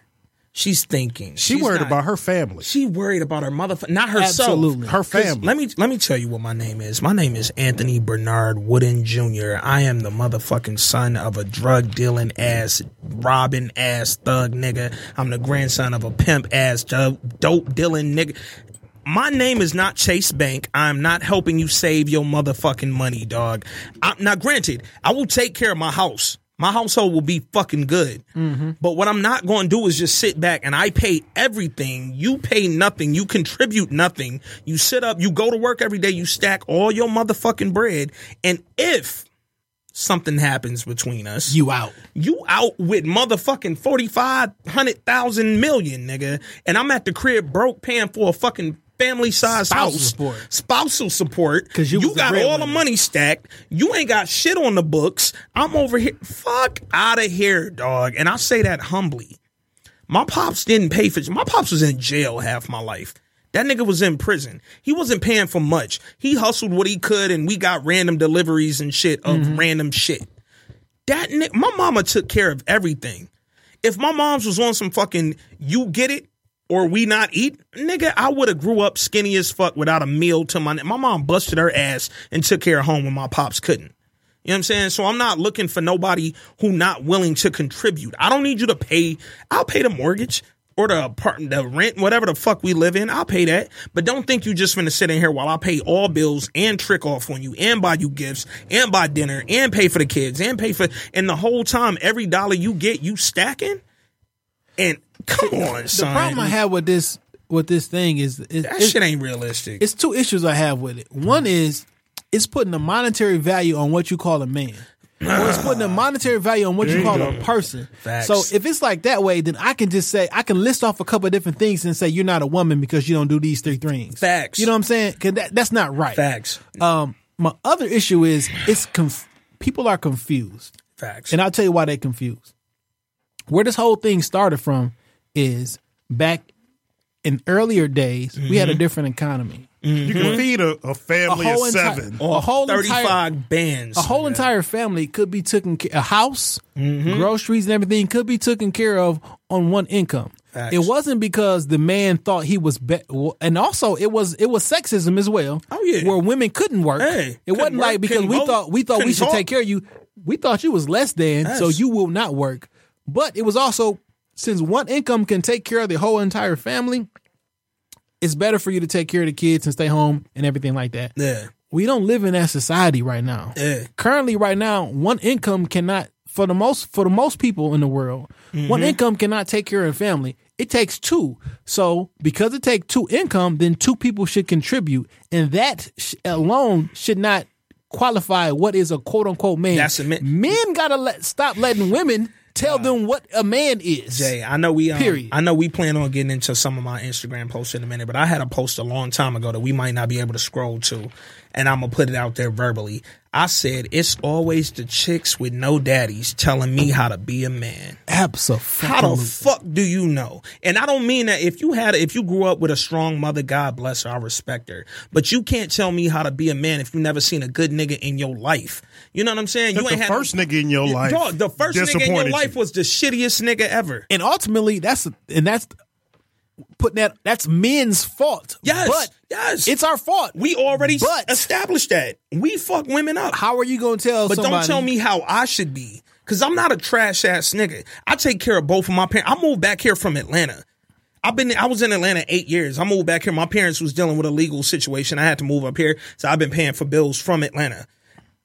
Speaker 5: She's thinking.
Speaker 6: She
Speaker 5: She's
Speaker 6: worried
Speaker 5: not-
Speaker 6: about her family,
Speaker 5: She worried about her motherfucker, not herself.
Speaker 7: Absolutely.
Speaker 6: her
Speaker 5: 'Cause
Speaker 6: family.
Speaker 5: Let me let me tell you what my name is. My name is Anthony Bernard Wooden Jr. I am the motherfucking son of a drug dealing ass, robbing ass thug nigga. I'm the grandson of a pimp ass dope dope dealing nigga. My name is not Chase Bank. I'm not helping you save your motherfucking money, dog. I, now, granted, I will take care of my house. My household will be fucking good. But what I'm not going to do is just sit back and I pay everything. You pay nothing. You contribute nothing. You sit up, you go to work every day, you stack all your motherfucking bread. And if something happens between us,
Speaker 7: You out.
Speaker 5: you out with motherfucking 4500,000 million, nigga, and I'm at the crib broke paying for a fucking family sized
Speaker 7: Spousal
Speaker 5: house.
Speaker 7: support.
Speaker 5: Spousal support.
Speaker 7: 'Cause you was the
Speaker 5: got all the
Speaker 7: breadwinner.
Speaker 5: money stacked. You ain't got shit on the books. I'm over here. Fuck out of here, dog. And I say that humbly. My pops didn't pay for my pops was in jail half my life. That nigga was in prison. He wasn't paying for much. He hustled what he could and we got random deliveries and shit of
Speaker 7: Mm-hmm.
Speaker 5: random shit. That nigga, my mama took care of everything. If my mom's was on some fucking you get it or we not eat, nigga, I would have grew up skinny as fuck without a meal to my my mom busted her ass and took care of home when my pops couldn't. You know what I'm saying? So I'm not looking for nobody who not willing to contribute. I don't need you to pay. I'll pay the mortgage or the apartment, the rent, whatever the fuck we live in. I'll pay that. But don't think you just finna sit in here while I pay all bills and trick off on you and buy you gifts and buy dinner and pay for the kids and pay for and the whole time every dollar you get you stacking. And come on,
Speaker 7: The
Speaker 5: son.
Speaker 7: problem I have with this with this thing is it,
Speaker 5: that
Speaker 7: it's,
Speaker 5: shit ain't realistic.
Speaker 7: it's two issues I have with it.
Speaker 5: Mm-hmm.
Speaker 7: One is it's putting a monetary value on what you call a man. Or it's putting a monetary value on what you call a person.
Speaker 5: Facts.
Speaker 7: So if it's like that way, then I can just say I can list off a couple of different things and say you're not a woman because you don't do these three things.
Speaker 5: Facts.
Speaker 7: You know what I'm saying? 'Cause that, that's not right.
Speaker 5: Facts.
Speaker 7: Um, my other issue is it's conf- people are confused.
Speaker 5: Facts.
Speaker 7: And I'll tell you why they confused. Where this whole thing started from is back in earlier days, we
Speaker 5: Mm-hmm.
Speaker 7: had a different economy.
Speaker 1: You can feed a, a family of
Speaker 7: enti-
Speaker 1: seven.
Speaker 7: a whole
Speaker 5: Mm-hmm. thirty-five
Speaker 7: entire
Speaker 5: bands.
Speaker 7: a whole entire family could be taken care a house,
Speaker 5: Mm-hmm.
Speaker 7: groceries and everything could be taken care of on one income.
Speaker 5: Facts.
Speaker 7: It wasn't because the man thought he was be- and also it was it was sexism as well.
Speaker 5: Oh, yeah.
Speaker 7: Where women couldn't work.
Speaker 5: Hey,
Speaker 7: it wasn't
Speaker 5: couldn't
Speaker 7: like
Speaker 5: work,
Speaker 7: because
Speaker 5: couldn't
Speaker 7: we
Speaker 5: vote,
Speaker 7: thought we thought we
Speaker 5: couldn't
Speaker 7: should
Speaker 5: talk.
Speaker 7: take care of you. We thought you was less than, so
Speaker 5: Yes.
Speaker 7: you will not work. But it was also since one income can take care of the whole entire family, it's better for you to take care of the kids and stay home and everything like that
Speaker 5: yeah.
Speaker 7: we don't live in that society right now.
Speaker 5: Yeah.
Speaker 7: Currently, right now, one
Speaker 5: Mm-hmm.
Speaker 7: income cannot for the most for the most people in the world, one income cannot take care of a family. It takes two. So because it takes two income, then two people should contribute, and that sh- alone should not qualify what is a quote unquote man.
Speaker 5: That's a man-
Speaker 7: Men gotta let, stop letting women tell them what a man is.
Speaker 5: Jay, I know we um,
Speaker 7: Period.
Speaker 5: I know we plan on getting into some of my Instagram posts in a minute, but I had a post a long time ago that we might not be able to scroll to, and I'm gonna put it out there verbally. I said it's always the chicks with no daddies telling me how to be a man.
Speaker 7: Absolutely.
Speaker 5: How the fuck do you know? And I don't mean that if you had if you grew up with a strong mother, God bless her, I respect her. But you can't tell me how to be a man if you never seen a good nigga in your life. You know what I'm saying? You
Speaker 1: the first nigga in your life
Speaker 5: Dog, the first nigga in your
Speaker 1: disappointed
Speaker 5: life
Speaker 1: you.
Speaker 5: was the shittiest nigga ever.
Speaker 7: and ultimately that's and that's putting that that's men's fault.
Speaker 5: Yes,
Speaker 7: But
Speaker 5: yes.
Speaker 7: It's our fault.
Speaker 5: We already s-
Speaker 7: But-
Speaker 5: established that. We fuck women up.
Speaker 7: how are you going to tell
Speaker 5: but don't
Speaker 7: somebody?
Speaker 5: tell me how I should be. Cause I'm not a trash ass nigga. I take care of both of my parents. I moved back here from Atlanta. I've been I was in Atlanta eight years. I moved back here. My parents was dealing with a legal situation. I had to move up here. So I've been paying for bills from Atlanta.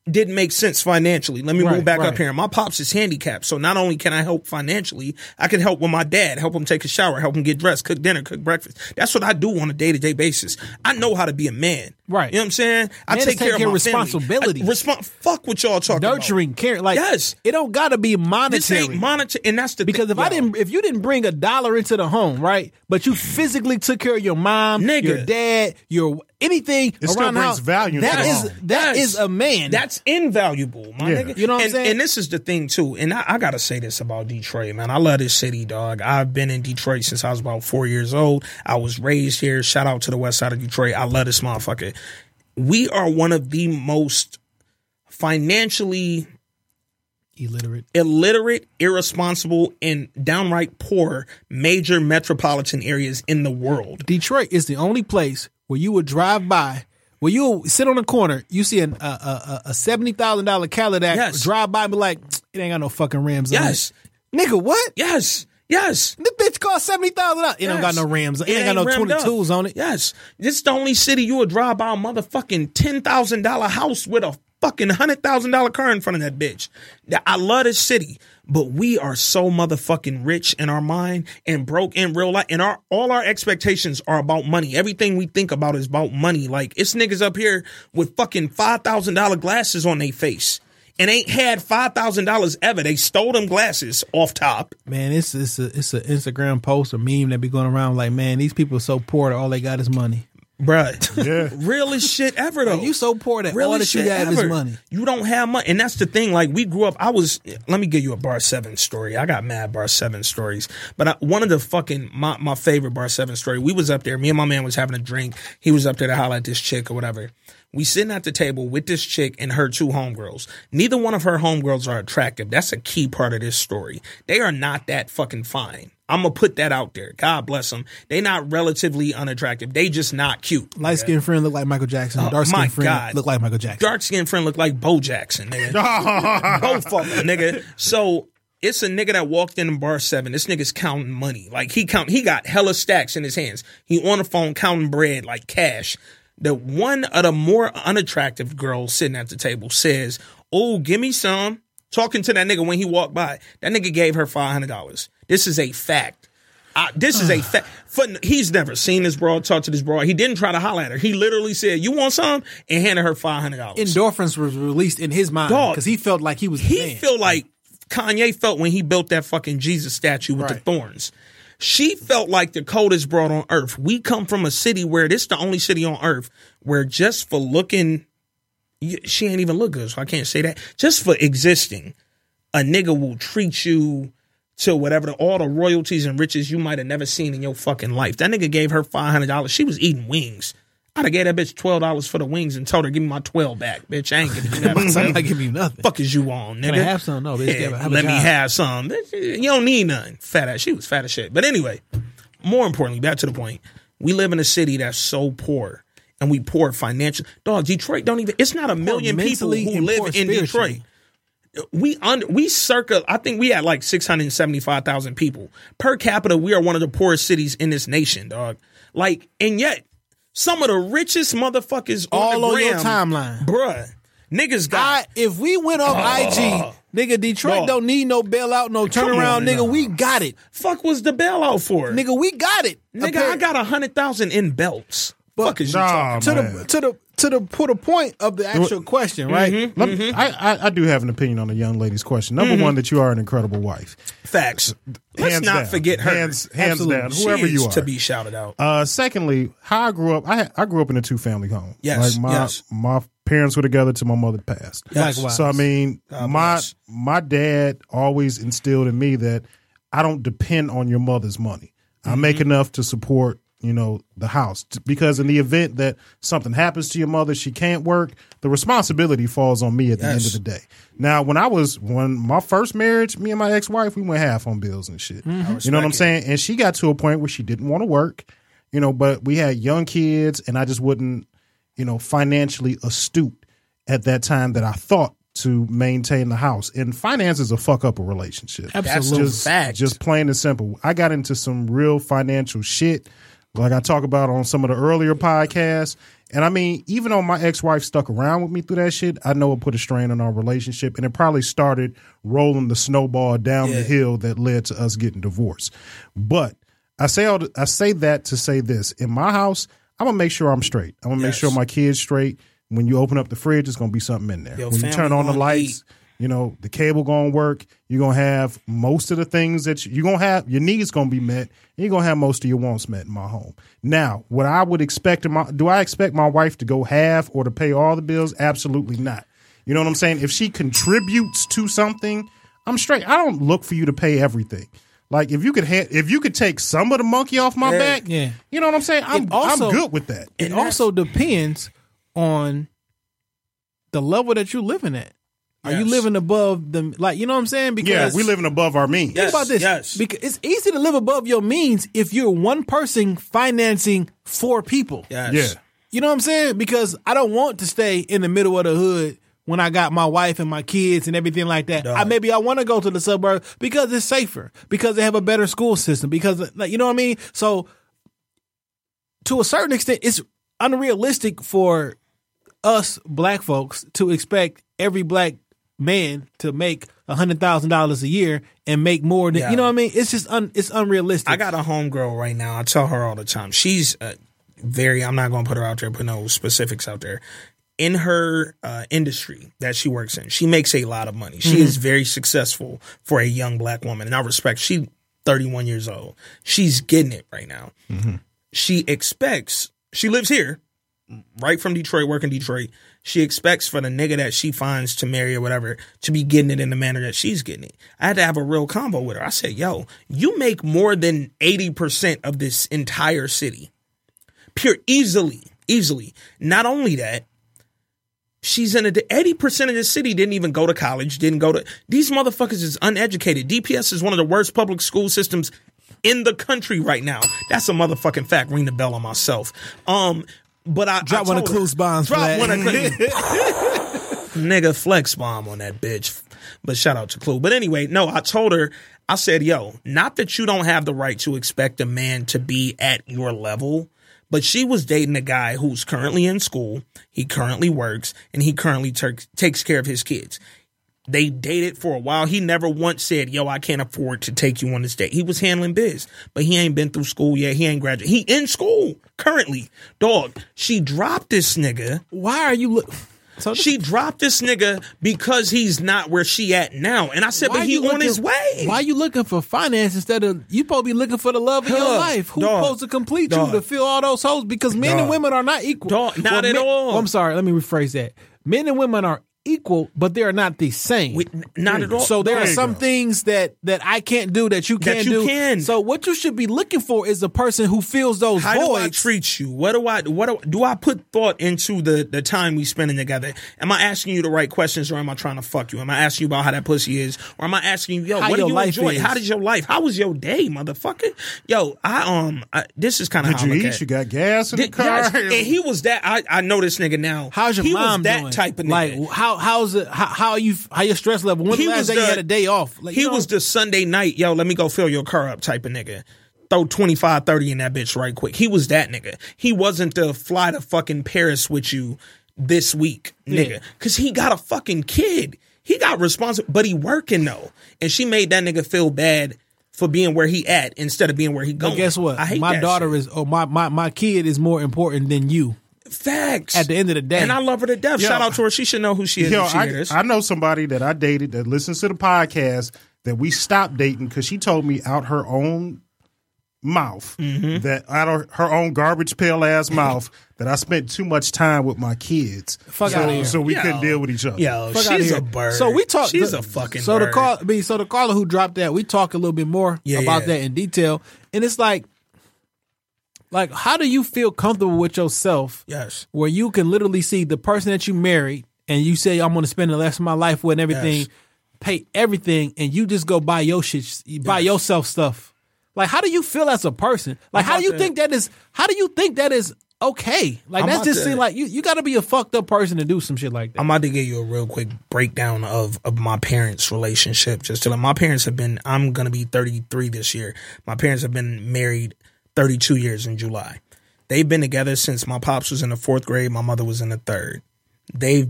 Speaker 5: Didn't make sense financially. Let me
Speaker 7: Right,
Speaker 5: move back up
Speaker 7: right.
Speaker 5: here. My pops is handicapped. So not only can I help financially, I can help with my dad, help him take a shower, help him get dressed, cook dinner, cook breakfast. That's what I do on a day to day basis. I know how to be a man.
Speaker 7: Right.
Speaker 5: You know what I'm saying? I
Speaker 7: Man is
Speaker 5: take care of
Speaker 7: taking
Speaker 5: my family.
Speaker 7: responsibility.
Speaker 5: I- respon- fuck what y'all talking about.
Speaker 7: nurturing, caring. Like
Speaker 5: Yes.
Speaker 7: it don't got to be monetary.
Speaker 5: This ain't monitor, and that's the
Speaker 7: because
Speaker 5: thing,
Speaker 7: if I
Speaker 5: y'all.
Speaker 7: didn't, if you didn't bring a dollar into the home, right? But you physically took care of your mom,
Speaker 5: Nigga.
Speaker 7: your dad, your anything
Speaker 1: It still
Speaker 7: around the
Speaker 1: brings
Speaker 7: house,
Speaker 1: value into
Speaker 7: That
Speaker 1: the
Speaker 7: is
Speaker 1: home.
Speaker 7: that
Speaker 5: Yes.
Speaker 7: is a man.
Speaker 5: That's invaluable, my
Speaker 1: Yeah.
Speaker 5: nigga.
Speaker 7: You know what I'm
Speaker 5: and,
Speaker 7: saying?
Speaker 5: And this is the thing too. And I, I gotta say this about Detroit, man. I love this city, dog. I've been in Detroit since I was about four years old. I was raised here. Shout out to the west side of Detroit. I love this motherfucker. We are one of the most financially
Speaker 7: illiterate.
Speaker 5: illiterate, irresponsible, and downright poor major metropolitan areas in the world.
Speaker 7: Detroit is the only place where you would drive by, where you would sit on the corner, you see an, a, a, a- a seventy thousand dollar Cadillac
Speaker 5: Yes.
Speaker 7: drive by and be like, it ain't got no fucking rims. on
Speaker 5: Yes.
Speaker 7: it." nigga, what?
Speaker 5: Yes. Yes.
Speaker 7: This bitch cost seventy thousand dollars. It don't got
Speaker 5: Yes.
Speaker 7: no rims. It,
Speaker 5: It
Speaker 7: ain't got no
Speaker 5: rimmed
Speaker 7: twenty
Speaker 5: up.
Speaker 7: twos on it.
Speaker 5: Yes. This the only city you would drive by a motherfucking ten thousand dollar house with a fucking hundred thousand dollar car in front of that bitch. Now, I love this city, but we are so motherfucking rich in our mind and broke in real life. And our all our expectations are about money. Everything we think about is about money. Like it's niggas up here with fucking five thousand dollar glasses on their face. And ain't had five thousand dollars ever. They stole them glasses off top.
Speaker 7: Man, it's it's a it's an Instagram post or meme that be going around like, man, these people are so poor that all they got is money.
Speaker 5: Bruh.
Speaker 1: Yeah.
Speaker 5: Realest shit ever though.
Speaker 7: You so poor that all that you
Speaker 5: shit
Speaker 7: have is
Speaker 5: ever.
Speaker 7: money.
Speaker 5: You don't have money, and that's the thing. Like we grew up, I was. Let me give you a bar seven story. I got mad bar seven stories, but I, one of the fucking my my favorite bar seven story. We was up there. Me and my man was having a drink. He was up there to holler at this chick or whatever. We sitting at the table with this chick and her two homegirls. Neither one of her homegirls are attractive. That's a key part of this story. They are not that fucking fine. I'm gonna put that out there. God bless them. They not relatively unattractive. They just not cute.
Speaker 7: Light skinned friend look like Michael Jackson. Dark
Speaker 5: Oh, my
Speaker 7: skinned friend
Speaker 5: God.
Speaker 7: look like Michael Jackson.
Speaker 5: dark skinned friend looked like Bo Jackson, nigga. Both of them, nigga. So it's a nigga that walked in bar seven. This nigga's counting money. Like he count he got hella stacks in his hands. He on the phone counting bread like cash. The one of the more unattractive girls sitting at the table says, Oh, give me some. Talking to that nigga when he walked by. That nigga gave her five hundred dollars. This is a fact. I, this is a fact. He's never seen this broad, talked to this broad. He didn't try to holler at her. He literally said, "You want some?" and handed her five hundred dollars.
Speaker 7: Endorphins was released in his mind
Speaker 5: Dog.
Speaker 7: because he felt like he was the
Speaker 5: He
Speaker 7: man.
Speaker 5: felt like Kanye felt when he built that fucking Jesus statue with the
Speaker 7: Right.
Speaker 5: thorns. She felt like the coldest broad on earth. We come from a city where this the only city on earth where just for looking, you- she ain't even look good, so I can't say that. Just for existing, a nigga will treat you to whatever the, all the royalties and riches you might have never seen in your fucking life. That nigga gave her five hundred dollars. She was eating wings. I'd have gave that bitch twelve dollars for the wings and told her, "Give me my twelve back, bitch. I ain't giving you that."
Speaker 7: I'm
Speaker 5: $12."
Speaker 7: not giving you nothing.
Speaker 5: fuck is you on, nigga?
Speaker 7: I have some? No, bitch, give- have a
Speaker 5: let me
Speaker 7: job.
Speaker 5: have some. Bitch, You don't need none. Fat ass. She was fat as shit. But anyway, more importantly, back to the point. We live in a city that's so poor, and we poor financially. Dog, Detroit don't even. It's not a million people
Speaker 7: mentally
Speaker 5: who
Speaker 7: and
Speaker 5: live
Speaker 7: poor
Speaker 5: in Detroit.
Speaker 7: spiritually.
Speaker 5: We under we circa. I think we had like six hundred seventy five thousand people per capita. We are one of the poorest cities in this nation, dog. Like, and yet some of the richest motherfuckers
Speaker 7: All
Speaker 5: on the
Speaker 7: on your
Speaker 5: gram,
Speaker 7: timeline.
Speaker 5: bruh. Niggas
Speaker 7: I
Speaker 5: got
Speaker 7: if we went off IG, nigga, Detroit
Speaker 5: No.
Speaker 7: don't need no bailout, no turnaround,
Speaker 5: on
Speaker 7: nigga.
Speaker 5: now.
Speaker 7: We got it,
Speaker 5: fuck was the bailout for?
Speaker 7: nigga. We got it,
Speaker 5: Nigga, I got a hundred thousand in belts. fuck is you talking?
Speaker 6: Nah,
Speaker 7: to
Speaker 6: man.
Speaker 7: the to the to the put a point of the actual question, right?
Speaker 5: Mm-hmm.
Speaker 6: Let me- I, I, I do have an opinion on the young lady's question. Number one, that you are an incredible wife.
Speaker 5: Facts. Let's
Speaker 6: Hands
Speaker 5: not
Speaker 6: down.
Speaker 5: forget her.
Speaker 6: Hands- hands
Speaker 5: Absolutely.
Speaker 6: down. Whoever
Speaker 5: She
Speaker 6: you
Speaker 5: is
Speaker 6: are.
Speaker 5: to be shouted out.
Speaker 6: Uh, secondly, how I grew up, I had- I grew up in a two family home.
Speaker 5: Yes,
Speaker 6: like my
Speaker 5: yes.
Speaker 6: my parents were together till my mother passed.
Speaker 5: Yes.
Speaker 6: so I mean, my
Speaker 5: bless.
Speaker 6: my dad always instilled in me that I don't depend on your mother's money.
Speaker 5: Mm-hmm.
Speaker 6: I make enough to support you know the house T- because in the event that something happens to your mother, she can't work. The responsibility falls on me at the end of
Speaker 5: Yes.
Speaker 6: the day. Now, when I was when my first marriage, me and my ex wife, we went half on bills and shit.
Speaker 5: Mm-hmm.
Speaker 6: You know what I'm saying? And she got to a point where she didn't want to work. You know, but we had young kids, and I just wouldn't you know, financially astute at that time that I thought to maintain the house. And finances will fuck up a relationship.
Speaker 5: Absolute
Speaker 6: just,
Speaker 5: fact.
Speaker 6: Just plain and simple. I got into some real financial shit, like I talk about on some of the earlier podcasts. And I mean, even though my ex wife stuck around with me through that shit, I know it put a strain on our relationship. And it probably started rolling the snowball down the hill that led to us getting divorced. But I say all, I say that to say this. In my house, I'm gonna make sure I'm straight. I'm gonna make
Speaker 5: Yes.
Speaker 6: sure my kids straight. When you open up the fridge, it's gonna be something in there.
Speaker 5: Yo,
Speaker 6: when you
Speaker 5: family
Speaker 6: turn on the
Speaker 5: gonna
Speaker 6: lights,
Speaker 5: eat.
Speaker 6: you know the cable gonna work. You're gonna have most of the things that you, you're gonna have. Your needs gonna be met. And you're gonna have most of your wants met in my home. Now, what I would expect in my do I expect my wife to go half or to pay all the bills? Absolutely not. You know what I'm saying? If she contributes to something, I'm straight. I don't look for you to pay everything. Like if you could ha- if you could take some of the monkey off my back,
Speaker 7: yeah.
Speaker 6: you know what I'm saying? I'm
Speaker 7: And also-
Speaker 6: I'm good with that.
Speaker 7: It also depends on the level that you're living at. Are you
Speaker 5: Yes.
Speaker 7: living above the like? You know what I'm saying?
Speaker 6: Yeah,
Speaker 7: Because
Speaker 6: we living above our means.
Speaker 7: Think about this.
Speaker 5: yes.
Speaker 7: Because it's easy to live above your means if you're one person financing four people.
Speaker 5: Yes.
Speaker 6: Yeah.
Speaker 7: You know what I'm saying? Because I don't want to stay in the middle of the hood when I got my wife and my kids and everything like that. I, maybe I want to go to the suburbs because it's safer, because they have a better school system, because like you know what I mean. So, to a certain extent, it's unrealistic for us black folks to expect every black man to make hundred thousand dollars a year and make more than
Speaker 5: Yeah.
Speaker 7: you know what I mean. It's just un, it's unrealistic.
Speaker 5: I got a homegirl right now. I tell her all the time. She's uh, very. I'm not going to put her out there. Put no specifics out there. In her uh, industry that she works in, she makes a lot of money.
Speaker 6: Mm-hmm.
Speaker 5: She is very successful for a young black woman, and I respect. She 31 years old. She's getting it right now.
Speaker 6: Mm-hmm.
Speaker 5: She expects. She lives here, right from Detroit, work in Detroit. She expects for the nigga that she finds to marry or whatever to be getting it in the manner that she's getting it. I had to have a real combo with her. I said, yo, you make more than 80% of this entire city. Pure easily, easily. Not only that, she's in a 80% of the city didn't even go to college, didn't go to these motherfuckers is uneducated. DPS is one of the worst public school systems in the country right now. That's a motherfucking fact. Ring the bell on myself. Um, but I I
Speaker 7: Drop one of
Speaker 5: told her-
Speaker 7: Clues bombs for
Speaker 5: Drop
Speaker 7: that.
Speaker 5: one of Clues nigga flex bomb on that bitch. But shout out to Clue. But anyway, no, I told her, I said, yo, not that you don't have the right to expect a man to be at your level, but she was dating a guy who's currently in school, he currently works, and he currently tur- takes care of his kids. They dated for a while. He never once said, "Yo, I can't afford to take you on this date." He was handling biz, but he ain't been through school yet. He ain't graduated. He in school currently. Dog, she dropped this nigga
Speaker 7: Why are you look? So this-
Speaker 5: she dropped this nigga because he's not where she at now. And I said,
Speaker 7: Why
Speaker 5: but he
Speaker 7: you
Speaker 5: on
Speaker 7: looking-
Speaker 5: his way.
Speaker 7: Why you looking for finance instead of you supposed to be looking for the love of your
Speaker 5: Huh,
Speaker 7: life? Who
Speaker 5: dog,
Speaker 7: supposed to complete
Speaker 5: dog.
Speaker 7: you to fill all those holes? Because men and
Speaker 5: Dog.
Speaker 7: women are not equal.
Speaker 5: Dog, not at
Speaker 7: men-
Speaker 5: all.
Speaker 7: well, I'm sorry. Let me rephrase that. Men and women are equal, but they are not the same.
Speaker 5: We- n- not at all.
Speaker 7: So there, are
Speaker 6: you
Speaker 7: some
Speaker 6: go.
Speaker 7: things that that I can't do that you
Speaker 5: That
Speaker 7: can
Speaker 5: you
Speaker 7: do.
Speaker 5: can.
Speaker 7: So what you should be looking for is the person who fills those
Speaker 5: How do I
Speaker 7: voids.
Speaker 5: treat you? What do I what do, do I put thought into the the time we spending together? Am I asking you the right questions or am I trying to fuck you? Am I asking you about how that pussy is or am I asking you yo
Speaker 7: How
Speaker 5: what do
Speaker 7: your
Speaker 5: you
Speaker 7: life
Speaker 5: enjoy?
Speaker 7: is.
Speaker 5: How did your life? How was your day, motherfucker? Yo, I um I, this is kind of
Speaker 6: Did
Speaker 5: how
Speaker 7: Oh,
Speaker 6: you
Speaker 5: I look
Speaker 6: eat?
Speaker 5: at.
Speaker 6: You
Speaker 5: it.
Speaker 6: got gas in the
Speaker 5: Did-
Speaker 6: car.
Speaker 5: yes, and he was that. I, I know this nigga now.
Speaker 7: How's your
Speaker 5: he
Speaker 7: mom
Speaker 5: was that
Speaker 7: doing?
Speaker 5: type of nigga.
Speaker 7: Like how how's it? How, how you? How your stress level? When the last day you had a day off? Like,
Speaker 5: he
Speaker 7: you know-
Speaker 5: was the Sunday night, yo, let me go fill your car up type of nigga. Throw 25, 30 in that bitch right quick. He was that nigga. He wasn't the fly to fucking Paris with you this week, nigga. Cause he got a fucking kid. He got responsible, but he working though. And she made that nigga feel bad for being where he at instead of being where he going.
Speaker 7: But guess what?
Speaker 5: Oh, I hate
Speaker 7: my
Speaker 5: that
Speaker 7: daughter
Speaker 5: shit.
Speaker 7: is, or my, my, my kid is more important than you.
Speaker 5: Facts.
Speaker 7: At the end of the day.
Speaker 5: And I love her to death.
Speaker 6: Yo.
Speaker 5: Shout out to her. She should know who she is.
Speaker 6: Yo,
Speaker 5: if she hear
Speaker 6: I,
Speaker 5: this.
Speaker 6: I know somebody that I dated that listens to the podcast that we stopped dating because she told me out her own mouth
Speaker 5: Mm-hmm.
Speaker 6: that out of her own garbage pail ass mouth that I spent too much time with my kids.
Speaker 7: Fuck
Speaker 6: so,
Speaker 7: outta here.
Speaker 6: so we
Speaker 5: Yo.
Speaker 6: couldn't deal with each other.
Speaker 5: Yo,
Speaker 7: Fuck outta
Speaker 5: she's
Speaker 7: here.
Speaker 5: a bird.
Speaker 7: So we talk.
Speaker 5: She's
Speaker 7: the-
Speaker 5: a fucking.
Speaker 7: So
Speaker 5: bird.
Speaker 7: the Carla, I mean, so the Carla who dropped that, we talk a little bit more
Speaker 5: Yeah,
Speaker 7: about
Speaker 5: yeah.
Speaker 7: that in detail, and it's like, like, how do you feel comfortable with yourself?
Speaker 5: Yes.
Speaker 7: where you can literally see the person that you married, and you say I'm going to spend the rest of my life with, and everything,
Speaker 5: Yes.
Speaker 7: pay everything, and you just go buy your shit, buy yourself stuff. Like, how do you feel as a person? Like, how do you think that is? How do you think that is okay? Like,
Speaker 5: I'm
Speaker 7: that's
Speaker 5: about
Speaker 7: just
Speaker 5: to-
Speaker 7: seem like you you got to be a fucked up person to do some shit like that.
Speaker 5: I'm about to give you a real quick breakdown of, of my parents' relationship. Just to let my parents have been, I'm going to be 33 this year. My parents have been married 32 years in July. They've been together since my pops was in the fourth grade, my mother was in the third. They've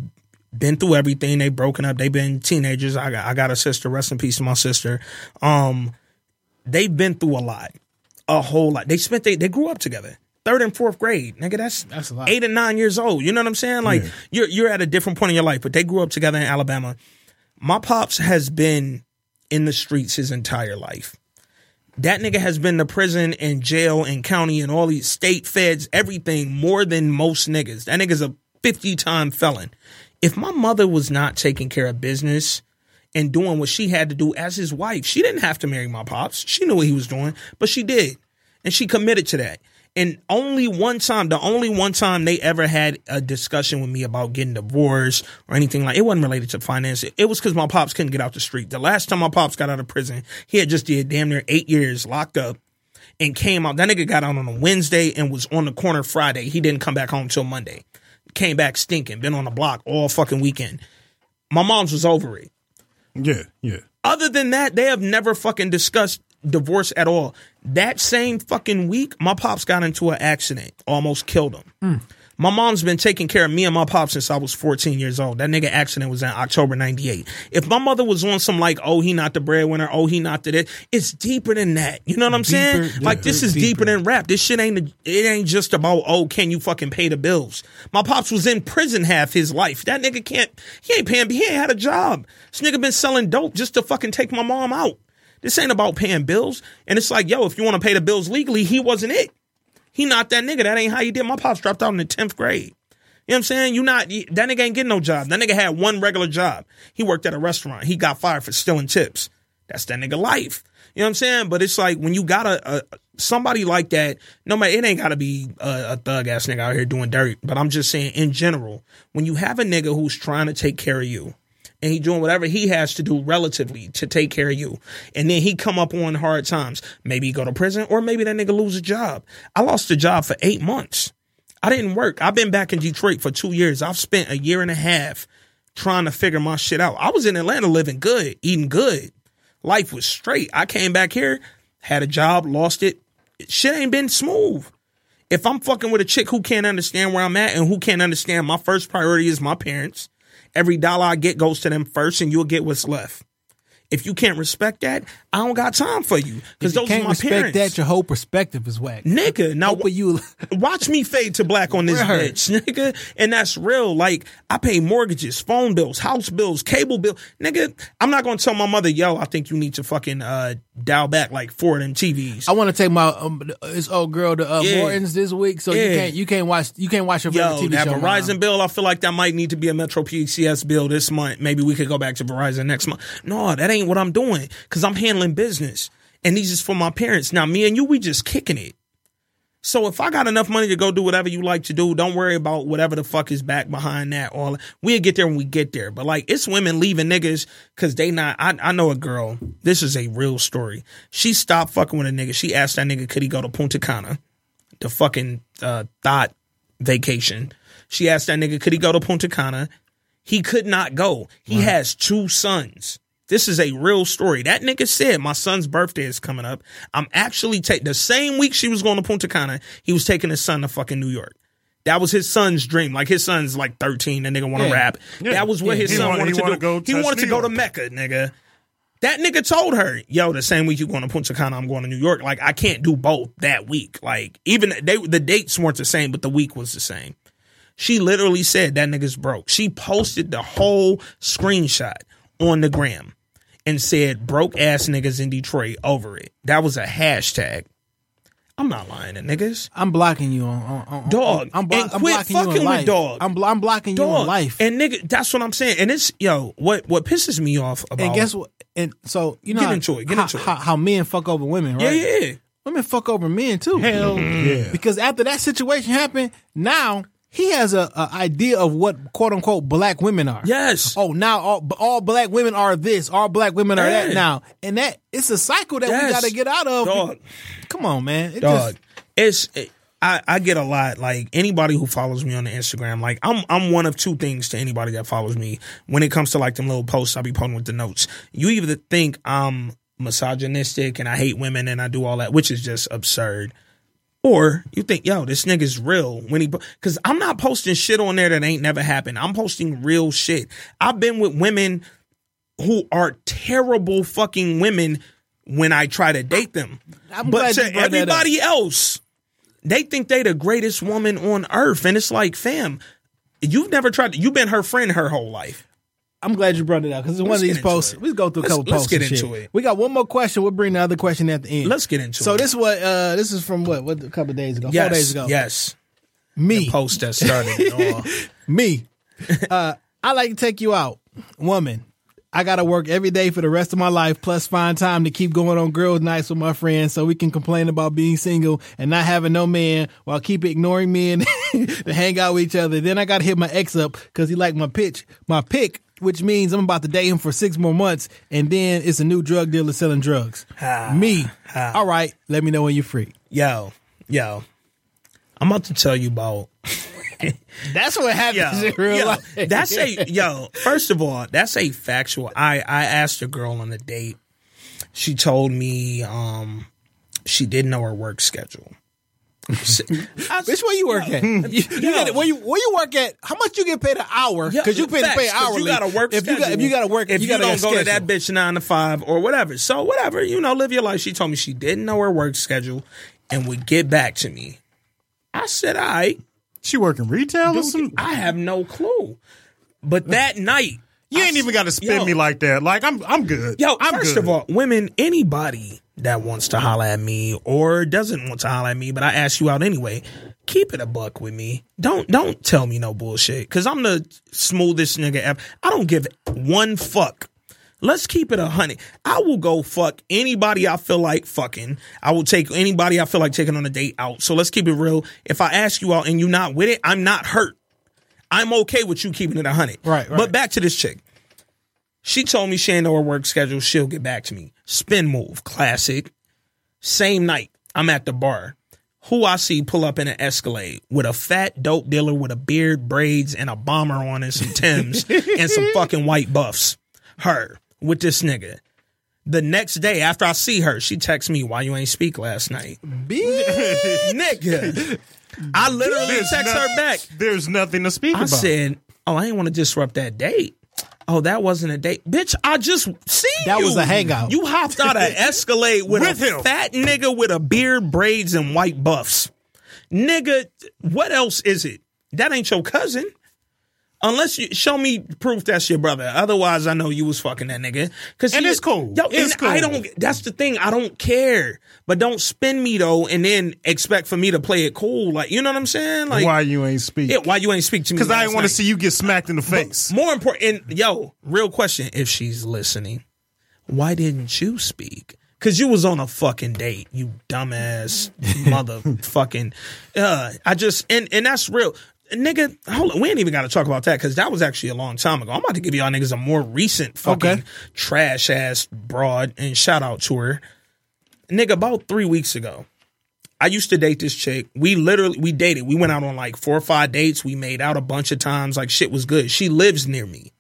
Speaker 5: been through everything. They've broken up. They've been teenagers. I got, I got a sister. Rest in peace to my sister. Um, they've been through a lot, a whole lot. They spent they they grew up together. Third and fourth grade, nigga. That's that's
Speaker 7: a lot.
Speaker 5: Eight and nine years old. You know what I'm saying? Like you're you're at a different point in your life, but they grew up together in Alabama. My pops has been in the streets his entire life. That nigga has been to prison and jail and county and all these state feds, everything more than most niggas. That nigga's a 50 time felon. If my mother was not taking care of business and doing what she had to do as his wife, she didn't have to marry my pops. She knew what he was doing, but she did. And she committed to that. And only one time, the only one time they ever had a discussion with me about getting divorced or anything like it wasn't related to finance. It, it was because my pops couldn't get out the street. The last time my pops got out of prison, he had just did damn near eight years locked up and came out. That nigga got out on a Wednesday and was on the corner Friday. He didn't come back home till Monday. Came back stinking, been on the block all fucking weekend. My mom's was over it
Speaker 6: yeah, yeah.
Speaker 5: other than that, they have never fucking discussed divorce at all. That same fucking week, my pops got into an accident, almost killed him. My mom's been taking care of me and my pops since I was 14 years old. That nigga accident was in October 98. If my mother was on some like, oh, he not the breadwinner, oh, he not the this, it's deeper than that. You know what I'm saying?
Speaker 7: Deeper,
Speaker 5: like, this
Speaker 7: deeper,
Speaker 5: is deeper.
Speaker 7: deeper.
Speaker 5: than rap. This shit ain't, it ain't just about, oh, can you fucking pay the bills? My pops was in prison half his life. That nigga can't, he ain't paying, he ain't had a job. This nigga been selling dope just to fucking take my mom out. This ain't about paying bills. And it's like, yo, if you want to pay the bills legally, he wasn't it. He not that nigga. That ain't how you did. My pops dropped out in the 10th grade. You know what I'm saying? You not that nigga ain't getting no job. That nigga had one regular job. He worked at a restaurant. He got fired for stealing tips. That's that nigga life. You know what I'm saying? But it's like when you got a, a somebody like that, no matter it ain't gotta be a, a thug ass nigga out here doing dirt. But I'm just saying in general, when you have a nigga who's trying to take care of you, and he doing whatever he has to do relatively to take care of you. And then he come up on hard times. Maybe he go to prison or maybe that nigga lose a job. I lost a job for eight months. I didn't work. I've been back in Detroit for two years. I've spent a year and a half trying to figure my shit out. I was in Atlanta living good, eating good. Life was straight. I came back here, had a job, lost it. Shit ain't been smooth if I'm fucking with a chick who can't understand where I'm at and who can't understand my first priority is my parents, every dollar I get goes to them first and you'll get what's left. If you can't respect that, I don't got time for you because
Speaker 7: If you
Speaker 5: those are
Speaker 7: can't
Speaker 5: my
Speaker 7: respect
Speaker 5: parents.
Speaker 7: that. Your whole perspective is whack.
Speaker 5: Nigga, now
Speaker 7: Hope of you
Speaker 5: watch me fade to black on this
Speaker 7: Word.
Speaker 5: bitch, nigga. And that's real. Like, I pay mortgages, phone bills, house bills, cable bill. Nigga, I'm not gonna tell my mother, yo, I think you need to fucking uh dial back like four of them TVs.
Speaker 7: I want to take my um, this old girl to uh,
Speaker 5: Yeah.
Speaker 7: Morton's this week, so
Speaker 5: Yeah.
Speaker 7: you can't you can't watch you can't watch your favorite
Speaker 5: Yo,
Speaker 7: TV
Speaker 5: that
Speaker 7: show.
Speaker 5: Verizon
Speaker 7: Mom.
Speaker 5: bill, I feel like that might need to be a Metro PCS bill this month. Maybe we could go back to Verizon next month. No, that ain't what I'm doing because I'm handling business. And these is for my parents. Now, me and you, we just kicking it. So if I got enough money to go do whatever you like to do, don't worry about whatever the fuck is back behind that. All we'll get there when we get there. But like it's women leaving niggas because they not. I, I know a girl. This is a real story. She stopped fucking with a nigga. She asked that nigga could he go to Punta Cana, the fucking uh, thought vacation. She asked that nigga could he go to Punta Cana. He could not go. He has two sons. This is a real story. That nigga said my son's birthday is coming up. I'm actually taking the same week she was going to Punta Cana, he was taking his son to fucking New York. That was his son's dream. Like his son's like 13 and nigga want to
Speaker 7: Yeah.
Speaker 5: rap. That was what
Speaker 7: Yeah.
Speaker 5: his
Speaker 7: He
Speaker 5: son
Speaker 1: wanna-
Speaker 5: wanted,
Speaker 1: he
Speaker 5: to
Speaker 1: wanna
Speaker 5: do.
Speaker 1: go
Speaker 5: he
Speaker 1: touch
Speaker 5: wanted to
Speaker 1: New
Speaker 5: go to
Speaker 1: York.
Speaker 5: Mecca, nigga. That nigga told her, "Yo, the same week you going to Punta Cana, I'm going to New York. Like I can't do both that week. Like even they the dates weren't the same, but the week was the same." She literally said that nigga's broke. She posted the whole screenshot on the gram and said broke ass niggas in Detroit over it. That was a hashtag. I'm not lying to niggas.
Speaker 7: I'm blocking you on, on, on
Speaker 5: Dog,
Speaker 7: I'm, blo-
Speaker 5: and
Speaker 7: I'm
Speaker 5: quit
Speaker 7: blocking
Speaker 5: fucking with
Speaker 7: you on life.
Speaker 5: dog.
Speaker 7: I'm, blo- I'm blocking you on
Speaker 5: Dog.
Speaker 7: life.
Speaker 5: And nigga, that's what I'm saying. And it's yo, what what pisses me off about
Speaker 7: And guess what? And so you know,
Speaker 5: Get
Speaker 7: how-
Speaker 5: into it, get
Speaker 7: how,
Speaker 5: into it.
Speaker 7: How, how Mm. men fuck over women,
Speaker 5: Yeah,
Speaker 7: right?
Speaker 5: yeah.
Speaker 7: Women fuck over men too.
Speaker 6: Hell yeah.
Speaker 7: Because after that situation happened, now he has a, a idea of what quote unquote black women are.
Speaker 5: Yes.
Speaker 7: Oh, now all, all black women are this. All black women are
Speaker 5: Yeah.
Speaker 7: that now, and that it's a cycle that we
Speaker 5: Yes.
Speaker 7: got to get out of.
Speaker 5: Dog.
Speaker 7: Come on, man. It
Speaker 5: dog.
Speaker 7: just-
Speaker 5: It's it- I, I get a lot like anybody who follows me on the Instagram. Like I'm I'm one of two things to anybody that follows me when it comes to like them little posts I be putting with the notes. You either think I'm misogynistic and I hate women and I do all that, which is just absurd. Or you think, yo, this nigga's real when he, because I'm not posting shit on there that ain't never happened. I'm posting real shit. I've been with women who are terrible fucking women when I try to date them.
Speaker 7: I'm
Speaker 5: but
Speaker 7: glad you
Speaker 5: to
Speaker 7: brought that up.
Speaker 5: everybody else, they think they the greatest woman on earth, and it's like, fam, you've never tried. To, you've been her friend her whole life.
Speaker 7: I'm glad you brought it up because it's one
Speaker 5: Let's
Speaker 7: of these
Speaker 5: get into
Speaker 7: posts.
Speaker 5: it.
Speaker 7: We go through a
Speaker 5: Let's-
Speaker 7: couple
Speaker 5: let's
Speaker 7: posts.
Speaker 5: get
Speaker 7: and
Speaker 5: into
Speaker 7: shit.
Speaker 5: it.
Speaker 7: We got one more question. We'll bring the other question at the end.
Speaker 5: Let's get into
Speaker 7: so
Speaker 5: it.
Speaker 7: this what uh, this is from what what a couple days ago,
Speaker 5: yes,
Speaker 7: four days ago.
Speaker 5: yes,
Speaker 7: me
Speaker 5: post that started it all.
Speaker 7: me. Uh, I like to take you out, woman. I gotta work every day for the rest of my life, plus find time to keep going on girls' nights with my friends, so we can complain about being single and not having no man, while keep ignoring men to hang out with each other. Then I gotta hit my ex up because he liked my pitch, my pick, which means I'm about to date him for six more months, and then it's a new drug dealer selling drugs. me. All right, let me know when you're free.
Speaker 5: Yo, yo, I'm about to tell you about
Speaker 7: That's what happens
Speaker 5: yo,
Speaker 7: in real
Speaker 5: yo,
Speaker 7: life.
Speaker 5: That's a yo. First of all, that's a factual. I I asked a girl on a date. She told me um she didn't know her work schedule. S- I-
Speaker 7: Bitch, where you work at? You, you
Speaker 5: Yo.
Speaker 7: gotta- where you where you work at? How much you get paid an hour?
Speaker 5: Yeah,
Speaker 7: Because you pay to
Speaker 5: facts,
Speaker 7: pay
Speaker 5: 'cause
Speaker 7: hourly.
Speaker 5: You got to work.
Speaker 7: If you got if you got to work,
Speaker 5: if you,
Speaker 7: gotta
Speaker 5: don't
Speaker 7: got
Speaker 5: go
Speaker 7: schedule.
Speaker 5: to that bitch nine to five or whatever. So whatever, you know, live your life. She told me she didn't know her work schedule and would get back to me. I said, "All right,
Speaker 6: She working retail or
Speaker 5: dude,
Speaker 6: some?
Speaker 5: I have no clue." But that night,
Speaker 6: You ain't even got to spin
Speaker 5: Yo.
Speaker 6: me like that. Like I'm, I'm good.
Speaker 5: Yo,
Speaker 6: I'm
Speaker 5: first
Speaker 6: good.
Speaker 5: of all, women, anybody that wants to holler at me or doesn't want to holler at me, but I ask you out anyway, keep it a buck with me. Don't don't tell me no bullshit. Cause I'm the smoothest nigga ever. I don't give one fuck. Let's keep it a hundred. I will go fuck anybody I feel like fucking. I will take anybody I feel like taking on a date out. So let's keep it real. If I ask you out and you not with it, I'm not hurt. I'm okay with you keeping it a hundred.
Speaker 7: Right, right.
Speaker 5: But back to this chick. She told me she ain't know her work schedule. She'll get back to me. Spin move, classic. Same night, I'm at the bar. Who I see pull up in an Escalade with a fat dope dealer with a beard, braids, and a bomber on and some Tims and some fucking white buffs. Her with this nigga. The next day after I see her, she texts me, "Why you ain't speak last night, nigga?" I literally
Speaker 6: There's
Speaker 5: text her
Speaker 6: noth-
Speaker 5: back.
Speaker 6: There's nothing to speak
Speaker 5: I
Speaker 6: about.
Speaker 5: said, "Oh, I ain't want to disrupt that date." Oh, that wasn't a date, bitch. I just see
Speaker 7: That was a hangout.
Speaker 5: You hopped out of Escalade with,
Speaker 6: With
Speaker 5: a
Speaker 6: him.
Speaker 5: fat nigga with a beard, braids, and white buffs. Nigga, what else is it? That ain't your cousin. Unless you show me proof that's your brother. Otherwise, I know you was fucking that nigga. Cause
Speaker 6: And
Speaker 5: he-
Speaker 6: it's cool.
Speaker 5: Yo,
Speaker 6: It's
Speaker 5: and I
Speaker 6: cool.
Speaker 5: don't. That's the thing. I don't care. But don't spin me though, and then expect for me to play it cool. Like you know what I'm saying? Like
Speaker 6: why you ain't speak?
Speaker 5: yeah, why you ain't speak to me?
Speaker 6: Because I
Speaker 5: last
Speaker 6: didn't want
Speaker 5: night?
Speaker 6: to see you get smacked in the face.
Speaker 5: More important, and yo, real question: If she's listening, why didn't you speak? Because you was on a fucking date, you dumbass motherfucking. Uh, I just and and that's real, nigga. Hold on, we ain't even got to talk about that because that was actually a long time ago. I'm about to give y'all niggas a more recent fucking
Speaker 7: Okay.
Speaker 5: trash ass broad and shout out to her, nigga. About three weeks ago. I used to date this chick. We literally we dated. We went out on like four or five dates. We made out a bunch of times. Like shit was good. She lives near me.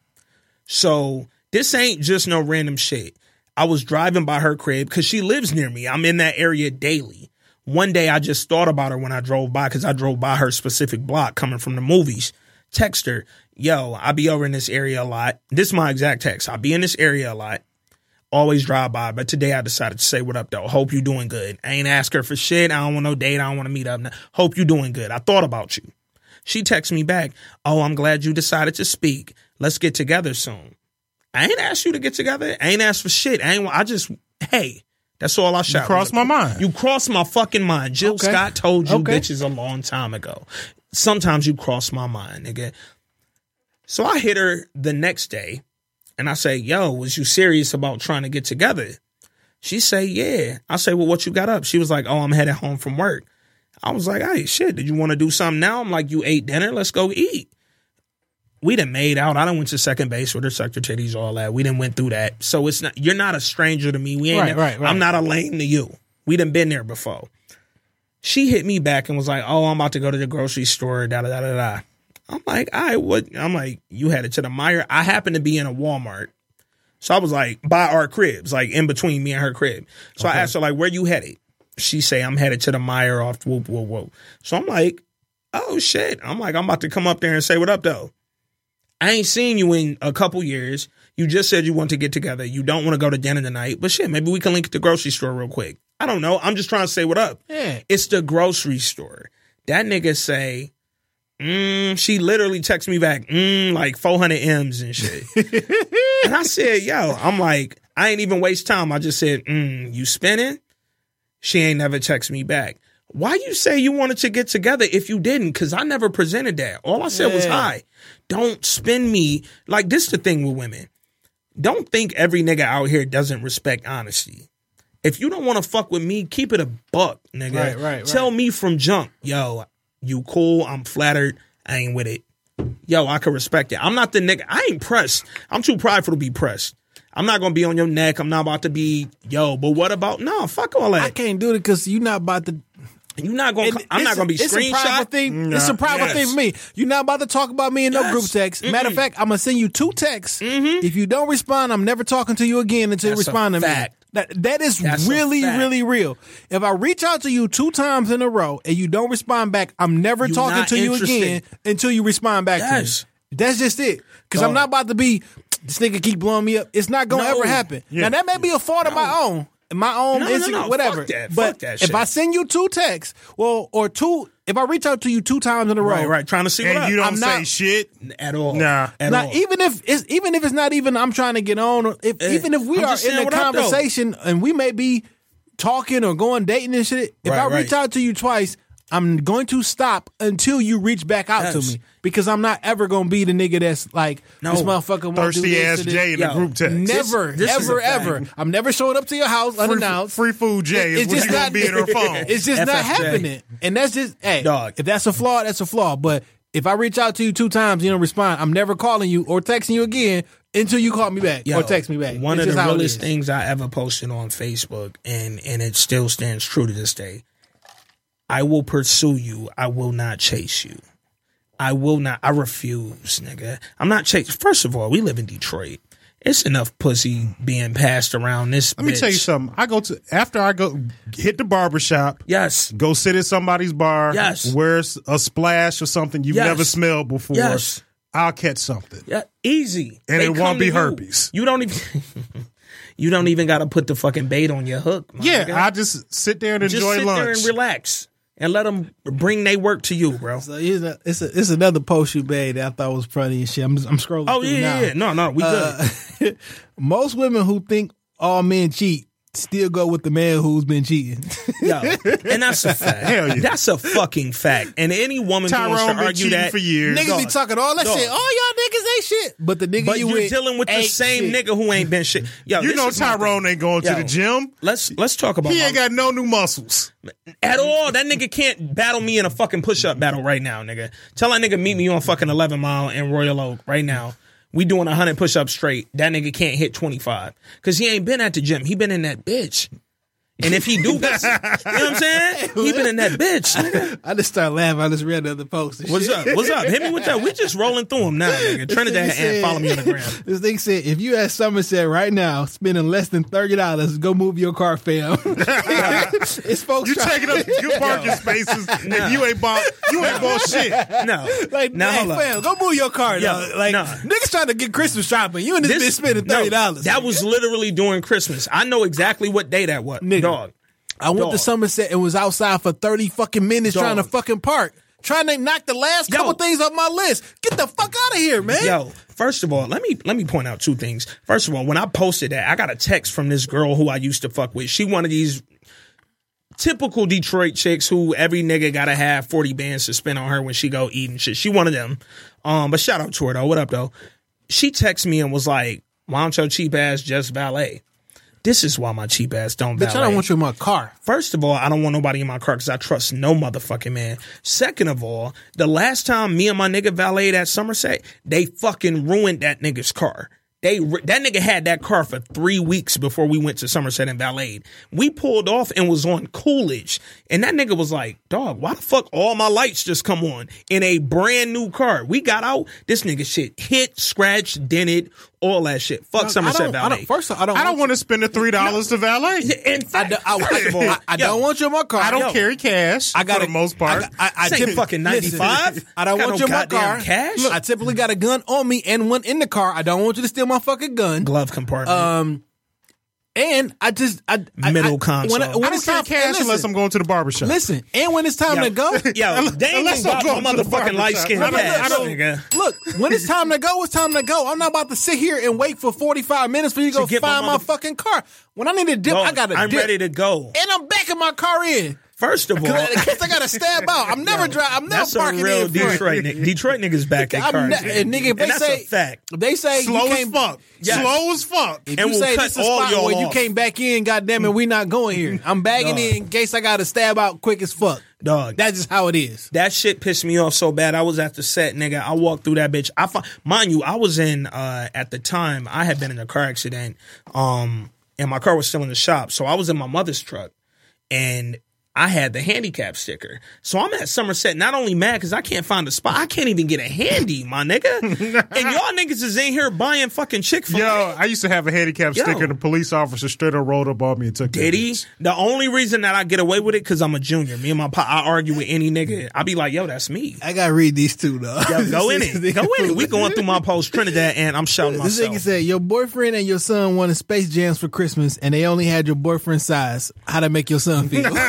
Speaker 5: So this ain't just no random shit. I was driving by her crib because she lives near me. I'm in that area daily. One day I just thought about her when I drove by because I drove by her specific block coming from the movies. Text her, yo, I be over in this area a lot. This is my exact text. I be in this area a lot. Always drive by, but today I decided to say what up though. Hope you doing good. I ain't ask her for shit. I don't want no date. I don't want to meet up. Hope you doing good. I thought about you. She texts me back, Oh, I'm glad you decided to speak. Let's get together soon. I ain't asked you to get together. I ain't asked for shit. I ain't, I just, hey, that's all I shot.
Speaker 6: crossed my mind.
Speaker 5: You crossed my fucking mind. Jill
Speaker 7: Okay.
Speaker 5: Scott told you
Speaker 7: Okay.
Speaker 5: bitches a long time ago. Sometimes you cross my mind, nigga. So I hit her the next day and I say, Yo, was you serious about trying to get together? She say, Yeah. I say, Well, what you got up? She was like, Oh, I'm headed home from work. I was like, Hey, shit, did you want to do something now? I'm like, You ate dinner, let's go eat. We done made out. I done went to second base with her, sucked her titties, all that. We done went through that. So it's not you're not a stranger to me. We ain't
Speaker 7: Right, right, right.
Speaker 5: I'm not a lame to you. We done been there before. She hit me back and was like, Oh, I'm about to go to the grocery store, da da da da da. I'm like, I would. I'm like, you had it to the mire. I happened to be in a Walmart, so I was like by our cribs, like in between me and her crib. So I asked her like, where you headed? She say, I'm headed to the mire off whoop whoop whoop. So I'm like, oh shit. I'm like, I'm about to come up there and say what up though. I ain't seen you in a couple years. You just said you want to get together. You don't want to go to dinner tonight, but shit, maybe we can link at the grocery store real quick. I don't know. I'm just trying to say what up.
Speaker 7: Yeah.
Speaker 5: It's the grocery store. That nigga say, mm, she literally texts me back, mm, like 400 M's and shit. and I said, yo, I'm like, I ain't even waste time. I just said, mm, you spinning? She ain't never text me back. Why you say you wanted to get together if you didn't? Cause I never presented that. All I said was hi. Don't spin me. Like this the thing with women. Don't think every nigga out here doesn't respect honesty. If you don't want to fuck with me, keep it a buck, nigga.
Speaker 7: Right, right,
Speaker 5: Tell me from jump, yo, you cool, I'm flattered, I ain't with it. Yo, I can respect it. I'm not the nigga. I ain't pressed. I'm too prideful to be pressed. I'm not gonna be on your neck. I'm not about to be, yo, but what about no, fuck all that.
Speaker 7: I can't do it because you're not about to.
Speaker 5: You're not gonna.
Speaker 7: and
Speaker 5: I'm
Speaker 7: it's
Speaker 5: not
Speaker 7: a-
Speaker 5: gonna be
Speaker 7: it's a private
Speaker 5: screenshot.
Speaker 7: thing. It's a private
Speaker 5: Yes.
Speaker 7: thing for me. You're not about to talk about me in no
Speaker 5: Yes. Mm-hmm.
Speaker 7: group text. Matter of fact, I'm gonna send you two texts. If you don't respond, I'm never talking to you again until
Speaker 5: That's
Speaker 7: you respond
Speaker 5: a
Speaker 7: to
Speaker 5: fact.
Speaker 7: me. That that is
Speaker 5: That's a
Speaker 7: really
Speaker 5: fact.
Speaker 7: really real. If I reach out to you two times in a row and you don't respond back, I'm never
Speaker 5: You're
Speaker 7: talking
Speaker 5: not
Speaker 7: to you
Speaker 5: interested.
Speaker 7: again until you respond back
Speaker 5: Yes.
Speaker 7: to me. That's just it. Because I'm
Speaker 5: Dog.
Speaker 7: not about to be this nigga keep blowing me up. It's not gonna
Speaker 5: No.
Speaker 7: ever happen.
Speaker 6: Yeah.
Speaker 7: Now that may be a fault of my own. My own
Speaker 5: No, no,
Speaker 7: insecure-
Speaker 5: no. Fuck
Speaker 7: whatever.
Speaker 5: that. Fuck
Speaker 7: But
Speaker 5: that shit.
Speaker 7: if I send you two texts, well, or two, if I reach out to you two times in a row,
Speaker 5: Right, right. Trying to see what
Speaker 6: and
Speaker 5: up.
Speaker 6: you don't
Speaker 7: I'm
Speaker 6: say
Speaker 7: not-
Speaker 6: shit.
Speaker 5: at all.
Speaker 6: Nah.
Speaker 5: at
Speaker 7: Now,
Speaker 5: all.
Speaker 7: even if it's even if it's not even I'm trying to get on, or if
Speaker 5: Eh,
Speaker 7: even if we
Speaker 5: I'm
Speaker 7: are
Speaker 5: just saying
Speaker 7: in a
Speaker 5: what up, though.
Speaker 7: conversation and we may be talking or going dating and shit, if
Speaker 5: Right,
Speaker 7: I reach
Speaker 5: right.
Speaker 7: out to you twice, I'm going to stop until you reach back out
Speaker 5: Yes.
Speaker 7: to me because I'm not ever gonna be the nigga that's like
Speaker 5: No.
Speaker 7: this motherfucker won't do
Speaker 6: Thirsty
Speaker 7: this
Speaker 6: ass
Speaker 7: to this.
Speaker 6: Jay in
Speaker 5: Yo,
Speaker 6: the group text.
Speaker 7: Never,
Speaker 5: this is
Speaker 7: ever,
Speaker 5: a fact.
Speaker 7: ever. I'm never showing up to your house
Speaker 6: Free,
Speaker 7: unannounced.
Speaker 6: free food Jay is
Speaker 7: It's
Speaker 6: what
Speaker 7: just
Speaker 6: you gonna
Speaker 7: not-
Speaker 6: be in her phone.
Speaker 7: It's just not
Speaker 5: FFJ.
Speaker 7: happening. And that's just hey,
Speaker 5: Dog.
Speaker 7: if that's a flaw, that's a flaw. But if I reach out to you two times, you don't respond, I'm never calling you or texting you again until you call me back
Speaker 5: Yo,
Speaker 7: or text me back.
Speaker 5: One
Speaker 7: It's
Speaker 5: of
Speaker 7: just
Speaker 5: the
Speaker 7: how it
Speaker 5: realest
Speaker 7: is.
Speaker 5: things I ever posted on Facebook, and and it still stands true to this day. I will pursue you. I will not chase you. I will not. I refuse, nigga. I'm not chasing. First of all, we live in Detroit. It's enough pussy being passed around this.
Speaker 6: Let me tell you something. I go to after I go hit the barber shop.
Speaker 5: Yes.
Speaker 6: Go sit at somebody's bar.
Speaker 5: Yes.
Speaker 6: Wear s- a splash or something you've
Speaker 5: Yes.
Speaker 6: never smelled before.
Speaker 5: Yes.
Speaker 6: I'll catch something.
Speaker 5: Yeah, easy.
Speaker 6: And it
Speaker 5: come
Speaker 6: won't be
Speaker 5: to you.
Speaker 6: herpes.
Speaker 5: You don't even. you don't even got to put the fucking bait on your hook. my
Speaker 6: Yeah,
Speaker 5: nigga.
Speaker 6: I just sit there and
Speaker 5: just
Speaker 6: enjoy
Speaker 5: sit
Speaker 6: lunch.
Speaker 5: there and relax and let them bring their work to you, bro.
Speaker 7: So here's a, it's a, it's another post you made that I thought was funny and shit. I'm, I'm scrolling.
Speaker 5: Oh
Speaker 7: through
Speaker 5: yeah,
Speaker 7: now.
Speaker 5: yeah, yeah. No, no, we
Speaker 6: Uh,
Speaker 5: good.
Speaker 7: Most women who think all men cheat still go with the man who's been cheating.
Speaker 5: Yo, and that's a fact.
Speaker 6: Hell yeah.
Speaker 5: That's a fucking fact. And any woman who wants
Speaker 6: Tyrone
Speaker 5: to
Speaker 6: been
Speaker 5: argue
Speaker 6: cheating
Speaker 5: that
Speaker 6: for years.
Speaker 7: Niggas be
Speaker 5: Dog.
Speaker 7: talking all that
Speaker 5: Dog.
Speaker 7: shit. All y'all niggas ain't shit. But the nigga
Speaker 5: But
Speaker 7: you
Speaker 5: you're
Speaker 7: with
Speaker 5: dealing with the
Speaker 7: ain't
Speaker 5: same
Speaker 7: shit.
Speaker 5: nigga who ain't been shit. Yo,
Speaker 6: you
Speaker 5: this
Speaker 6: know
Speaker 5: is my
Speaker 6: Tyrone
Speaker 5: thing.
Speaker 6: ain't going
Speaker 5: Yo,
Speaker 6: to the gym.
Speaker 5: Let's let's talk about
Speaker 6: He
Speaker 5: my-
Speaker 6: ain't got no new muscles.
Speaker 5: at all. That nigga can't battle me in a fucking push up battle right now, nigga. Tell that nigga meet me on fucking eleven mile in Royal Oak right now. We doing hundred push ups straight. That nigga can't hit twenty five because he ain't been at the gym. He been in that bitch. And if he do got, some- you know what I'm saying? He been in that bitch. nigga.
Speaker 7: I just started laughing. I just read another post. and
Speaker 5: What's
Speaker 7: shit.
Speaker 5: up? What's up? Hit me with that. We just rolling through him now, nigga.
Speaker 7: This
Speaker 5: Trinidad
Speaker 7: nigga
Speaker 5: and
Speaker 7: said-
Speaker 5: follow me on the gram.
Speaker 7: This thing said, if you at Somerset right now, spending less than thirty dollars, go move your car, fam. it's folks.
Speaker 6: You
Speaker 7: trying-
Speaker 6: taking up your parking spaces and you ain't bought you ain't bought shit.
Speaker 5: No,
Speaker 7: Like,
Speaker 5: now
Speaker 7: hey,
Speaker 5: hold up.
Speaker 7: fam, go move your car.
Speaker 5: Yeah,
Speaker 7: dog. Like,
Speaker 5: nah.
Speaker 7: niggas trying to get Christmas shopping. You and this, bitch spending
Speaker 5: no,
Speaker 7: thirty dollars.
Speaker 5: that was literally during Christmas. I know exactly what day that was.
Speaker 7: Nigga.
Speaker 5: Dog.
Speaker 7: I went to
Speaker 5: Dog.
Speaker 7: Somerset and was outside for thirty fucking minutes
Speaker 5: Dog.
Speaker 7: trying to fucking park, trying to knock the last
Speaker 5: Yo.
Speaker 7: couple things off my list. Get the fuck out of here, man.
Speaker 5: Yo, first of all, let me let me point out two things. First of all, when I posted that, I got a text from this girl who I used to fuck with. She one of these typical Detroit chicks who every nigga gotta have 40 bands to spend on her when she go eat and shit. She one of them. Um, but shout out to her though. What up though? She texted me and was like, Why don't your cheap ass just valet? This is why my cheap ass don't valet.
Speaker 7: Bitch, I don't want you in my car.
Speaker 5: First of all, I don't want nobody in my car because I trust no motherfucking man. Second of all, the last time me and my nigga valeted at Somerset, they fucking ruined that nigga's car. They ru- that nigga had that car for three weeks before we went to Somerset and valeted. We pulled off and was on Coolidge, and that nigga was like, "Dog, why the fuck all my lights just come on in a brand new car?" We got out. This nigga shit hit, scratched, dented, all that shit. Fuck Somerset
Speaker 7: I don't, I
Speaker 5: Valet.
Speaker 7: don't, first of all, I don't.
Speaker 6: I don't
Speaker 7: want
Speaker 6: want to spend the three dollars to valet.
Speaker 5: in
Speaker 7: I,
Speaker 5: fact,
Speaker 7: do- I,
Speaker 5: first of all,
Speaker 7: I, I
Speaker 5: yo,
Speaker 7: don't want you in my car.
Speaker 6: I don't
Speaker 5: Yo.
Speaker 6: carry cash I
Speaker 7: gotta-
Speaker 6: for the most part.
Speaker 7: I, I, I
Speaker 5: This ain't
Speaker 7: typ-
Speaker 5: fucking 95.
Speaker 7: Listen, I don't
Speaker 5: Got no
Speaker 7: want you in my
Speaker 5: goddamn
Speaker 7: car.
Speaker 5: cash.
Speaker 7: Look, I typically got a gun on me and one in the car. I don't want you to steal my fucking gun.
Speaker 5: glove compartment.
Speaker 7: Um, and I just I, I
Speaker 5: Middle
Speaker 7: I,
Speaker 5: console.
Speaker 6: I don't
Speaker 7: it's
Speaker 6: carry
Speaker 7: time-
Speaker 6: cash
Speaker 7: and listen,
Speaker 6: unless I'm going to the barbershop.
Speaker 7: Listen, and when it's time
Speaker 5: Yo.
Speaker 7: to go,
Speaker 5: Yo, they ain't
Speaker 6: Unless
Speaker 5: even
Speaker 6: I'm
Speaker 5: got my
Speaker 6: going to the
Speaker 5: motherfucking
Speaker 6: barbershop.
Speaker 5: light skin
Speaker 6: I mean,
Speaker 5: patch,
Speaker 6: I don't-
Speaker 5: nigga.
Speaker 7: Look, when it's time to go, it's time to go. I'm not about to sit here and wait for 45 minutes for you to go
Speaker 5: get my
Speaker 7: find my,
Speaker 5: mother-
Speaker 7: fucking car. When I need to dip,
Speaker 5: Dog,
Speaker 7: I got to
Speaker 5: I'm
Speaker 7: dip.
Speaker 5: ready to go.
Speaker 7: and I'm backing my car in.
Speaker 5: First of all,
Speaker 7: In case I got to stab out. I'm never driving. I'm never
Speaker 5: that's a
Speaker 7: parking
Speaker 5: real
Speaker 7: in front.
Speaker 5: Detroit nigga. Detroit niggas back their
Speaker 7: I'm
Speaker 5: cars.
Speaker 7: not,
Speaker 5: nigga.
Speaker 7: and nigga, if
Speaker 5: And
Speaker 7: they
Speaker 5: that's
Speaker 7: say
Speaker 5: a fact.
Speaker 7: they say
Speaker 6: Slow
Speaker 7: you
Speaker 6: as
Speaker 7: can't,
Speaker 6: fuck.
Speaker 5: Yes.
Speaker 6: Slow as fuck.
Speaker 5: And
Speaker 7: If you
Speaker 5: we'll
Speaker 7: say
Speaker 5: cut
Speaker 7: this is a
Speaker 5: all
Speaker 7: spot
Speaker 5: y'all
Speaker 7: where you
Speaker 5: off.
Speaker 7: came back in, goddamn it, we not going here. I'm bagging
Speaker 5: Dog.
Speaker 7: in in case I got to stab out quick as fuck.
Speaker 5: Dog.
Speaker 7: That's just how it is.
Speaker 5: That shit pissed me off so bad. I was at the set, nigga. I walked through that bitch. I fi- mind you, I was in uh, at the time. I had been in a car accident, um, and my car was still in the shop. So I was in my mother's truck, and I had the handicap sticker. So I'm at Somerset, not only mad because I can't find a spot. I can't even get a handy, my nigga. and y'all niggas is in here buying fucking Chick Fil
Speaker 6: Yo,
Speaker 5: A.
Speaker 6: I used to have a handicap
Speaker 5: Yo.
Speaker 6: sticker, and the police officer straight up rolled up on me and took
Speaker 5: Did
Speaker 6: that
Speaker 5: he?
Speaker 6: bitch.
Speaker 5: The only reason that I get away with it because I'm a junior. Me and my pop, I argue with any nigga. I be like, yo, that's me.
Speaker 7: I got to read these two, though.
Speaker 5: Yo, go in it. Go in it. We going through my post Trinidad and I'm shouting
Speaker 7: This nigga
Speaker 5: myself.
Speaker 7: said, Your boyfriend and your son wanted Space Jams for Christmas, and they only had your boyfriend's size. How to make your son feel?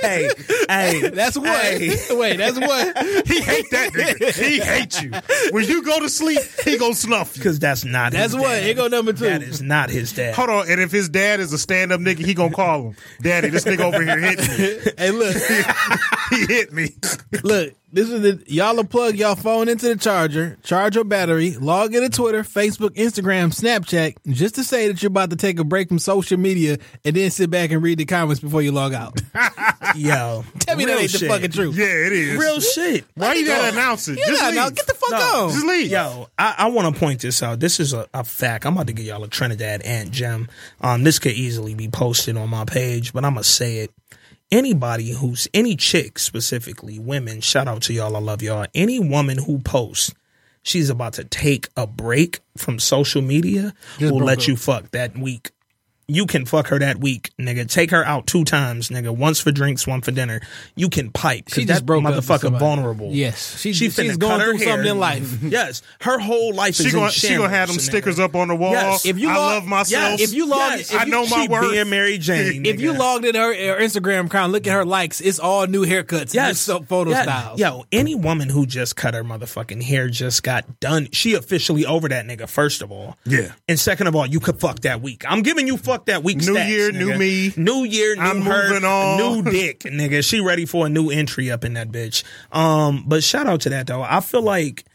Speaker 5: Hey, hey,
Speaker 7: that's one.
Speaker 5: Hey.
Speaker 7: Wait, that's one.
Speaker 6: He hate that nigga. He hate you. When you go to sleep, he gonna snuff you.
Speaker 5: because that's not.
Speaker 7: That's
Speaker 5: his
Speaker 7: one.
Speaker 5: Dad.
Speaker 7: Here go number two.
Speaker 5: That is not his dad.
Speaker 6: Hold on, and if his dad is a stand up nigga, he gonna call him, Daddy. This nigga over here hit me.
Speaker 7: hey, look,
Speaker 6: He hit me.
Speaker 7: look. This is the y'all will plug y'all phone into the charger, charge your battery, log into Twitter, Facebook, Instagram, Snapchat, just to say that you're about to take a break from social media, and then sit back and read the comments before you log out.
Speaker 5: Yo,
Speaker 7: Tell me
Speaker 5: real
Speaker 7: that ain't the
Speaker 5: shit.
Speaker 7: fucking truth.
Speaker 6: Yeah, it is.
Speaker 5: Real shit.
Speaker 6: Why you gotta announce it?
Speaker 7: Yeah,
Speaker 6: Just
Speaker 7: nah,
Speaker 6: leave.
Speaker 7: nah, get the fuck
Speaker 5: No.
Speaker 7: on.
Speaker 6: Just leave.
Speaker 5: Yo, I, I want to point this out. This is a, a fact. I'm about to give y'all a Trinidad and gem. Um, this could easily be posted on my page, but I'm gonna say it. Anybody who's any chick specifically, women, shout out to y'all. I love y'all. Any woman who posts she's about to take a break from social media will let you fuck that week. You can fuck her that week, nigga. Take her out two times, nigga. Once for drinks, one for dinner. You can pipe. 'cause
Speaker 7: She just
Speaker 5: that
Speaker 7: broke up with
Speaker 5: motherfucker
Speaker 7: somebody.
Speaker 5: vulnerable.
Speaker 7: Yes. She-
Speaker 5: she
Speaker 7: she's
Speaker 5: finna
Speaker 7: going
Speaker 5: cut her
Speaker 7: through something
Speaker 5: hair.
Speaker 7: in life.
Speaker 5: Yes, her whole life
Speaker 6: She
Speaker 5: is
Speaker 6: gonna
Speaker 5: in
Speaker 6: she gonna have them
Speaker 5: shambles,
Speaker 6: stickers
Speaker 5: nigga.
Speaker 6: up on the wall.
Speaker 5: Yes.
Speaker 7: If you
Speaker 6: I
Speaker 7: log-
Speaker 6: love myself.
Speaker 5: Yes.
Speaker 7: If you log- if
Speaker 6: I
Speaker 7: you-
Speaker 6: know my
Speaker 5: she
Speaker 6: worth.
Speaker 5: being Mary Jane.
Speaker 7: If you
Speaker 5: nigga.
Speaker 7: logged in her, her Instagram account, look at her likes. It's all new haircuts, Yeah, new
Speaker 5: Yes.
Speaker 7: so- photo
Speaker 5: yeah.
Speaker 7: styles.
Speaker 5: Yo, any woman who just cut her motherfucking hair just got done. She officially over that nigga, first of all.
Speaker 6: Yeah.
Speaker 5: And second of all, you could fuck that week. I'm giving you fuck that week.
Speaker 6: New
Speaker 5: stats,
Speaker 6: year, new
Speaker 5: nigga.
Speaker 6: me.
Speaker 5: New year, new
Speaker 6: I'm
Speaker 5: her,
Speaker 6: moving on.
Speaker 5: new dick, nigga. She ready for a new entry up in that bitch. Um, but shout out to that though. I feel like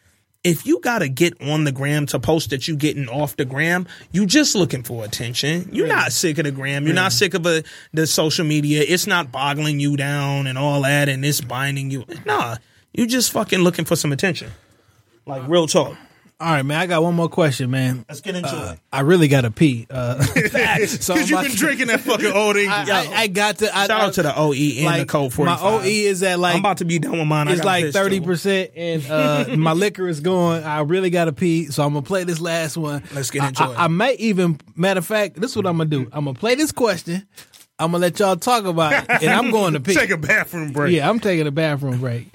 Speaker 5: if you gotta get on the gram to post that you getting off the gram, you just looking for attention. You're not sick of the gram. You're not sick of a, the social media. It's not boggling you down and all that, and it's binding you. Nah, you just fucking looking for some attention. Like real talk.
Speaker 7: All right, man. I got one more question, man. Uh,
Speaker 4: Let's get into it.
Speaker 7: I really gotta pee. Uh, so I'm
Speaker 6: Because Uh, you've
Speaker 7: about
Speaker 6: been
Speaker 7: to-
Speaker 6: drinking that fucking old
Speaker 7: I,
Speaker 6: English.
Speaker 7: I, I got to. I,
Speaker 5: Shout out to the E OE and the Code 45.
Speaker 7: My OE
Speaker 6: E
Speaker 7: is at like
Speaker 5: I'm about to be done with mine. I
Speaker 7: It's
Speaker 5: gotta
Speaker 7: like
Speaker 5: piss, too.
Speaker 7: thirty percent, and uh, my liquor is going. I really gotta pee, so I'm gonna play this last one.
Speaker 5: Let's get
Speaker 7: I-
Speaker 5: into
Speaker 7: I,
Speaker 5: it.
Speaker 7: I may even, matter of fact, this is what I'm gonna do. I'm gonna play this question. I'm gonna let y'all talk about it, and I'm going to pee.
Speaker 6: Take a bathroom break.
Speaker 7: yeah, I'm taking a bathroom break.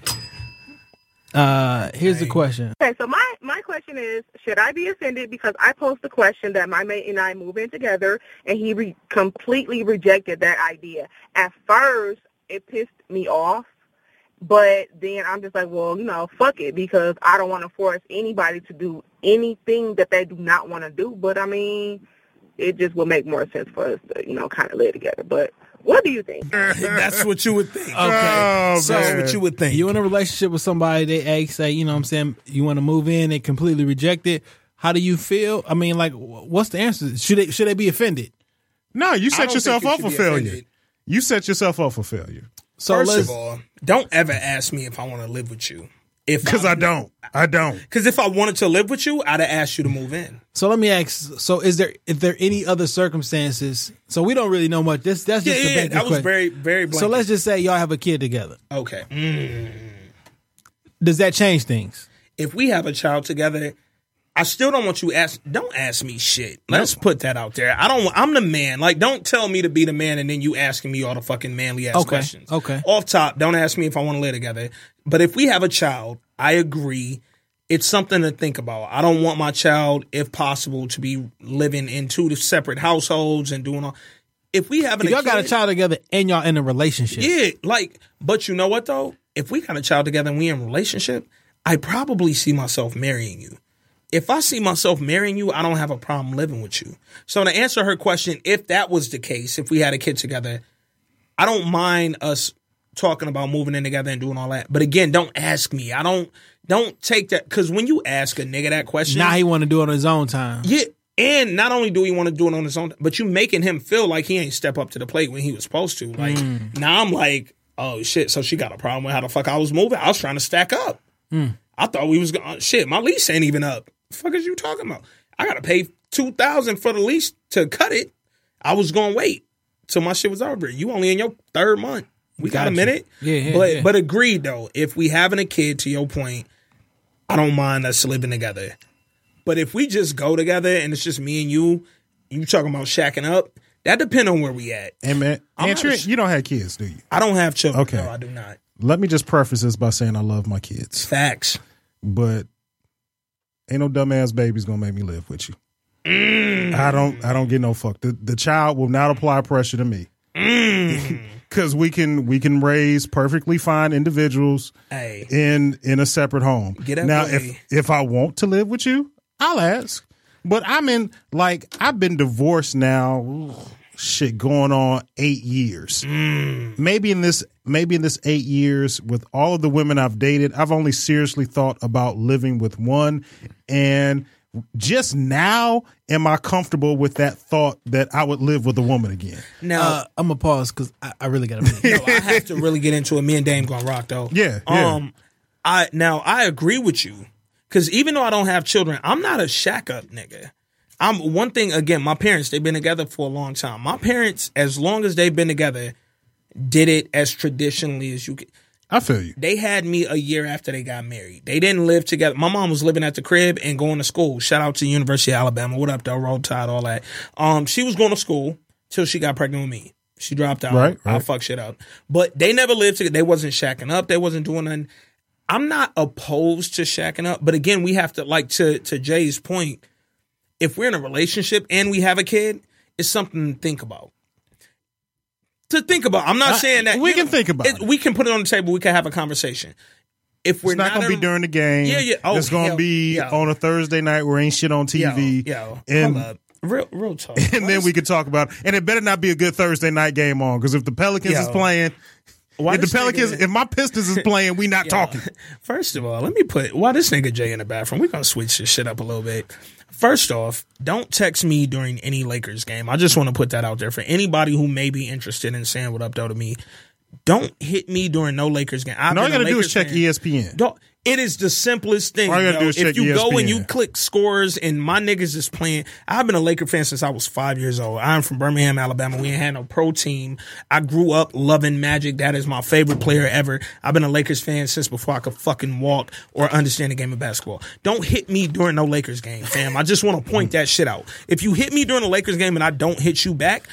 Speaker 7: Uh, here's the question.
Speaker 10: Okay, so my, my question is, should I be offended because I posed the question that my mate and I move in together, and he re- completely rejected that idea. At first, it pissed me off, but then I'm just like, well, you know, fuck it, because I don't want to force anybody to do anything that they do not want to do. But I mean, it just would make more sense for us to, you know, kind of live together. But what do you think?
Speaker 5: That's what you would think.
Speaker 6: Oh,
Speaker 5: so
Speaker 6: man.
Speaker 5: that's what you would think.
Speaker 7: You in a relationship with somebody? They ask, say, you know, what I'm saying, you want to move in? They completely reject it. How do you feel? I mean, like, wh- what's the answer? Should they should they be offended?
Speaker 6: No, you
Speaker 5: I don't
Speaker 6: set yourself
Speaker 5: think you
Speaker 6: up for
Speaker 5: should be
Speaker 6: failure.
Speaker 5: offended.
Speaker 6: You set yourself up for failure.
Speaker 7: So
Speaker 5: First
Speaker 7: let's,
Speaker 5: of all, don't ever ask me if I want to live with you. If
Speaker 6: Because I don't. I don't.
Speaker 5: because if I wanted to live with you, I'd have asked you to move in.
Speaker 7: So let me ask. So is there if there any other circumstances? So we don't really know much. This that's
Speaker 5: Yeah,
Speaker 7: just a
Speaker 5: yeah,
Speaker 7: basic
Speaker 5: that was
Speaker 7: question.
Speaker 5: very, very. Blanket.
Speaker 7: So let's just say y'all have a kid together.
Speaker 5: okay.
Speaker 7: Does that change things?
Speaker 5: if we have a child together, I still don't want you ask. Don't ask me shit. Let's put that out there. I don't. want- I'm the man. Like, don't tell me to be the man, and then you asking me all the fucking manly ass
Speaker 7: Okay,
Speaker 5: questions.
Speaker 7: okay.
Speaker 5: Off top, don't ask me if I want to live together. But if we have a child, I agree. It's something to think about. I don't want my child, if possible, to be living in two separate households and doing all. If we have an
Speaker 7: If y'all got a
Speaker 5: kid-
Speaker 7: child together and y'all in a relationship.
Speaker 5: yeah, like, but you know what though? If we got a child together and we in a relationship, I probably see myself marrying you. If I see myself marrying you, I don't have a problem living with you. So to answer her question, if that was the case, if we had a kid together, I don't mind us talking about moving in together and doing all that. But again, don't ask me. I don't don't take that because when you ask a nigga that question,
Speaker 7: Now he want to do it on his own time.
Speaker 5: yeah. And not only do we want to do it on his own, but you making him feel like he ain't step up to the plate when he was supposed to. Like now I'm like, oh shit. So she got a problem with how the fuck I was moving. I was trying to stack up. I thought we was going shit. My lease ain't even up. fuck is you talking about? I gotta pay two thousand for the lease to cut it. I was gonna wait till my shit was over. You only in your third month. We got a
Speaker 7: Gotcha.
Speaker 5: minute.
Speaker 7: Yeah, yeah,
Speaker 5: but
Speaker 7: yeah.
Speaker 5: but agreed though. If we having a kid, to your point, I don't mind us living together. But if we just go together and it's just me and you, you talking about shacking up. That depend on where we at.
Speaker 6: And man,
Speaker 5: I'm
Speaker 6: and
Speaker 5: not
Speaker 6: Trent,
Speaker 5: ash-
Speaker 6: you don't have kids, do you?
Speaker 5: I don't have children.
Speaker 6: Okay.
Speaker 5: No, I do not.
Speaker 6: Let me just preface this by saying I love my kids,
Speaker 5: Facts.
Speaker 6: but ain't no dumbass baby's gonna make me live with you. I don't. I don't get no fuck. The the child will not apply pressure to me. Because we can we can raise perfectly fine individuals
Speaker 5: Hey.
Speaker 6: in in a separate home.
Speaker 5: Get out
Speaker 6: now,
Speaker 5: the
Speaker 6: if
Speaker 5: way.
Speaker 6: if I want to live with you, I'll ask. But I'm in like I've been divorced now. shit going on eight years. Maybe in this maybe in this eight years, with all of the women I've dated, I've only seriously thought about living with one. And just now am I comfortable with that thought that I would live with a woman again.
Speaker 5: Now
Speaker 7: Uh, I'm gonna pause because I, I really gotta pee.
Speaker 5: No, I have to really get into it. Me and Dame gonna rock though.
Speaker 6: Yeah, yeah.
Speaker 5: Um, I now I agree with you because even though I don't have children, I'm not a shack up nigga. I'm one thing again. My parents they've been together for a long time. My parents, as long as they've been together, did it as traditionally as you could.
Speaker 6: I feel you.
Speaker 5: They had me a year after they got married. They didn't live together. My mom was living at the crib and going to school. Shout out to University of Alabama. What up, though? Roll Tide, all that. Um, she was going to school till she got pregnant with me. She dropped out.
Speaker 6: Right, right.
Speaker 5: I fucked shit up. But they never lived together. They wasn't shacking up. They wasn't doing nothing. I'm not opposed to shacking up, but again, we have to like to to Jay's point. If we're in a relationship and we have a kid, it's something to think about. To think about. I'm not
Speaker 6: I-
Speaker 5: saying that
Speaker 6: we
Speaker 5: you
Speaker 6: can think about it.
Speaker 5: We can put it on the table. We can have a conversation. If we're
Speaker 6: It's not, gonna
Speaker 5: in-
Speaker 6: be during the game.
Speaker 5: Yeah, yeah. Oh,
Speaker 6: it's gonna
Speaker 5: hell,
Speaker 6: be
Speaker 5: yeah.
Speaker 6: on a Thursday night where ain't shit on
Speaker 5: yo,
Speaker 6: TV.
Speaker 5: yo,
Speaker 6: and
Speaker 5: hold up. real real talk.
Speaker 6: and then we could talk about. It. And it better not be a good Thursday night game on because if the Pelicans is
Speaker 5: Yo.
Speaker 6: playing,
Speaker 5: Why
Speaker 6: if the
Speaker 5: this nigga-
Speaker 6: Pelicans, if my Pistons is playing, we not talking.
Speaker 5: First of all, let me put why this nigga Jay in the bathroom. We're gonna switch this shit up a little bit. First off, don't text me during any Lakers game. I just want to put that out there for anybody who may be interested in saying what up though to me. Don't hit me during no Lakers game. I've
Speaker 6: And all you
Speaker 5: been a
Speaker 6: gotta do is
Speaker 5: Lakers
Speaker 6: check E
Speaker 5: fan.
Speaker 6: ESPN.
Speaker 5: Dog, It is the simplest thing.
Speaker 6: All you gotta
Speaker 5: yo.
Speaker 6: do is
Speaker 5: if
Speaker 6: check E
Speaker 5: you go
Speaker 6: ESPN.
Speaker 5: and you click scores and my niggas is playing, I've been a Laker fan since I was five years old. I'm from Birmingham, Alabama. We ain't had no pro team. I grew up loving Magic. That is my favorite player ever. I've been a Lakers fan since before I could fucking walk or understand the game of basketball. Don't hit me during no Lakers game, fam. I just want to point that shit out. If you hit me during a Lakers game and I don't hit you back,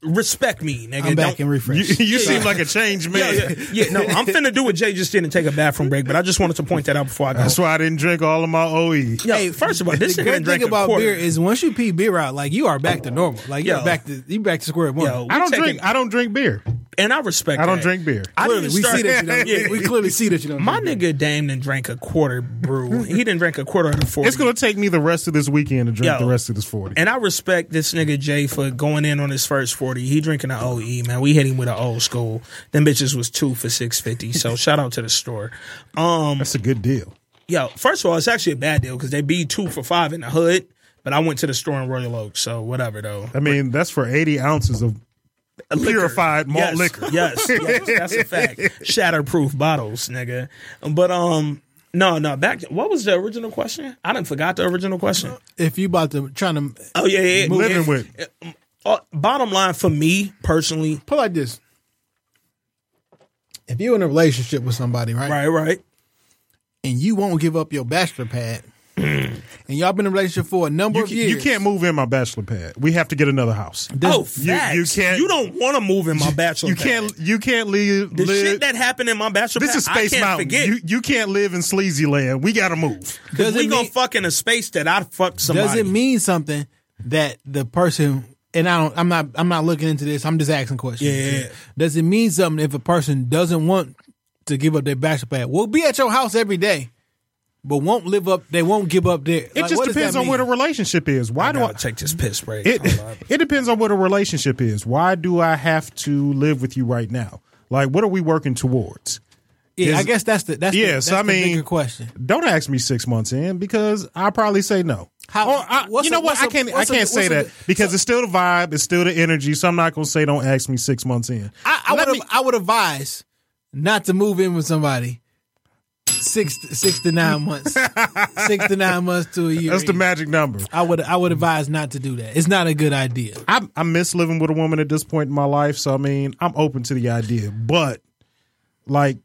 Speaker 5: respect me, nigga.
Speaker 7: I'm back
Speaker 5: Don't-
Speaker 7: in
Speaker 6: You,
Speaker 7: refresh.
Speaker 6: you seem like a changed man.
Speaker 5: yeah, yeah, yeah. No, I'm finna do what Jay just did and take a bathroom break, but I just wanted to point that out before I go.
Speaker 6: That's why I didn't drink all of my E. OE.
Speaker 5: Yo, first of all, this
Speaker 7: the
Speaker 5: nigga done
Speaker 7: great
Speaker 5: drank
Speaker 7: thing
Speaker 5: a
Speaker 7: about
Speaker 5: quarter.
Speaker 7: beer is once you pee beer out, like you are back to normal. Like you're
Speaker 5: Yo.
Speaker 7: back to you back to square one.
Speaker 5: Yo, we
Speaker 6: I don't
Speaker 5: taking-
Speaker 6: drink. I don't drink beer.
Speaker 5: and I respect.
Speaker 6: I don't
Speaker 5: that.
Speaker 6: drink beer.
Speaker 5: I didn't
Speaker 7: clearly, we
Speaker 5: start-
Speaker 7: see that. You don't-
Speaker 5: Yeah.
Speaker 7: we clearly see that. You know,
Speaker 5: My nigga Dame done drank a quarter brew. He didn't drink a quarter of the four.
Speaker 6: It's gonna take me the rest of this weekend to drink
Speaker 5: Yo.
Speaker 6: the rest of this forty.
Speaker 5: And I respect this nigga Jay for going in on his first 40. He drinking an OE, man. We hit him with an old school. Them bitches was two for 650. So shout out to the store. Um,
Speaker 6: That's a good deal.
Speaker 5: yo, first of all, it's actually a bad deal because they be two for five in the hood. But I went to the store in Royal Oak, so whatever though.
Speaker 6: I mean, that's for eighty ounces of
Speaker 5: liquor.
Speaker 6: Purified malt
Speaker 5: yes,
Speaker 6: liquor.
Speaker 5: Yes, yes, that's a fact. Shatterproof bottles, nigga. But um, no, no. Back. What was the original question? I didn't forgot the original question.
Speaker 7: if you about to trying to
Speaker 5: Oh yeah, yeah. yeah.
Speaker 6: Uh, living with.
Speaker 5: Uh, bottom line for me personally,
Speaker 7: put it like this, if you're in a relationship with somebody, right,
Speaker 5: right, right.
Speaker 7: and you won't give up your bachelor pad, and y'all been in a relationship for a number
Speaker 6: You,
Speaker 7: of
Speaker 6: ca-
Speaker 7: years,
Speaker 6: you can't move in my bachelor pad. We have to get another house.
Speaker 5: Oh,
Speaker 6: you-
Speaker 5: facts.
Speaker 6: you can't-
Speaker 5: You don't want to move in my bachelor.
Speaker 6: You
Speaker 5: pad.
Speaker 6: can't. You can't leave.
Speaker 5: The
Speaker 6: live,
Speaker 5: shit that happened in my bachelor.
Speaker 6: this
Speaker 5: pad,
Speaker 6: is Space
Speaker 5: I can't
Speaker 6: Mountain.
Speaker 5: Forget.
Speaker 6: You you can't live in sleazy land. We gotta move.
Speaker 5: 'Cause
Speaker 7: Does
Speaker 5: we
Speaker 7: it
Speaker 5: gonna
Speaker 7: mean-
Speaker 5: fuck in a space that I fuck somebody.
Speaker 7: does it mean something that the person and I don't I'm not I'm not looking into this. I'm just asking questions.
Speaker 5: Yeah, yeah.
Speaker 7: Does it mean something if a person doesn't want to give up their bachelor pad? Will be at your house every day, but won't live up they won't give up their
Speaker 6: It just depends on where the relationship is. Why
Speaker 5: I
Speaker 6: do I?
Speaker 5: gotta take this piss break.
Speaker 6: It
Speaker 5: Hold on.
Speaker 6: it depends on what a relationship is. Why do I have to live with you right now? Like, what are we working towards?
Speaker 7: Yeah, I
Speaker 6: is-
Speaker 7: guess that's the that's the,
Speaker 6: Yes,
Speaker 7: that's
Speaker 6: I
Speaker 7: the
Speaker 6: mean-
Speaker 7: bigger question.
Speaker 6: Don't ask me six months in because I probably say no.
Speaker 7: How-
Speaker 6: or I,
Speaker 7: what's
Speaker 6: you know
Speaker 7: a-
Speaker 6: what?
Speaker 7: what's
Speaker 6: I
Speaker 7: a-
Speaker 6: can't. I
Speaker 7: what's a-
Speaker 6: can't say
Speaker 7: what's a-
Speaker 6: that because it's still the vibe. It's still the energy. So I'm not gonna say don't ask me six months in.
Speaker 7: I, I
Speaker 6: Let
Speaker 7: would
Speaker 6: me-
Speaker 7: I would advise not to move in with somebody six six to nine months, six to nine months to a year.
Speaker 6: That's the magic number.
Speaker 7: I would I would advise not to do that. It's not a good idea.
Speaker 6: I, I miss living with a woman at this point in my life. So I mean, I'm open to the idea, but like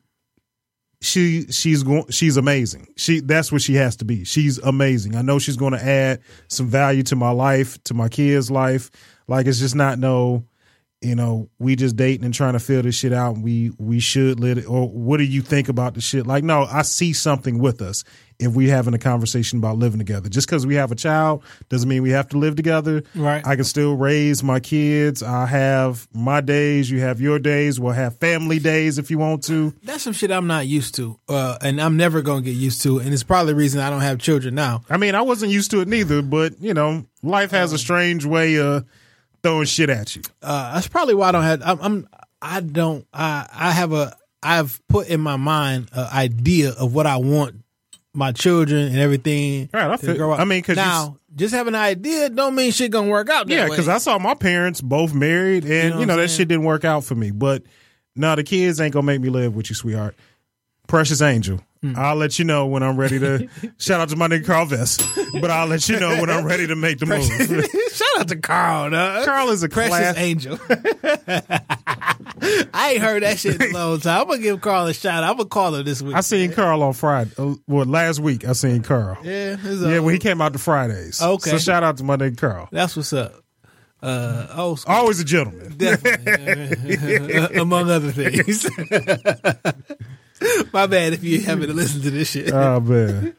Speaker 6: she she's going she's amazing. She that's what she has to be. She's amazing. I know she's going to add some value to my life, to my kids' life. Like it's just not no, you know, we just dating and trying to fill this shit out. And we we should let it. Or what do you think about the shit? Like no, I see something with us if we having a conversation about living together. Just because we have a child doesn't mean we have to live together.
Speaker 7: Right.
Speaker 6: I can still raise my kids. I have my days. You have your days. We'll have family days if you want to.
Speaker 7: That's some shit I'm not used to, uh, and I'm never gonna get used to, and it's probably the reason I don't have children now.
Speaker 6: I mean, I wasn't used to it neither, but you know, life has
Speaker 7: Um,
Speaker 6: a strange way of throwing shit at you.
Speaker 7: Uh, that's probably why I don't have. I'm, I'm I don't. I I have a. I've put in my mind an idea of what I want my children and everything.
Speaker 6: Right, I
Speaker 7: to
Speaker 6: feel-
Speaker 7: grow up.
Speaker 6: I mean, 'cause you
Speaker 7: now just having an idea don't mean shit gonna work out. That
Speaker 6: Yeah,
Speaker 7: way.
Speaker 6: because I saw my parents both married, and you know,
Speaker 7: what I'm
Speaker 6: that
Speaker 7: saying?
Speaker 6: shit didn't work out for me. But no, the kids ain't gonna make me live with you, sweetheart. Precious angel,
Speaker 7: Hmm.
Speaker 6: I'll let you know when I'm ready to. shout out to my nigga Carl Vest, but I'll let you know when I'm ready to make the move.
Speaker 7: shout out to Carl. Duh.
Speaker 6: Carl is a
Speaker 7: Precious
Speaker 6: class-
Speaker 7: angel. I ain't heard that shit in a long time. I'm gonna give Carl a shout. out. I'm gonna call her this week.
Speaker 6: I seen Carl on Friday. Uh, well, last week I seen Carl. Yeah,
Speaker 7: yeah, it's a-
Speaker 6: when he came out to Fridays.
Speaker 7: Okay.
Speaker 6: So shout out to my nigga Carl.
Speaker 7: That's what's up. Uh, old school,
Speaker 6: Always a gentleman.
Speaker 7: definitely, among other things. My bad if you haven't listened to this shit.
Speaker 6: Oh man.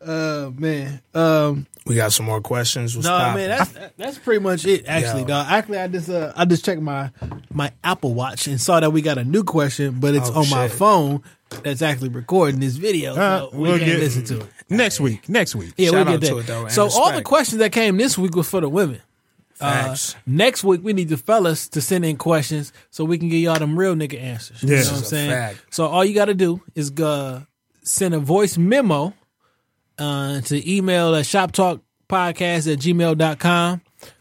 Speaker 7: Uh, man, um,
Speaker 5: we got some more questions. What's
Speaker 7: no,
Speaker 5: poppin'?
Speaker 7: Oh, man, that's that's pretty much it. Actually,
Speaker 5: Yo.
Speaker 7: dog. Actually, I just uh, I just checked my my Apple Watch and saw that we got a new question, but it's
Speaker 5: Oh,
Speaker 7: on my
Speaker 5: shit.
Speaker 7: phone that's actually recording this video,
Speaker 6: Uh,
Speaker 7: so we
Speaker 6: we'll
Speaker 7: can't
Speaker 6: get-
Speaker 7: listen to it.
Speaker 6: Next week. Next week.
Speaker 7: Yeah,
Speaker 5: Shout
Speaker 7: we'll
Speaker 5: out
Speaker 7: get
Speaker 5: to it,
Speaker 7: that.
Speaker 5: though, and
Speaker 7: so all the
Speaker 5: respect.
Speaker 7: questions that came this week was for the women.
Speaker 5: Facts.
Speaker 7: uh, Next week we need the fellas to send in questions so we can get y'all them real nigga answers. You
Speaker 6: Yeah.
Speaker 7: know what I'm
Speaker 5: a
Speaker 7: saying?
Speaker 5: fact.
Speaker 7: So all you gotta do is uh, send a voice memo uh, to email at shoptalkpodcast at gmail.com.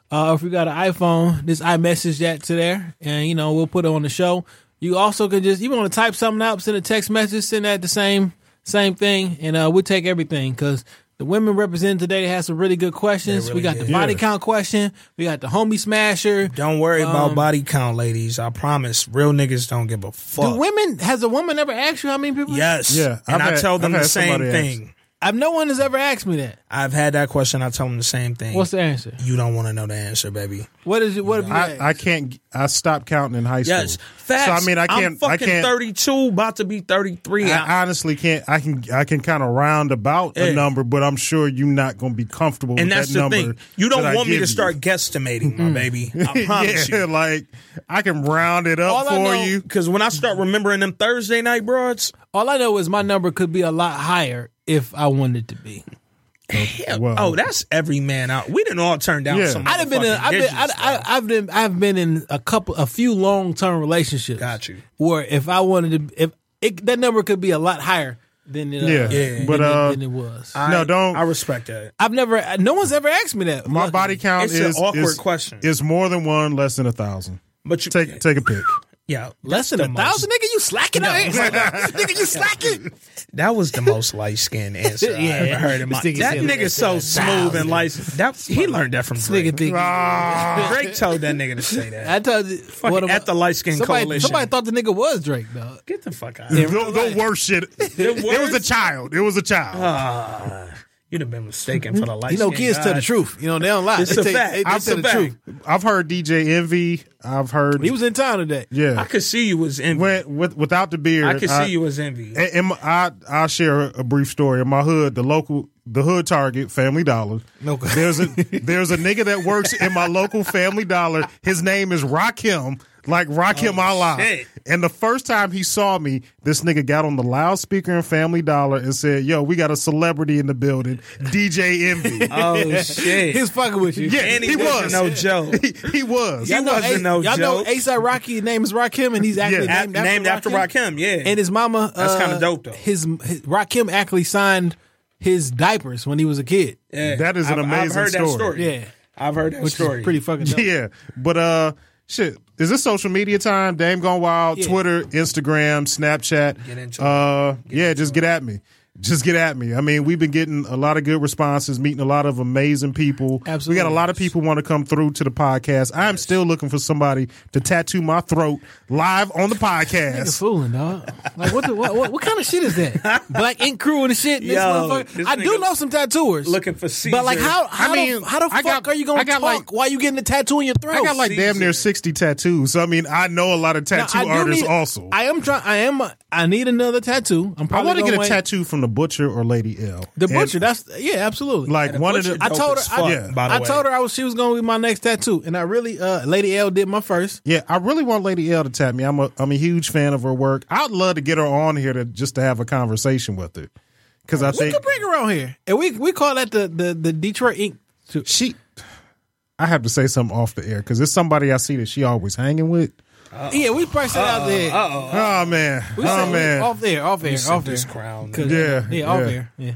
Speaker 7: Uh, if you got an iPhone, just I message that to there and you know, we'll put it on the show. You also can just you wanna type something out, send a text message, send that the same Same thing, and uh, we'll take everything because the women represented today had some really good questions.
Speaker 5: They
Speaker 7: we
Speaker 5: really
Speaker 7: got the
Speaker 5: did.
Speaker 7: body
Speaker 6: Yeah.
Speaker 7: count question. We got the homie smasher.
Speaker 5: Don't worry
Speaker 7: Um,
Speaker 5: about body count, ladies. I promise, real niggas don't give a fuck.
Speaker 7: Do women has a woman ever asked you how many people?
Speaker 5: Yes.
Speaker 6: Yeah, I've
Speaker 5: and I
Speaker 6: had-
Speaker 5: tell them
Speaker 6: I've
Speaker 5: the
Speaker 6: had
Speaker 5: same
Speaker 6: somebody ask.
Speaker 5: thing.
Speaker 7: I've no one has ever asked me that.
Speaker 5: I've had that question. I tell them the same thing.
Speaker 7: What's the answer?
Speaker 5: you don't want to know the answer, baby.
Speaker 7: What is it? What have you asked?
Speaker 6: I, I can't. I stopped counting in high school.
Speaker 5: Yes, facts.
Speaker 6: So I mean, I can't.
Speaker 5: am fucking
Speaker 6: I can't.
Speaker 5: 32, about to be 33.
Speaker 6: I honestly can't. I can. I can kind of round about
Speaker 5: Yeah.
Speaker 6: a number, but I'm sure you're not going to be comfortable.
Speaker 5: and
Speaker 6: with
Speaker 5: that's
Speaker 6: that
Speaker 5: the
Speaker 6: number
Speaker 5: thing. You
Speaker 6: that I
Speaker 5: don't want me
Speaker 6: give
Speaker 5: to
Speaker 6: you. Mm-hmm.
Speaker 5: start guesstimating, my baby. I promise
Speaker 6: yeah,
Speaker 5: you.
Speaker 6: like I can round it up
Speaker 7: All I
Speaker 6: for
Speaker 7: know-
Speaker 6: you.
Speaker 5: Because when I start remembering them Thursday night broads,
Speaker 7: All I know is my number could be a lot higher if I wanted to be.
Speaker 5: hell,
Speaker 6: Well-
Speaker 5: oh, that's every man out. We didn't all turn down
Speaker 6: Yeah.
Speaker 5: some.
Speaker 7: I've been in, I've been, I, I, I've been, I've been in a couple, a few long term relationships.
Speaker 5: Got you.
Speaker 7: Where if I wanted to, if it, that number could be a lot higher than it, uh,
Speaker 6: Yeah,
Speaker 5: Yeah.
Speaker 7: than
Speaker 6: but,
Speaker 7: it-
Speaker 6: uh,
Speaker 7: than it was. I,
Speaker 5: I-
Speaker 6: no, don't.
Speaker 5: I respect that.
Speaker 7: have never, no one's ever asked me that.
Speaker 6: my
Speaker 7: Luckily.
Speaker 6: body count
Speaker 5: It's an
Speaker 6: is
Speaker 5: awkward
Speaker 6: is-
Speaker 5: question.
Speaker 6: Is more than one, less than a thousand.
Speaker 5: But you
Speaker 6: Take take a pick.
Speaker 5: yeah,
Speaker 7: less than
Speaker 5: the
Speaker 7: a
Speaker 5: most-
Speaker 7: thousand, nigga. You slacking out here, nigga. You slacking.
Speaker 5: That was the most light skinned answer
Speaker 7: Yeah.
Speaker 5: I ever heard in my.
Speaker 7: This nigga
Speaker 5: That
Speaker 7: said
Speaker 5: nigga
Speaker 7: less
Speaker 5: so
Speaker 7: than a
Speaker 5: smooth
Speaker 7: thousand.
Speaker 5: and light. That he learned that from Drake.
Speaker 7: nigga, think.
Speaker 6: Ah.
Speaker 5: Drake told that nigga to say that.
Speaker 7: I told you,
Speaker 5: Fucking at the light skin
Speaker 7: somebody,
Speaker 5: coalition.
Speaker 7: Somebody thought the nigga was Drake, though.
Speaker 5: Get the fuck out.
Speaker 7: Yeah.
Speaker 5: You'd
Speaker 6: The, the worst shit. It was a
Speaker 5: worst?
Speaker 6: child. It was a child.
Speaker 5: Uh. have been mistaken for the light.
Speaker 7: You know, kids tell the truth. You know, they don't lie.
Speaker 5: It's
Speaker 7: they
Speaker 5: a
Speaker 7: tell-
Speaker 5: fact.
Speaker 7: They, they
Speaker 5: I'm
Speaker 7: tell
Speaker 5: a
Speaker 7: the
Speaker 5: fact.
Speaker 7: truth.
Speaker 6: I've heard DJ Envy. I've heard
Speaker 7: He was in town today.
Speaker 6: yeah.
Speaker 5: I could see you was envy.
Speaker 6: went with without the beard.
Speaker 5: I could see you was envy.
Speaker 6: And, and my- I I'll share a brief story. In my hood, the local the hood Target, Family Dollar.
Speaker 7: Okay.
Speaker 6: There's a there's a nigga that works in my local Family Dollar. His name is Rakim, like Rakim Allah.
Speaker 5: Oh, shit.
Speaker 6: And the first time he saw me, this nigga got on the loudspeaker in Family Dollar and said, "Yo, we got a celebrity in the building, DJ Envy."
Speaker 5: Oh shit!
Speaker 7: He was fucking with you.
Speaker 6: yeah,
Speaker 5: and
Speaker 6: he, was.
Speaker 5: no joke.
Speaker 6: he, he was.
Speaker 5: He wasn't no
Speaker 7: y'all know
Speaker 5: joke.
Speaker 7: ASAP Rocky name is Rakim, and he's actually
Speaker 6: Yeah.
Speaker 7: named,
Speaker 5: Named, after Rakim, yeah.
Speaker 7: And his mama.
Speaker 5: That's
Speaker 7: uh,
Speaker 5: kinda dope, though.
Speaker 7: His, his Rakim actually signed his diapers when he was a kid.
Speaker 5: Yeah.
Speaker 6: That is an
Speaker 5: I've-
Speaker 6: amazing
Speaker 5: I've heard
Speaker 6: story.
Speaker 5: That story.
Speaker 7: Yeah.
Speaker 5: I've heard that
Speaker 7: Which
Speaker 5: story.
Speaker 7: is pretty fucking dope.
Speaker 6: Yeah, but uh, shit, is this social media time? Dame Gone Wild,
Speaker 7: Yeah.
Speaker 6: Twitter, Instagram, Snapchat.
Speaker 5: Get into it.
Speaker 6: uh, yeah, just get at me. Just get at me. I mean, we've been getting a lot of good responses, meeting a lot of amazing people.
Speaker 7: Absolutely.
Speaker 6: we got a lot of people want to come through to the podcast. I am still looking for somebody to tattoo my throat live on the
Speaker 7: You're
Speaker 6: podcast.
Speaker 7: fooling, dog. Like what, the, what? What? What kind of shit is that? Black ink crew and shit. This
Speaker 5: Yo,
Speaker 7: motherfucker.
Speaker 5: this
Speaker 7: I do
Speaker 5: nigga
Speaker 7: know some tattooers
Speaker 5: looking for Caesar.
Speaker 7: But like, how? how
Speaker 6: I
Speaker 7: the-
Speaker 6: mean,
Speaker 7: how the
Speaker 6: I
Speaker 7: fuck
Speaker 6: got-
Speaker 7: are you gonna
Speaker 6: I got,
Speaker 7: talk
Speaker 6: like-
Speaker 7: while you getting a tattoo in your throat?
Speaker 6: I got like damn near
Speaker 5: Caesar.
Speaker 6: sixty tattoos. So, I mean, I know a lot of
Speaker 7: Now,
Speaker 6: tattoo
Speaker 7: I do
Speaker 6: artists.
Speaker 7: need-
Speaker 6: also,
Speaker 7: I am trying. I am. I need another tattoo. I'm
Speaker 6: I
Speaker 7: probably
Speaker 6: want to get
Speaker 7: gonna
Speaker 6: a
Speaker 7: wait-
Speaker 6: tattoo from the butcher or Lady L.
Speaker 7: The
Speaker 6: And,
Speaker 7: butcher. That's yeah, absolutely.
Speaker 6: like
Speaker 5: And the
Speaker 6: one of
Speaker 5: butcher
Speaker 6: the.
Speaker 7: I told her.
Speaker 5: Dope as
Speaker 7: I,
Speaker 6: fuck,
Speaker 7: yeah.
Speaker 5: by the
Speaker 7: I
Speaker 5: way.
Speaker 7: told her I was. She was gonna be my next tattoo, and I really. Uh, Lady L did my first.
Speaker 6: Yeah, I really want Lady L to tap me. I'm a I'm a huge fan of her work. I'd love to get her on here to just to have a conversation with her because I
Speaker 7: We
Speaker 6: think
Speaker 7: could bring her on here, and we we call that the the, the Detroit Ink. To,
Speaker 6: she. I have to say something off the air because it's somebody I see that she always hanging with.
Speaker 7: yeah, we priced that
Speaker 5: Uh,
Speaker 7: out there.
Speaker 6: Oh, man,
Speaker 7: We said-
Speaker 6: oh
Speaker 7: we-
Speaker 6: man,
Speaker 7: off there, off there,
Speaker 5: Sent
Speaker 7: off
Speaker 5: this
Speaker 7: there.
Speaker 5: crown.
Speaker 6: yeah,
Speaker 7: Yeah, off there. Yeah.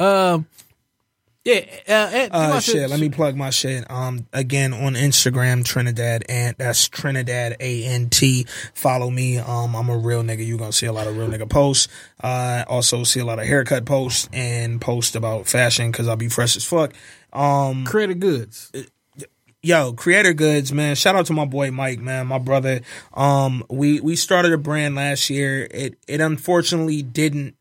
Speaker 7: Um. Yeah. Uh, and- you
Speaker 5: Uh,
Speaker 7: know, I
Speaker 5: shit,
Speaker 7: said-
Speaker 5: let me plug my shit. Um, again on Instagram, Trinidad Ant. That's Trinidad A N T. Follow me. Um, I'm a real nigga. You gonna see a lot of real nigga posts. Uh, also see a lot of haircut posts and posts about fashion because I'll be fresh as fuck. Um,
Speaker 7: creative goods.
Speaker 5: yo, Creator Goods, man. Shout out to my boy Mike, man, my brother. Um, we we started a brand last year. It it unfortunately didn't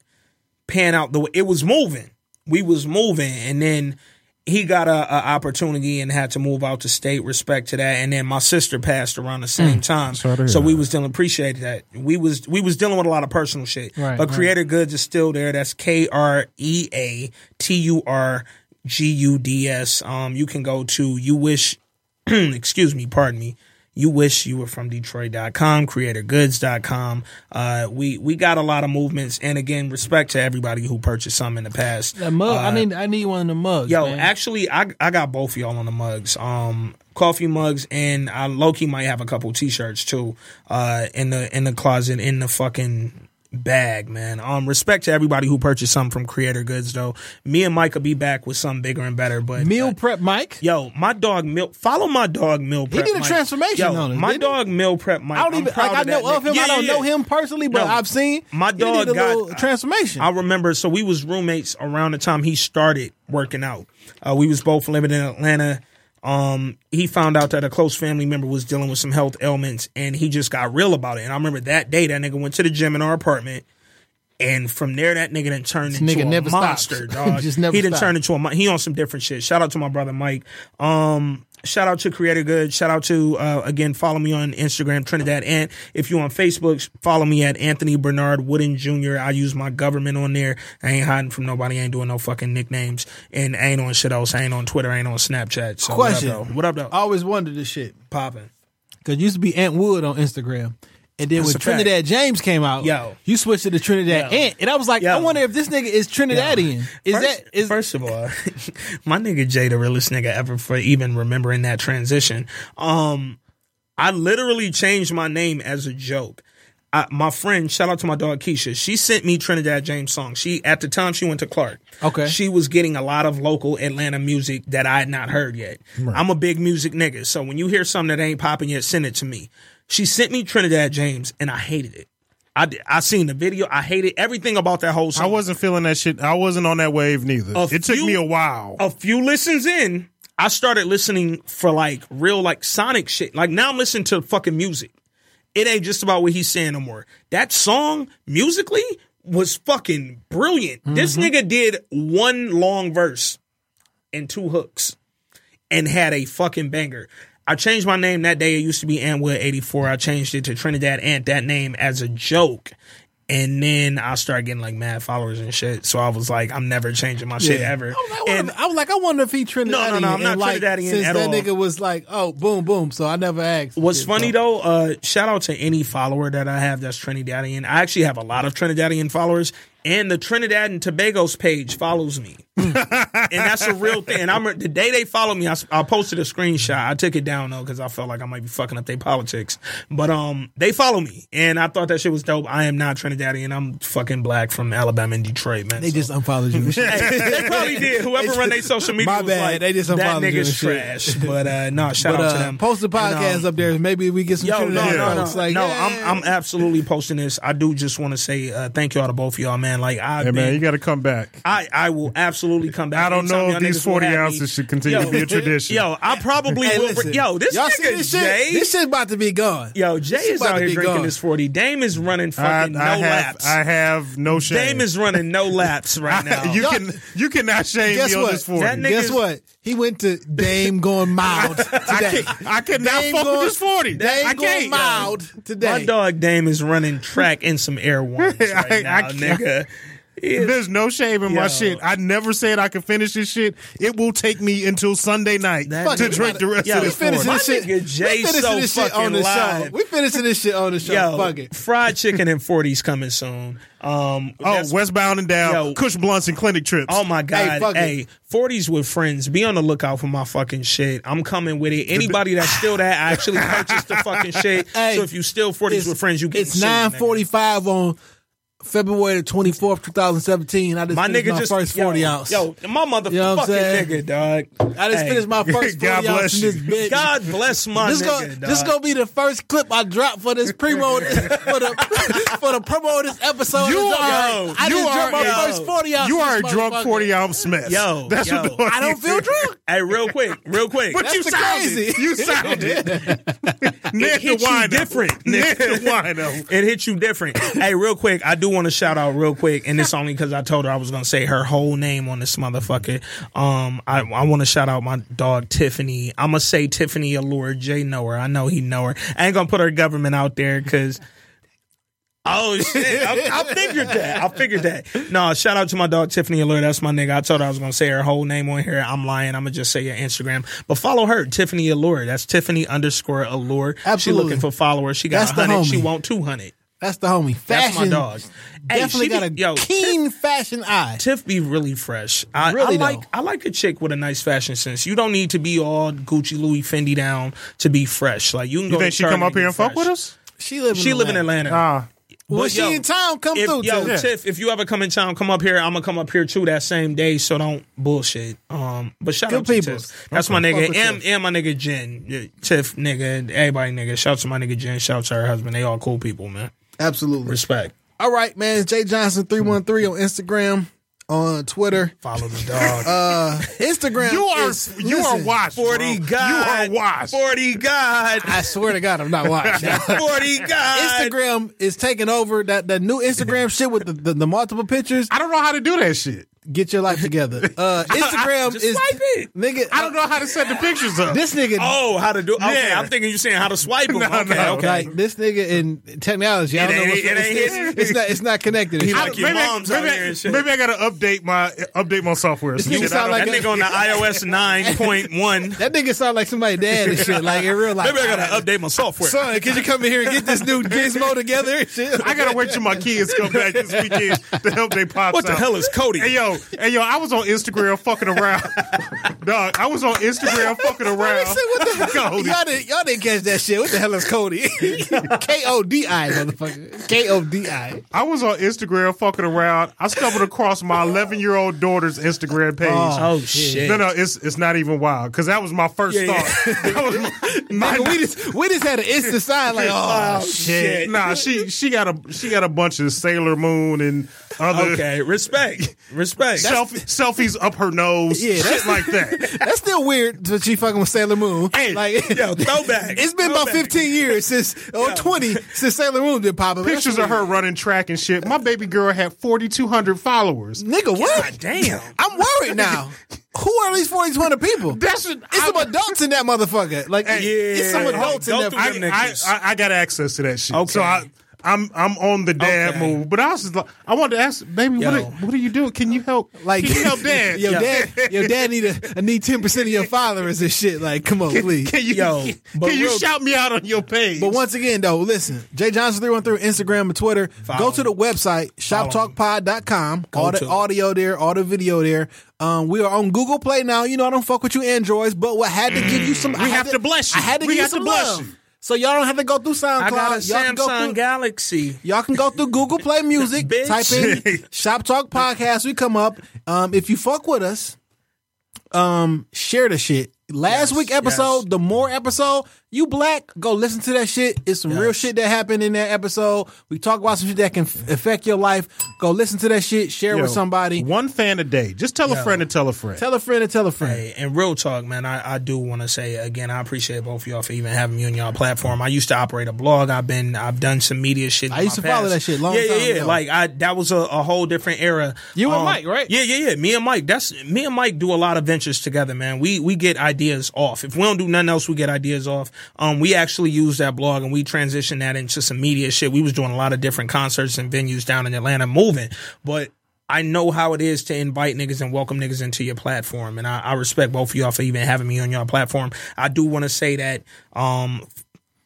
Speaker 5: pan out the way it was moving. We was moving, and then he got a, a opportunity and had to move out to state. Respect to that, and then my sister passed around the same
Speaker 7: Mm,
Speaker 5: time, so we was dealing. Appreciate that. We was we was dealing with a lot of personal shit,
Speaker 7: Right,
Speaker 5: but
Speaker 7: right.
Speaker 5: Creator Goods is still there. That's K R E A T U R G U D S. Um, you can go to you wish excuse me, pardon me. You wish you were from Detroit.com, creatorgoods.com. Uh, we, we got a lot of movements. And again, respect to everybody who purchased some in the past.
Speaker 7: That mug. I need. I need one of the mugs.
Speaker 5: Uh, Yo,
Speaker 7: man.
Speaker 5: actually, I, I got both of y'all on the mugs. Um, coffee mugs and I Loki might have a couple t-shirts too. Uh, in the, in the closet, in the fucking bag, man. Um, respect to everybody who purchased something from Creator Goods, though. Me and Mike will be back with something bigger and better. But
Speaker 7: Meal
Speaker 5: uh,
Speaker 7: prep, Mike.
Speaker 5: Yo, my dog Mill. Follow my dog Mill. Prep
Speaker 7: did a
Speaker 5: Mike.
Speaker 7: transformation
Speaker 5: Yo,
Speaker 7: on us,
Speaker 5: My
Speaker 7: didn't he?
Speaker 5: dog Mill Prep Mike.
Speaker 7: I don't
Speaker 5: I'm
Speaker 7: even
Speaker 5: proud
Speaker 7: like I
Speaker 5: of that
Speaker 7: know of
Speaker 5: nigga.
Speaker 7: him.
Speaker 5: Yeah,
Speaker 7: I don't
Speaker 5: yeah,
Speaker 7: know
Speaker 5: yeah.
Speaker 7: him personally, but
Speaker 5: No.
Speaker 7: I've seen
Speaker 5: My
Speaker 7: he did
Speaker 5: dog
Speaker 7: a
Speaker 5: got-
Speaker 7: little transformation.
Speaker 5: I remember. So we was roommates around the time he started working out. Uh, we was both living in Atlanta. Um, he found out that a close family member was dealing with some health ailments, and he just got real about it. And I remember that day that nigga went to the gym in our apartment, and from there that nigga then turned into
Speaker 7: nigga
Speaker 5: a
Speaker 7: never stops.
Speaker 5: monster, dog.
Speaker 7: Just never
Speaker 5: he didn't
Speaker 7: stops.
Speaker 5: turn into a mon- he on some different shit. Shout out to my brother Mike. Um, shout out to Creator Good. Shout out to uh, again follow me on Instagram Trinidad Ant. If you on Facebook, follow me at Anthony Bernard Wooden Jr. I use my government on there. I ain't hiding from nobody. I ain't doing no fucking nicknames and I ain't on shit else. I ain't on Twitter. I ain't on Snapchat. So
Speaker 7: Question.
Speaker 5: What up, though? What up, though?
Speaker 7: I always wondered this shit
Speaker 5: popping.
Speaker 7: because used to be Ant Wood on Instagram. And then
Speaker 5: That's
Speaker 7: when
Speaker 5: a fact.
Speaker 7: Trinidad James came out,
Speaker 5: Yo.
Speaker 7: you switched it to Trinidad
Speaker 5: Yo.
Speaker 7: Ant, and I was like, I
Speaker 5: Yo.
Speaker 7: wonder if this nigga is Trinidadian. Is
Speaker 5: first,
Speaker 7: that is
Speaker 5: first of all, my nigga Jay the realest nigga ever for even remembering that transition. Um, I literally changed my name as a joke. I, my friend, shout out to my dog Keisha. She sent me Trinidad James songs. She at the time she went to Clark.
Speaker 7: Okay.
Speaker 5: She was getting a lot of local Atlanta music that I had not heard yet. I'm a big music nigga, so when you hear something that ain't popping yet, send it to me. She sent me Trinidad James, and I hated it. I, did- I seen the video. I hated everything about that whole song.
Speaker 6: I wasn't feeling that shit. I wasn't on that wave neither.
Speaker 5: A
Speaker 6: it took
Speaker 5: few-
Speaker 6: me a while.
Speaker 5: a few listens in, I started listening for like real like sonic shit. Like now I'm listening to fucking music. It ain't just about what he's saying no more. That song musically was fucking brilliant. This nigga did one long verse and two hooks and had a fucking banger. I changed my name that day. It used to be Antwood84. I changed it to Trinidad Ant, that name as a joke. And then I started getting like mad followers and shit. So I was like, I'm never changing my shit ever.
Speaker 7: I was, like, I
Speaker 5: And-
Speaker 7: wonder- I was like, I wonder if he Trinidadian.
Speaker 5: No, no, no, I'm
Speaker 7: and,
Speaker 5: not
Speaker 7: like,
Speaker 5: Trinidadian
Speaker 7: Since
Speaker 5: at
Speaker 7: that
Speaker 5: all.
Speaker 7: nigga was like, oh, boom, boom. So I never asked.
Speaker 5: What's
Speaker 7: Shit,
Speaker 5: funny
Speaker 7: so-
Speaker 5: though, uh, shout out to any follower that I have that's Trinidadian. I actually have a lot of Trinidadian followers, and the Trinidad and Tobago's page follows me, and that's a real thing. And I'm the day they follow me, I, s- I posted a screenshot. I took it down though because I felt like I might be fucking up their politics. But um, they follow me, and I thought that shit was dope. I am not Trinidadian. I'm fucking black from Alabama and Detroit, man.
Speaker 7: They
Speaker 5: So-
Speaker 7: just unfollowed you.
Speaker 5: they probably did. Whoever run their social media
Speaker 7: My
Speaker 5: was
Speaker 7: bad.
Speaker 5: like,
Speaker 7: They just
Speaker 5: that
Speaker 7: unfollowed you
Speaker 5: nigga's
Speaker 7: and
Speaker 5: trash.
Speaker 7: shit."
Speaker 5: But uh, no, shout
Speaker 7: but
Speaker 5: out to
Speaker 7: uh,
Speaker 5: them.
Speaker 7: post the
Speaker 5: And, um,
Speaker 7: podcast up there. Maybe we get some.
Speaker 5: Yo, no,
Speaker 7: Trinidadian
Speaker 5: no, no,
Speaker 7: folks, like,
Speaker 5: no.
Speaker 7: yeah.
Speaker 5: I'm I'm absolutely posting this. I do just want to say uh, thank y'all to both of y'all, man. Like I,
Speaker 6: Hey
Speaker 5: have
Speaker 6: man, you
Speaker 5: been
Speaker 6: got to come back.
Speaker 5: I, I will absolutely come back.
Speaker 6: I don't
Speaker 5: Anytime
Speaker 6: know
Speaker 5: y'all
Speaker 6: if these
Speaker 5: niggas will
Speaker 6: forty
Speaker 5: have me.
Speaker 6: ounces should continue
Speaker 5: Yo.
Speaker 6: to be a tradition.
Speaker 5: Yo, I probably
Speaker 7: Hey,
Speaker 5: will.
Speaker 7: listen.
Speaker 5: bring- yo, this
Speaker 7: y'all see
Speaker 5: nigga
Speaker 7: this shit?
Speaker 5: Jay.
Speaker 7: This shit about to be gone.
Speaker 5: yo, Jay
Speaker 7: This shit
Speaker 5: is
Speaker 7: about
Speaker 5: out
Speaker 7: to
Speaker 5: here
Speaker 7: be
Speaker 5: drinking
Speaker 7: gone.
Speaker 5: this forty. Dame is running
Speaker 6: I,
Speaker 5: fucking
Speaker 6: I
Speaker 5: no
Speaker 6: have
Speaker 5: laps.
Speaker 6: I have no shame.
Speaker 5: Dame is running no laps right now.
Speaker 6: you can you cannot shame
Speaker 7: Guess
Speaker 6: me on
Speaker 7: what?
Speaker 6: this forty.
Speaker 5: That nigga-
Speaker 7: Guess what? He went to Dame going mild today.
Speaker 6: I cannot
Speaker 7: Dame
Speaker 6: fuck
Speaker 7: going-
Speaker 6: with this forty.
Speaker 7: Dame
Speaker 6: I
Speaker 7: going
Speaker 6: can't.
Speaker 7: mild
Speaker 5: My
Speaker 7: today.
Speaker 5: dog Dame is running track and some air ones right
Speaker 6: I- I
Speaker 5: now,
Speaker 6: can't.
Speaker 5: nigga. He is
Speaker 6: There's no shame in
Speaker 5: Yo.
Speaker 6: my shit. I never said I could finish this shit. It will take me until Sunday night
Speaker 5: That
Speaker 6: to
Speaker 5: nigga-
Speaker 6: drink the rest
Speaker 5: Yo,
Speaker 6: of
Speaker 7: we
Speaker 6: this forty.
Speaker 7: finishing
Speaker 5: My
Speaker 7: this shit.
Speaker 5: nigga Jay
Speaker 7: we finishing
Speaker 5: so
Speaker 7: this shit
Speaker 5: fucking
Speaker 7: on the show.
Speaker 5: live.
Speaker 7: We finishing this shit on the show.
Speaker 5: Yo,
Speaker 7: Fuck it.
Speaker 5: fried chicken and 40s coming soon. Um,
Speaker 6: Oh,
Speaker 5: that's-
Speaker 6: westbound and down,
Speaker 5: Yo.
Speaker 6: Kush blunts and clinic trips.
Speaker 5: Oh my
Speaker 7: Hey,
Speaker 5: God!
Speaker 7: fuck it.
Speaker 5: Hey, 40s with friends. Be on the lookout for my fucking shit. I'm coming with it. Anybody that's still that, I actually purchased the fucking shit.
Speaker 7: Hey,
Speaker 5: so if you still 40s with friends, you get
Speaker 7: It's nine forty five on February the twenty fourth, two thousand seventeen. I just
Speaker 5: My
Speaker 7: finished
Speaker 5: nigga
Speaker 7: my
Speaker 5: just
Speaker 7: first forty
Speaker 5: yo,
Speaker 7: ounce.
Speaker 5: Yo, my
Speaker 7: You know what I'm
Speaker 5: motherfucking
Speaker 7: saying?
Speaker 5: nigga, dog.
Speaker 7: I just
Speaker 5: Hey,
Speaker 7: finished my first
Speaker 6: God
Speaker 7: forty ounce
Speaker 6: bless
Speaker 7: in
Speaker 6: you.
Speaker 7: this bitch.
Speaker 5: God bless my
Speaker 7: this
Speaker 5: nigga.
Speaker 7: gonna
Speaker 5: dog.
Speaker 7: this gonna be the first clip I drop for this promo for the for the promo of this episode.
Speaker 6: You
Speaker 7: It's all
Speaker 6: are-
Speaker 7: right. I
Speaker 6: you
Speaker 7: just dropped my
Speaker 6: are a-
Speaker 7: first forty ounce.
Speaker 6: you
Speaker 7: in
Speaker 6: are a
Speaker 7: this
Speaker 6: drunk
Speaker 7: motherfucker.
Speaker 6: forty ounce Smith.
Speaker 5: Yo,
Speaker 6: that's
Speaker 5: yo.
Speaker 6: what the
Speaker 7: I don't feel drunk.
Speaker 5: Hey, real quick, real quick.
Speaker 6: But
Speaker 7: That's
Speaker 6: you
Speaker 7: the
Speaker 6: sounded,
Speaker 7: crazy.
Speaker 6: you sounded. Nick the
Speaker 5: hit you
Speaker 6: wine
Speaker 5: different,
Speaker 6: Nick
Speaker 5: Nick.
Speaker 6: the wine
Speaker 5: it hit you different. hey, real quick, I do want to shout out real quick, and it's only because I told her I was gonna say her whole name on this motherfucker. Um, I I want to shout out my dog Tiffany. I'm gonna say Tiffany Allure. Jay know her. I know he know her. I ain't gonna put her government out there because. Oh shit! I, I figured that. I figured that. No, shout out to my dog Tiffany Allure. That's my nigga. I told her I was gonna say her whole name on here. I'm lying. I'm gonna just say her Instagram. But follow her, Tiffany Allure. That's Tiffany underscore Allure.
Speaker 7: Absolutely.
Speaker 5: She looking for followers. She got
Speaker 7: That's the
Speaker 5: hundred. She
Speaker 7: homie.
Speaker 5: want two hundred.
Speaker 7: That's the homie.
Speaker 5: That's
Speaker 7: Fashion.
Speaker 5: my dog. Hey,
Speaker 7: Definitely
Speaker 5: she
Speaker 7: got
Speaker 5: be-
Speaker 7: a
Speaker 5: yo,
Speaker 7: keen fashion eye.
Speaker 5: Tiff be really fresh. I,
Speaker 7: Really,
Speaker 5: I like
Speaker 7: though.
Speaker 5: I like a chick with a nice fashion sense. You don't need to be all Gucci, Louis, Fendi down to be fresh. Like you can go.
Speaker 6: You think
Speaker 5: to
Speaker 6: she come
Speaker 5: Target
Speaker 6: up here
Speaker 5: get
Speaker 6: and fuck
Speaker 5: fresh.
Speaker 6: with us?
Speaker 7: She live.
Speaker 5: She live in Atlanta.
Speaker 6: Ah,
Speaker 7: when
Speaker 5: But,
Speaker 7: she
Speaker 5: yo,
Speaker 7: in town, come
Speaker 5: if,
Speaker 7: through.
Speaker 5: Yo,
Speaker 7: Tiff.
Speaker 5: Tiff, if you ever come in town, come up here. I'm gonna come up here too that same day. So don't bullshit. Um, but shout
Speaker 7: Good
Speaker 5: out to
Speaker 7: people.
Speaker 5: Tiff. That's my
Speaker 7: Fuck
Speaker 5: nigga.
Speaker 7: with
Speaker 5: And,
Speaker 7: Tiff.
Speaker 5: and my nigga Jen, Yeah, Tiff, nigga, everybody, nigga. Shout out to my nigga Jen. Shout out to her husband. They all cool people, man.
Speaker 7: Absolutely.
Speaker 5: Respect.
Speaker 7: All right, man. It's Jay Johnson three one three on Instagram, on Twitter,
Speaker 5: Follow the dog.
Speaker 7: uh, Instagram.
Speaker 6: You are
Speaker 7: is-
Speaker 6: you are
Speaker 7: listen,
Speaker 6: washed. bro.
Speaker 5: Forty God.
Speaker 6: You are washed.
Speaker 5: Forty God.
Speaker 7: I swear to God, I'm not watching.
Speaker 5: Forty God.
Speaker 7: Instagram is taking over that that new Instagram shit with the, the, the multiple pictures.
Speaker 6: I don't know how to do that shit.
Speaker 7: Get your life together. Uh, Instagram
Speaker 5: Just
Speaker 7: is
Speaker 5: swipe it.
Speaker 7: nigga.
Speaker 6: I don't know how to set the pictures up.
Speaker 7: This nigga.
Speaker 5: Oh, how to do? Okay,
Speaker 6: Yeah.
Speaker 5: I'm thinking you saying how to swipe them. okay,
Speaker 6: no.
Speaker 5: okay.
Speaker 7: Like this nigga in technology, I
Speaker 5: It
Speaker 7: don't know.
Speaker 5: ain't-
Speaker 7: what's-
Speaker 5: it ain't
Speaker 7: it's,
Speaker 5: his.
Speaker 7: it's not. It's not connected. It's
Speaker 6: I
Speaker 5: like
Speaker 6: don't-
Speaker 5: your
Speaker 6: maybe, I-
Speaker 5: mom's out
Speaker 6: maybe, I-
Speaker 5: here and shit.
Speaker 6: maybe I gotta update my update my software. or some
Speaker 7: This nigga
Speaker 6: shit. I
Speaker 7: sound
Speaker 6: don't-
Speaker 5: That
Speaker 7: like
Speaker 5: nigga on the iOS nine point one.
Speaker 7: that nigga sound like somebody dad and shit. Like in real life.
Speaker 5: Maybe I gotta update my software.
Speaker 7: Son, could you come in here and get this new gizmo together and shit?
Speaker 6: I gotta wait till my kids come back this weekend to help they pops.
Speaker 5: What the
Speaker 6: out.
Speaker 5: hell is Cody?
Speaker 6: Hey yo, hey yo, I was on Instagram fucking around. Dog, I was on Instagram fucking around.
Speaker 7: Listen, what the
Speaker 6: Cody.
Speaker 7: Y'all didn't, y'all didn't catch that shit. What the hell is Cody? K O D I, motherfucker. K O D I.
Speaker 6: I was on Instagram fucking around. I stumbled across my 11 year old daughter's Instagram page.
Speaker 5: Oh shit!
Speaker 6: No, no, it's it's not even wild because that was my first
Speaker 5: Yeah, yeah.
Speaker 6: thought. That was my, my-
Speaker 7: Nigga, we just we just had an instant sign like, oh, shit.
Speaker 6: Nah, she she got a she got a bunch of Sailor Moon and other
Speaker 5: Okay, respect, respect.
Speaker 6: self, selfies up her nose,
Speaker 7: Yeah,
Speaker 6: shit like that.
Speaker 7: That's still weird that she fucking with Sailor Moon.
Speaker 6: Hey,
Speaker 7: like,
Speaker 5: yo, throwback.
Speaker 7: It's been about
Speaker 5: Throwback.
Speaker 7: 15 years since, or 20 since Sailor Moon did pop up.
Speaker 6: Pictures of her running track and shit. My baby girl had forty two hundred followers.
Speaker 7: Nigga, what?
Speaker 5: God damn.
Speaker 7: I'm worried now. Who are these 4,200 people?
Speaker 6: That's what
Speaker 7: It's
Speaker 6: I-
Speaker 7: some adults in that motherfucker. Like, it's some
Speaker 5: Yeah.
Speaker 7: adults in
Speaker 5: Go
Speaker 7: that.
Speaker 5: through
Speaker 6: I,
Speaker 5: them
Speaker 6: I,
Speaker 5: niggas.
Speaker 6: I, I got access to that shit.
Speaker 5: Okay.
Speaker 6: So I, I'm I'm on the dad
Speaker 5: Okay.
Speaker 6: move, but I was just like, I wanted to ask, baby, what
Speaker 5: Yo.
Speaker 6: are, what are you doing? Can you help?
Speaker 7: Like
Speaker 6: can you help dad?
Speaker 7: Your
Speaker 5: Yeah.
Speaker 7: dad, your dad need a, need ten percent of your followers and shit. Like, come on, please.
Speaker 6: Can you
Speaker 5: Yo, but
Speaker 6: can you
Speaker 5: real-
Speaker 6: shout me out on your page?
Speaker 7: But once again, though, listen, Jay Johnson three one three Instagram and Twitter. Go to the website shoptalkpod.com. All
Speaker 5: to
Speaker 7: the
Speaker 5: it.
Speaker 7: audio there, all the video there. Um, we are on Google Play now. You know I don't fuck with you androids, but what had to give you some. We I had
Speaker 6: have to bless you.
Speaker 7: I had to
Speaker 6: We
Speaker 7: give
Speaker 6: got
Speaker 7: you
Speaker 6: to
Speaker 7: some
Speaker 6: bless
Speaker 7: love.
Speaker 6: you.
Speaker 7: So y'all don't have to go through SoundCloud.
Speaker 5: I got a
Speaker 7: y'all can go
Speaker 5: Samsung
Speaker 7: through-
Speaker 5: Galaxy.
Speaker 7: Y'all can go through Google Play Music,
Speaker 5: Bitch.
Speaker 7: type in Shop Talk Podcast. We come up. Um, if you fuck with us, um, share the shit. Last
Speaker 5: Yes,
Speaker 7: week episode,
Speaker 5: yes.
Speaker 7: the more episode, you black, go listen to that shit. It's some real shit that happened in that episode. We talk about some shit that can f- affect your life. Go listen to that shit. Share it
Speaker 6: Yo,
Speaker 7: with somebody.
Speaker 6: one fan a day. Just tell a friend to tell a friend.
Speaker 7: Tell a friend and tell a friend.
Speaker 5: Hey, and real talk, man, I, I do want to say again, I appreciate both of y'all for even having me on y'all platform. I used to operate a blog. I've been, I've done some media shit. in
Speaker 7: I used
Speaker 5: my
Speaker 7: to follow
Speaker 5: past.
Speaker 7: that shit long
Speaker 5: yeah, yeah,
Speaker 7: time
Speaker 5: yeah.
Speaker 7: ago.
Speaker 5: Like I, that was a, a whole different era. Um,
Speaker 7: You and Mike, right?
Speaker 5: Yeah, yeah, yeah. Me and Mike. That's me and Mike do a lot of ventures together, man. We we get ideas off. If we don't do nothing else, we get ideas off. Um, we actually use that blog and we transitioned that into some media shit. We was doing a lot of different concerts and venues down in Atlanta, moving, but. I know how it is to invite niggas and welcome niggas into your platform. And I, I respect both of y'all for even having me on y'all platform. I do want to say that, um,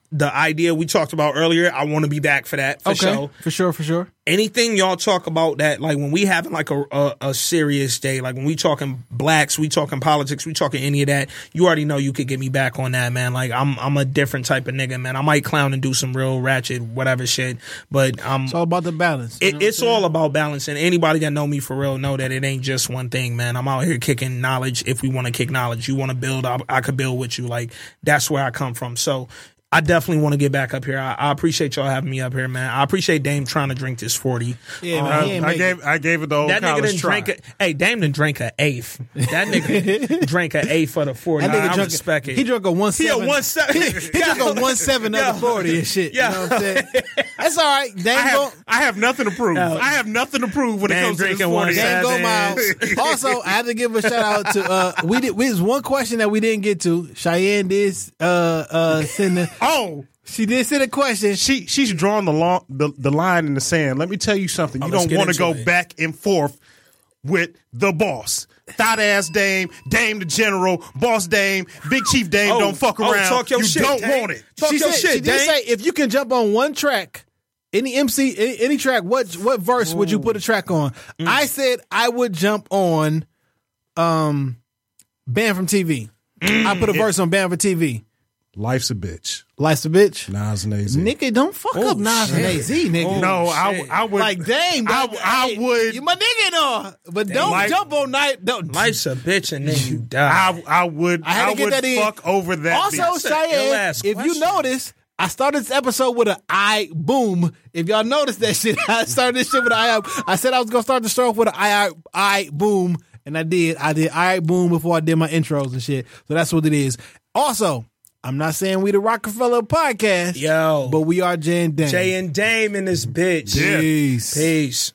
Speaker 5: the idea we talked about earlier, I want to be back for that for sure
Speaker 7: for sure, for sure.
Speaker 5: anything y'all talk about that like when we having like a, a a serious day like when we talking blacks we talking politics we talking any of that you already know you could get me back on that man like i'm i'm a different type of nigga man i might clown and do some real ratchet whatever shit but i'm
Speaker 7: It's all about the balance.
Speaker 5: it, it's all about balance, and anybody that know me for real know that it ain't just one thing, man. I'm out here kicking knowledge. If we want to kick knowledge, you want to build, I, I could build with you. Like that's where I come from. So I definitely want to get back up here. I, I appreciate y'all having me up here, man. I appreciate Dame trying to drink this forty.
Speaker 7: yeah, man, he
Speaker 6: I,
Speaker 7: ain't
Speaker 6: I
Speaker 7: making-
Speaker 6: gave I gave it the old
Speaker 5: That nigga
Speaker 6: college
Speaker 5: didn't
Speaker 6: try.
Speaker 5: drink. A, hey, Dame didn't drink a eighth. That nigga drank an eighth for the forty.
Speaker 7: That nigga
Speaker 5: I, I
Speaker 7: drunk,
Speaker 5: respect it.
Speaker 7: He drunk a one
Speaker 5: He a
Speaker 7: seven.
Speaker 5: one seven.
Speaker 7: He, he drunk a one seven
Speaker 5: Yo.
Speaker 7: of the forty and shit.
Speaker 5: Yo.
Speaker 7: You know what I'm saying? That's all right.
Speaker 6: I
Speaker 7: Dame go,
Speaker 6: have, I have nothing to prove. I have nothing to prove when it
Speaker 5: Man,
Speaker 6: comes to this
Speaker 5: drinking one
Speaker 6: 40.
Speaker 5: side.
Speaker 7: Dame go
Speaker 5: Seven.
Speaker 7: miles. Also, I have to give a shout out to uh we did we there's one question that we didn't get to. Cheyenne did uh uh send a,
Speaker 6: Oh,
Speaker 7: she did send a question.
Speaker 6: she she's drawing the long the, the line in the sand. Let me tell you something. You
Speaker 5: let's
Speaker 6: don't
Speaker 5: get
Speaker 6: want to
Speaker 5: into
Speaker 6: go
Speaker 5: it.
Speaker 6: back and forth with the boss. Thought ass dame, dame the general, boss dame, big chief dame.
Speaker 5: Oh,
Speaker 6: don't fuck
Speaker 5: oh,
Speaker 6: around.
Speaker 5: talk your
Speaker 6: you
Speaker 5: shit,
Speaker 6: don't
Speaker 5: Dame.
Speaker 6: want it.
Speaker 5: Talk
Speaker 7: she
Speaker 5: your
Speaker 7: said,
Speaker 5: shit,
Speaker 7: she did
Speaker 5: Dame.
Speaker 7: say if you can jump on one track, any MC, any, any track, what what verse would you put a track on?
Speaker 4: Mm.
Speaker 7: I said I would jump on,
Speaker 4: Mm.
Speaker 7: um, Band from TV. I put a verse on Band from TV.
Speaker 6: Life's a bitch.
Speaker 4: Life's a bitch.
Speaker 6: Nas and AZ.
Speaker 4: Nigga, don't fuck
Speaker 7: Oh,
Speaker 4: up Nas and AZ, nigga.
Speaker 6: no, I, I would.
Speaker 4: Like, dang,
Speaker 6: I,
Speaker 4: dog,
Speaker 6: I
Speaker 4: hey,
Speaker 6: would.
Speaker 4: You my nigga, though. But don't
Speaker 6: Life-
Speaker 4: jump on night. Don't.
Speaker 5: Life's a bitch and then you die.
Speaker 6: I, I would.
Speaker 4: I had to
Speaker 6: I,
Speaker 4: get
Speaker 6: would
Speaker 4: that in.
Speaker 6: fuck over that.
Speaker 4: also,
Speaker 6: bitch.
Speaker 5: Your
Speaker 4: Cheyenne,
Speaker 5: last
Speaker 4: if you
Speaker 5: question.
Speaker 4: notice, I started this episode with an I boom. If y'all noticed that shit, I started this shit with an I. I said I was gonna start the show off with an I, I I boom, and I did. I did I boom before I did my intros and shit. So that's what it is. Also, I'm not saying we the Rockefeller podcast,
Speaker 5: Yo.
Speaker 4: but we are Jan Dan.
Speaker 5: Jay and Dame in this bitch.
Speaker 4: Peace.
Speaker 5: Peace.